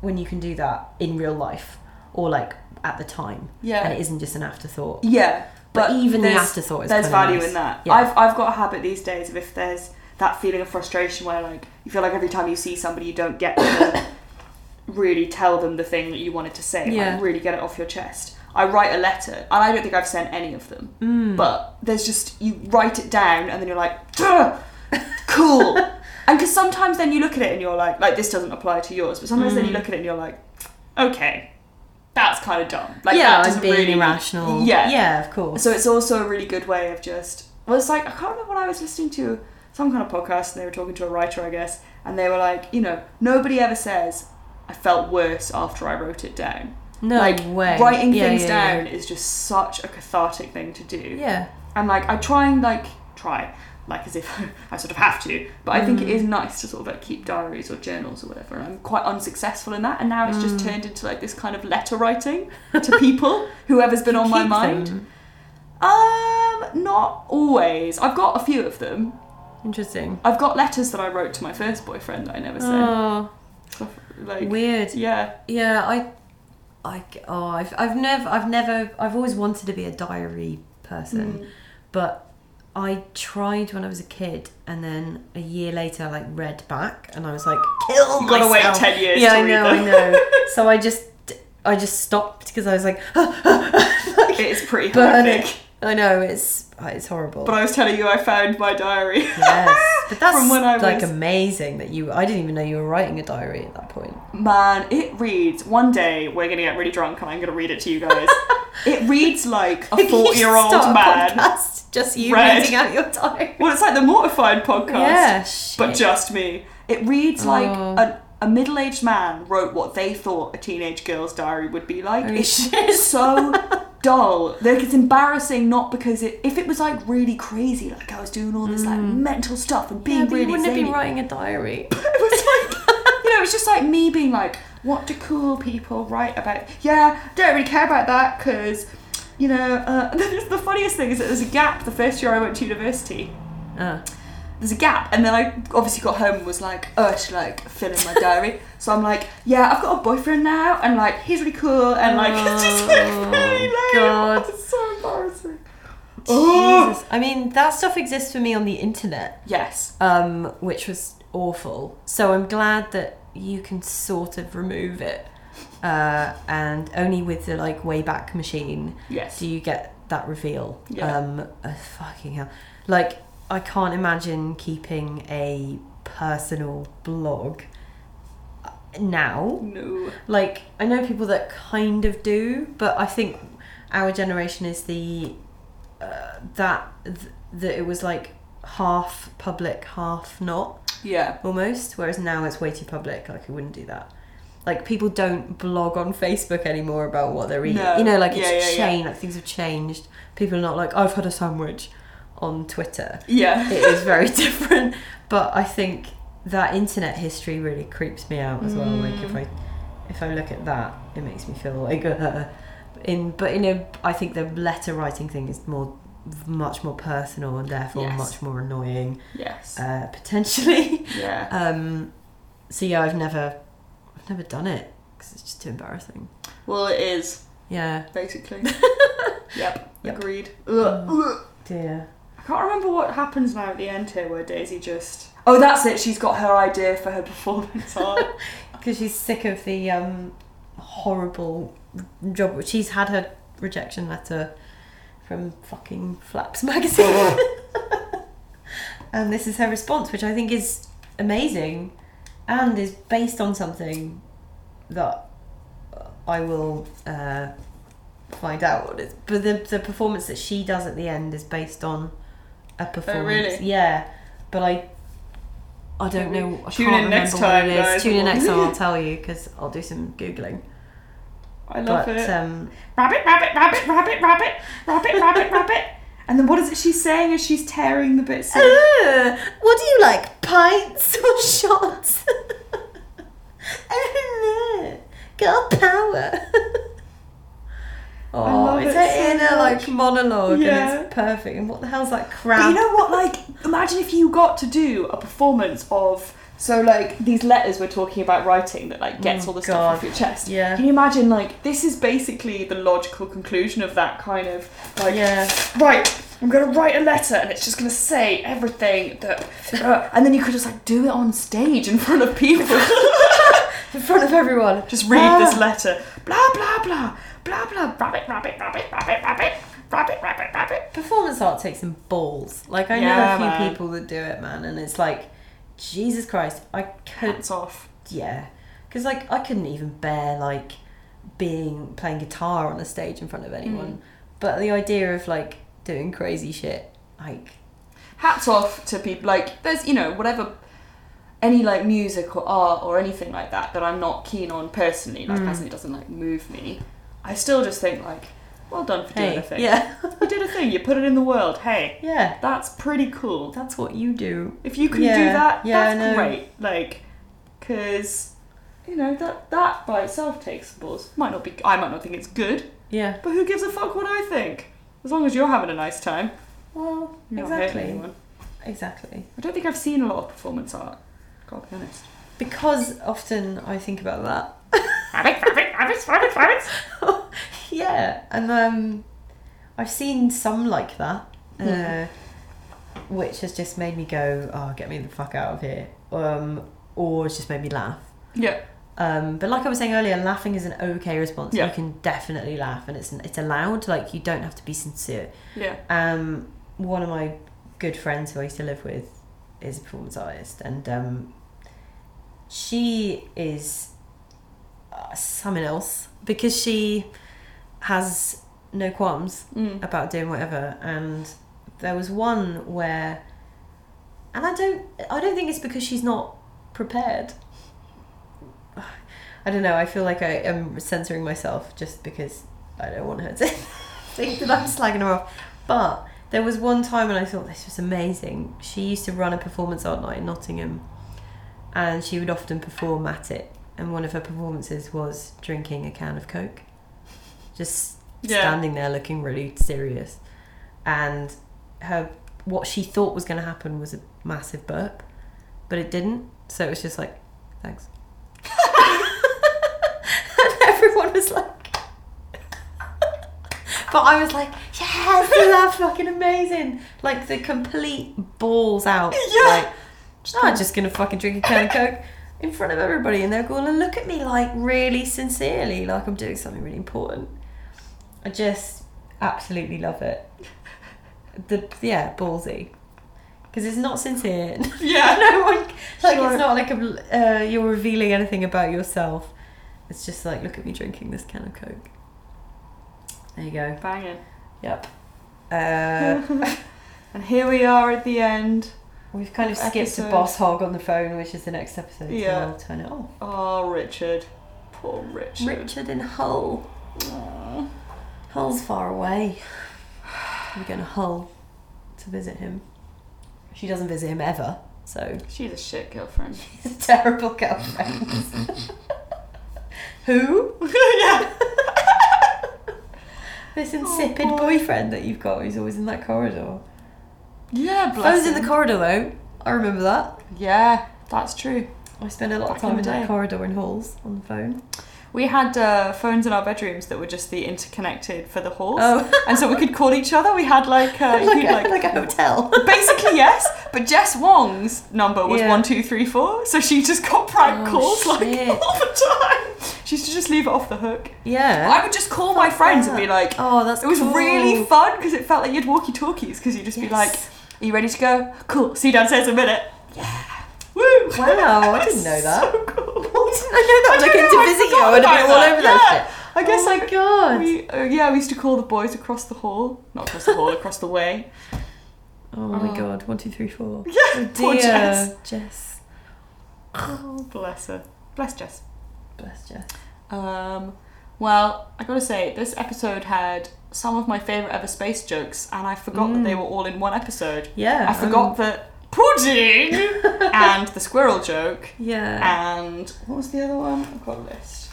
[SPEAKER 1] when you can do that in real life or like at the time,
[SPEAKER 2] Yeah.
[SPEAKER 1] and it isn't just an afterthought.
[SPEAKER 2] Yeah,
[SPEAKER 1] But even the
[SPEAKER 2] there's-
[SPEAKER 1] afterthought is
[SPEAKER 2] there's
[SPEAKER 1] kinda
[SPEAKER 2] value
[SPEAKER 1] nice.
[SPEAKER 2] in that.
[SPEAKER 1] Yeah.
[SPEAKER 2] I've I've got a habit these days of if there's that feeling of frustration where like you feel like every time you see somebody you don't get to really tell them the thing that you wanted to say,
[SPEAKER 1] Yeah.
[SPEAKER 2] like really get it off your chest. I write a letter, and I don't think I've sent any of them.
[SPEAKER 1] Mm.
[SPEAKER 2] But there's just you write it down, and then you're like, "Duh, cool. and because sometimes then you look at it and you're like, like this doesn't apply to yours, but sometimes
[SPEAKER 1] Mm.
[SPEAKER 2] then you look at it and you're like, okay, that's kind of dumb. Like
[SPEAKER 1] yeah,
[SPEAKER 2] that
[SPEAKER 1] I'm
[SPEAKER 2] doesn't
[SPEAKER 1] being
[SPEAKER 2] really
[SPEAKER 1] irrational.
[SPEAKER 2] Yeah,
[SPEAKER 1] yeah, of course.
[SPEAKER 2] so it's also a really good way of just. Well, it's like I can't remember what I was listening to some kind of podcast, and they were talking to a writer, I guess, and they were like, you know, nobody ever says I felt worse after I wrote it down.
[SPEAKER 1] No
[SPEAKER 2] like
[SPEAKER 1] way.
[SPEAKER 2] writing
[SPEAKER 1] Yeah,
[SPEAKER 2] things
[SPEAKER 1] yeah, yeah.
[SPEAKER 2] down is just such a cathartic thing to do.
[SPEAKER 1] Yeah,
[SPEAKER 2] And like I try and like try, like as if I sort of have to, but I think it
[SPEAKER 1] Mm.
[SPEAKER 2] is nice to sort of like keep diaries or journals or whatever. And I'm quite unsuccessful in that, and now it's
[SPEAKER 1] Mm.
[SPEAKER 2] just turned into like this kind of letter writing to people, whoever's been on my
[SPEAKER 1] Keep
[SPEAKER 2] mind.
[SPEAKER 1] them.
[SPEAKER 2] Um, not always. I've got a few of them.
[SPEAKER 1] Interesting.
[SPEAKER 2] I've got letters that I wrote to my first boyfriend that I never sent.
[SPEAKER 1] Oh,
[SPEAKER 2] Stuff like
[SPEAKER 1] weird.
[SPEAKER 2] yeah,
[SPEAKER 1] Yeah, I, I, oh, I've, I've never, I've never, I've always wanted to be a diary person,
[SPEAKER 2] Hmm.
[SPEAKER 1] but I tried when I was a kid, and then a year later, I like read back, and I was like, kill
[SPEAKER 2] You gotta wait
[SPEAKER 1] myself.
[SPEAKER 2] 10 years
[SPEAKER 1] Yeah,
[SPEAKER 2] to
[SPEAKER 1] I
[SPEAKER 2] read
[SPEAKER 1] know,
[SPEAKER 2] them.
[SPEAKER 1] I know. So I just, I just stopped because I was like, like,
[SPEAKER 2] it's pretty
[SPEAKER 1] burn
[SPEAKER 2] horrific.
[SPEAKER 1] it. I know it's, oh, it's horrible.
[SPEAKER 2] But I was telling you, I found my diary.
[SPEAKER 1] yes, but that's
[SPEAKER 2] From when I
[SPEAKER 1] like
[SPEAKER 2] was-
[SPEAKER 1] amazing that you. I didn't even know you were writing a diary at that point.
[SPEAKER 2] Man, it reads. One day we're gonna get really drunk, and I'm gonna read it to you guys. it reads like a
[SPEAKER 1] You should start
[SPEAKER 2] forty-year-old
[SPEAKER 1] a
[SPEAKER 2] man.
[SPEAKER 1] podcast, just you
[SPEAKER 2] read.
[SPEAKER 1] reading out your diary.
[SPEAKER 2] Well, it's like the Mortified podcast,
[SPEAKER 1] Yeah, shit.
[SPEAKER 2] but just me. It reads like
[SPEAKER 1] Oh.
[SPEAKER 2] an, a middle-aged man wrote what they thought a teenage girl's diary would be like. it's so dull. Like it's embarrassing, not because it. If it was like really crazy, like I was doing all this like mental stuff and
[SPEAKER 8] Mm.
[SPEAKER 2] being
[SPEAKER 8] Yeah, but
[SPEAKER 2] really
[SPEAKER 8] you wouldn't have
[SPEAKER 2] zany.
[SPEAKER 8] been writing a diary.
[SPEAKER 2] It was like, you know, it's just like me being like, what do cool people write about? Yeah, don't really care about that because, you know, uh, the funniest thing is that there's a gap the first year I went to university.
[SPEAKER 1] Uh.
[SPEAKER 2] There's a gap, and then I obviously got home and was like, oh, I should like fill in my diary. so I'm like, yeah, I've got a boyfriend now, and like, he's really cool, and like, it's just like really lame.
[SPEAKER 8] God.
[SPEAKER 2] It's so embarrassing.
[SPEAKER 1] Jesus. I mean, that stuff exists for me on the internet,
[SPEAKER 2] Yes.
[SPEAKER 1] um, which was awful. So I'm glad that you can sort of remove it. Uh, and only with the like Wayback Machine
[SPEAKER 2] Yes.
[SPEAKER 1] do you get that reveal.
[SPEAKER 2] Yeah.
[SPEAKER 1] Um, oh, fucking hell. Like, I can't imagine keeping a personal blog uh, now
[SPEAKER 2] No.
[SPEAKER 1] like I know people that kind of do, but I think our generation is the uh, that th- that it was like half public, half not
[SPEAKER 2] Yeah.
[SPEAKER 1] almost. Whereas now it's way too public. Like I wouldn't do that. Like people don't blog on Facebook anymore about what they're eating.
[SPEAKER 2] No.
[SPEAKER 1] You know, like it's
[SPEAKER 2] Yeah, yeah, yeah.
[SPEAKER 1] changed. Like things have changed. People are not like I've had a sandwich on Twitter
[SPEAKER 2] Yeah.
[SPEAKER 1] it is very different. But I think that internet history really creeps me out as well. Like
[SPEAKER 2] Mm.
[SPEAKER 1] if I if I look at that, it makes me feel like uh, in but in a I think the letter writing thing is more much more personal and therefore
[SPEAKER 2] Yes.
[SPEAKER 1] much more annoying
[SPEAKER 2] Yes.
[SPEAKER 1] uh, potentially.
[SPEAKER 2] Yeah.
[SPEAKER 1] Um, so yeah, I've never I've never done it because it's just too embarrassing.
[SPEAKER 2] Well, it is.
[SPEAKER 1] Yeah,
[SPEAKER 2] basically. yep, Mm.
[SPEAKER 1] Yep.
[SPEAKER 2] agreed. Ugh. Ugh.
[SPEAKER 1] dear.
[SPEAKER 2] I can't remember what happens now at the end here where Daisy just. Oh, that's it, she's got her idea for her performance art.
[SPEAKER 1] Because she's sick of the um, horrible job. She's had her rejection letter from fucking Flaps magazine. and this is her response, which I think is amazing and is based on something that I will uh, find out what it is. But the, the performance that she does at the end is based on a performance.
[SPEAKER 2] really?
[SPEAKER 1] Yeah. But I. I don't know. I
[SPEAKER 2] Tune
[SPEAKER 1] can't
[SPEAKER 2] in
[SPEAKER 1] remember
[SPEAKER 2] next
[SPEAKER 1] what
[SPEAKER 2] time,
[SPEAKER 1] it is.
[SPEAKER 2] guys.
[SPEAKER 1] Tune in next time. I'll tell you because I'll do some googling.
[SPEAKER 2] I love
[SPEAKER 1] but
[SPEAKER 2] it.
[SPEAKER 1] um,
[SPEAKER 2] rabbit, rabbit, rabbit, rabbit, rabbit, rabbit, rabbit, rabbit. And then what is it she's saying as she's tearing the bits? of-
[SPEAKER 1] "Ugh, Uh, what do you like, pints or shots? oh no, girl power. Oh,
[SPEAKER 2] love
[SPEAKER 1] it's
[SPEAKER 2] it
[SPEAKER 1] her
[SPEAKER 2] so
[SPEAKER 1] inner like
[SPEAKER 2] much.
[SPEAKER 1] monologue,
[SPEAKER 2] Yeah.
[SPEAKER 1] and it's perfect. And what the hell's that
[SPEAKER 2] But
[SPEAKER 1] crap?
[SPEAKER 2] you know what? Like, imagine if you got to do a performance of so like these letters we're talking about writing that like gets all the stuff
[SPEAKER 1] God.
[SPEAKER 2] off your chest.
[SPEAKER 1] Yeah.
[SPEAKER 2] Can you imagine? Like, this is basically the logical conclusion of that kind of like.
[SPEAKER 1] Yeah.
[SPEAKER 2] Right. I'm gonna write a letter, and it's just gonna say everything that, uh, and then you could just like do it on stage in front of people.
[SPEAKER 1] in front of everyone.
[SPEAKER 2] just read
[SPEAKER 1] Ah.
[SPEAKER 2] this letter. Blah blah blah blah blah. Rabbit rabbit rabbit rabbit rabbit rabbit rabbit rabbit.
[SPEAKER 1] performance art takes some balls. Like I know
[SPEAKER 2] Yeah,
[SPEAKER 1] a few
[SPEAKER 2] man.
[SPEAKER 1] people that do it, man, and it's like, Jesus Christ, I could
[SPEAKER 2] Hats off.
[SPEAKER 1] yeah because like i couldn't even bear like being playing guitar on a stage in front of
[SPEAKER 2] Mm.
[SPEAKER 1] anyone but the idea of like doing crazy shit like
[SPEAKER 2] hats off to people like there's you know whatever any like music or art or anything like that that I'm not keen on personally
[SPEAKER 1] Mm.
[SPEAKER 2] like personally doesn't like move me I still just think like well done for doing
[SPEAKER 1] hey
[SPEAKER 2] a thing
[SPEAKER 1] yeah
[SPEAKER 2] you did a thing you put it in the world hey
[SPEAKER 1] yeah
[SPEAKER 2] that's pretty cool
[SPEAKER 1] that's what you do
[SPEAKER 2] if you can do
[SPEAKER 1] Yeah,
[SPEAKER 2] that
[SPEAKER 1] yeah, I know.
[SPEAKER 2] that's great like because you know that that by itself takes some balls might not be I might not think it's good
[SPEAKER 1] yeah
[SPEAKER 2] but who gives a fuck what I think as long as you're having a nice time
[SPEAKER 1] well
[SPEAKER 2] you're not hurting
[SPEAKER 1] exactly
[SPEAKER 2] anyone
[SPEAKER 1] exactly
[SPEAKER 2] I don't think I've seen a lot of performance art gotta be honest
[SPEAKER 1] because often i think about that
[SPEAKER 2] Rabbit, rabbit, rabbit, rabbit, rabbit.
[SPEAKER 1] yeah, and um, I've seen some like that,
[SPEAKER 2] Hmm.
[SPEAKER 1] uh, which has just made me go, "Oh, get me the fuck out of here," um, or it's just made me laugh.
[SPEAKER 2] Yeah.
[SPEAKER 1] Um, but like I was saying earlier, laughing is an okay response.
[SPEAKER 2] Yeah.
[SPEAKER 1] You can definitely laugh, and it's it's allowed. Like you don't have to be sincere.
[SPEAKER 2] Yeah.
[SPEAKER 1] Um, one of my good friends who I used to live with is a performance artist, and um, she is uh, someone else because she has no qualms
[SPEAKER 2] Mm.
[SPEAKER 1] about doing whatever. And there was one where, and I don't, I don't think it's because she's not prepared. I don't know. I feel like I am censoring myself just because I don't want her to think that I'm slagging her off. But there was one time when I thought this was amazing. She used to run a performance art night in Nottingham, and she would often perform at it. And one of her performances was drinking a can of Coke, just
[SPEAKER 2] Yeah.
[SPEAKER 1] standing there looking really serious. And her what she thought was going to happen was a massive burp, but it didn't. So it was just like, thanks. and everyone was like, but I was like, yes, isn't that fucking amazing? Like the complete balls out. Yeah. Like, I'm just gonna fucking drink a can of coke in front of everybody, and they're going to look at me like really sincerely, like I'm doing something really important. I just absolutely love it. The yeah, ballsy. Because it's not sincere.
[SPEAKER 2] Yeah.
[SPEAKER 1] no one, like it's not like a, uh, you're revealing anything about yourself. It's just like, look at me drinking this can of coke. There you go.
[SPEAKER 2] Banging.
[SPEAKER 1] Yep. Uh,
[SPEAKER 2] And here we are at the end.
[SPEAKER 1] we've kind of skipped to
[SPEAKER 2] Episode.
[SPEAKER 1] Boss Hog on the phone, which is the next episode. So
[SPEAKER 2] Yeah.
[SPEAKER 1] I'll turn it off.
[SPEAKER 2] Oh, Richard. Poor Richard.
[SPEAKER 1] Richard in Hull.
[SPEAKER 2] Aw.
[SPEAKER 1] Hull's far away. We're going to Hull to visit him. She doesn't visit him ever, so
[SPEAKER 2] She's a shit girlfriend.
[SPEAKER 1] she's a terrible girlfriend. Who?
[SPEAKER 2] yeah.
[SPEAKER 1] This
[SPEAKER 2] Oh,
[SPEAKER 1] insipid boyfriend that you've got who's always in that corridor.
[SPEAKER 2] Yeah, bless
[SPEAKER 1] Phone's in the
[SPEAKER 2] him.
[SPEAKER 1] corridor though. I remember that.
[SPEAKER 2] Yeah, that's true.
[SPEAKER 1] I spend a lot
[SPEAKER 2] Back
[SPEAKER 1] of
[SPEAKER 2] in
[SPEAKER 1] time
[SPEAKER 2] the
[SPEAKER 1] in that
[SPEAKER 2] day.
[SPEAKER 1] corridor in halls on the phone.
[SPEAKER 2] We had uh, phones in our bedrooms that were just the interconnected for the halls.
[SPEAKER 1] Oh.
[SPEAKER 2] And so we could call each other. We had like, uh,
[SPEAKER 1] like,
[SPEAKER 2] you'd,
[SPEAKER 1] a,
[SPEAKER 2] like,
[SPEAKER 1] like, a hotel.
[SPEAKER 2] basically yes, but Jess Wong's number was
[SPEAKER 1] Yeah.
[SPEAKER 2] one two three four, so she just got prank
[SPEAKER 1] Oh,
[SPEAKER 2] calls
[SPEAKER 1] shit.
[SPEAKER 2] like all the time. She used to just leave it off the hook.
[SPEAKER 1] yeah.
[SPEAKER 2] I would just call my friends and be like,
[SPEAKER 1] Oh, that's
[SPEAKER 2] it was
[SPEAKER 1] cool.
[SPEAKER 2] really fun because it felt like you'd walkie talkies because you'd just
[SPEAKER 1] Yes.
[SPEAKER 2] be like, are you ready to go? Cool. See you downstairs in a minute. Yeah. Woo.
[SPEAKER 1] Wow, I didn't know that.
[SPEAKER 2] so cool.
[SPEAKER 1] I know that was like
[SPEAKER 2] don't
[SPEAKER 1] a
[SPEAKER 2] know, I
[SPEAKER 1] visit you.
[SPEAKER 2] forgot
[SPEAKER 1] I would have
[SPEAKER 2] about
[SPEAKER 1] been all
[SPEAKER 2] that.
[SPEAKER 1] over that shit.
[SPEAKER 2] I guess
[SPEAKER 1] oh my
[SPEAKER 2] I
[SPEAKER 1] god.
[SPEAKER 2] We, uh, yeah, we used to call the boys across the hall, not across the hall, across the way.
[SPEAKER 1] Oh my god. One, two, three, four. Oh,
[SPEAKER 2] Yeah, poor Jess.
[SPEAKER 1] Jess.
[SPEAKER 2] Oh, bless her. Bless Jess.
[SPEAKER 1] Bless Jess.
[SPEAKER 2] Um, well, I gotta say, this episode had some of my favourite ever space jokes, and I forgot that they were all in one episode.
[SPEAKER 1] Mm. Yeah. um,
[SPEAKER 2] I forgot that pudding and the squirrel joke
[SPEAKER 1] Yeah.
[SPEAKER 2] and what was the other one? I've got a list.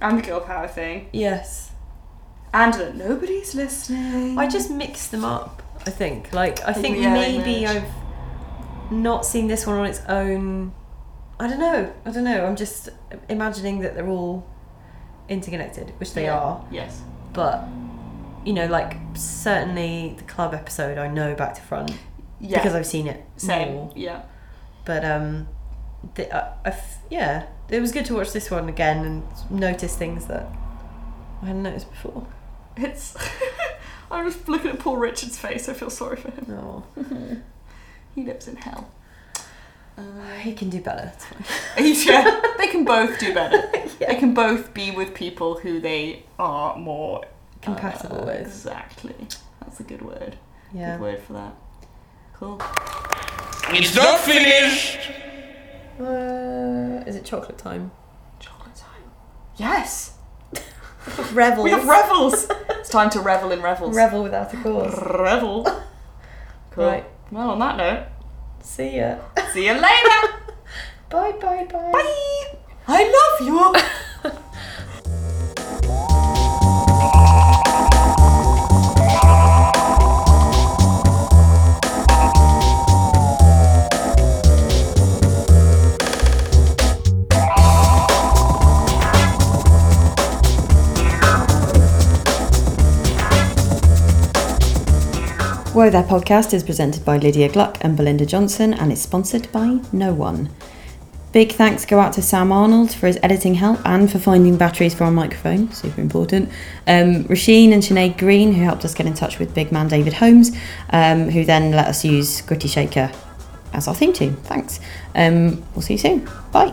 [SPEAKER 2] And the girl power thing.
[SPEAKER 1] yes.
[SPEAKER 2] And that nobody's listening.
[SPEAKER 1] I just mixed them up. I think. Like I think
[SPEAKER 2] Yeah, they
[SPEAKER 1] maybe
[SPEAKER 2] merge.
[SPEAKER 1] I've not seen this one on its own. I don't know. I don't know. I'm just imagining that they're all interconnected, which they are.
[SPEAKER 2] Yes.
[SPEAKER 1] But you know, like certainly the club episode, I know back to front
[SPEAKER 2] Yeah.
[SPEAKER 1] because I've seen it
[SPEAKER 2] Same.
[SPEAKER 1] more.
[SPEAKER 2] Yeah.
[SPEAKER 1] but um the, I I f- yeah it was good to watch this one again and notice things that i hadn't noticed before
[SPEAKER 2] It's. I'm just looking at Paul Richard's face. I feel sorry for him.
[SPEAKER 1] oh
[SPEAKER 2] He lives in hell. Uh,
[SPEAKER 1] he can do better it's fine.
[SPEAKER 2] yeah, they can both do better. They can both be with people who they are more
[SPEAKER 1] compatible
[SPEAKER 2] uh,
[SPEAKER 1] with
[SPEAKER 2] Exactly. That's a good word.
[SPEAKER 1] yeah
[SPEAKER 2] Good word for that. Cool.
[SPEAKER 4] It's not finished.
[SPEAKER 1] uh, is it chocolate time
[SPEAKER 2] Chocolate time. Yes.
[SPEAKER 1] revel
[SPEAKER 2] We have revels. it's time to revel in revels.
[SPEAKER 1] revel without a cause
[SPEAKER 2] Revel. Cool.
[SPEAKER 1] Right.
[SPEAKER 2] Well, on that note,
[SPEAKER 1] see ya
[SPEAKER 2] see you later.
[SPEAKER 1] bye bye bye
[SPEAKER 2] Bye. I love you.
[SPEAKER 9] Whoa There podcast is presented by Lydia Gluck and Belinda Johnson and is sponsored by No One. Big thanks go out to Sam Arnold for his editing help and for finding batteries for our microphone, super important. Um, Rasheen and Sinead Green, who helped us get in touch with big man David Holmes, um, who then let us use Gritty Shaker as our theme tune. Thanks. Um, we'll see you soon. Bye.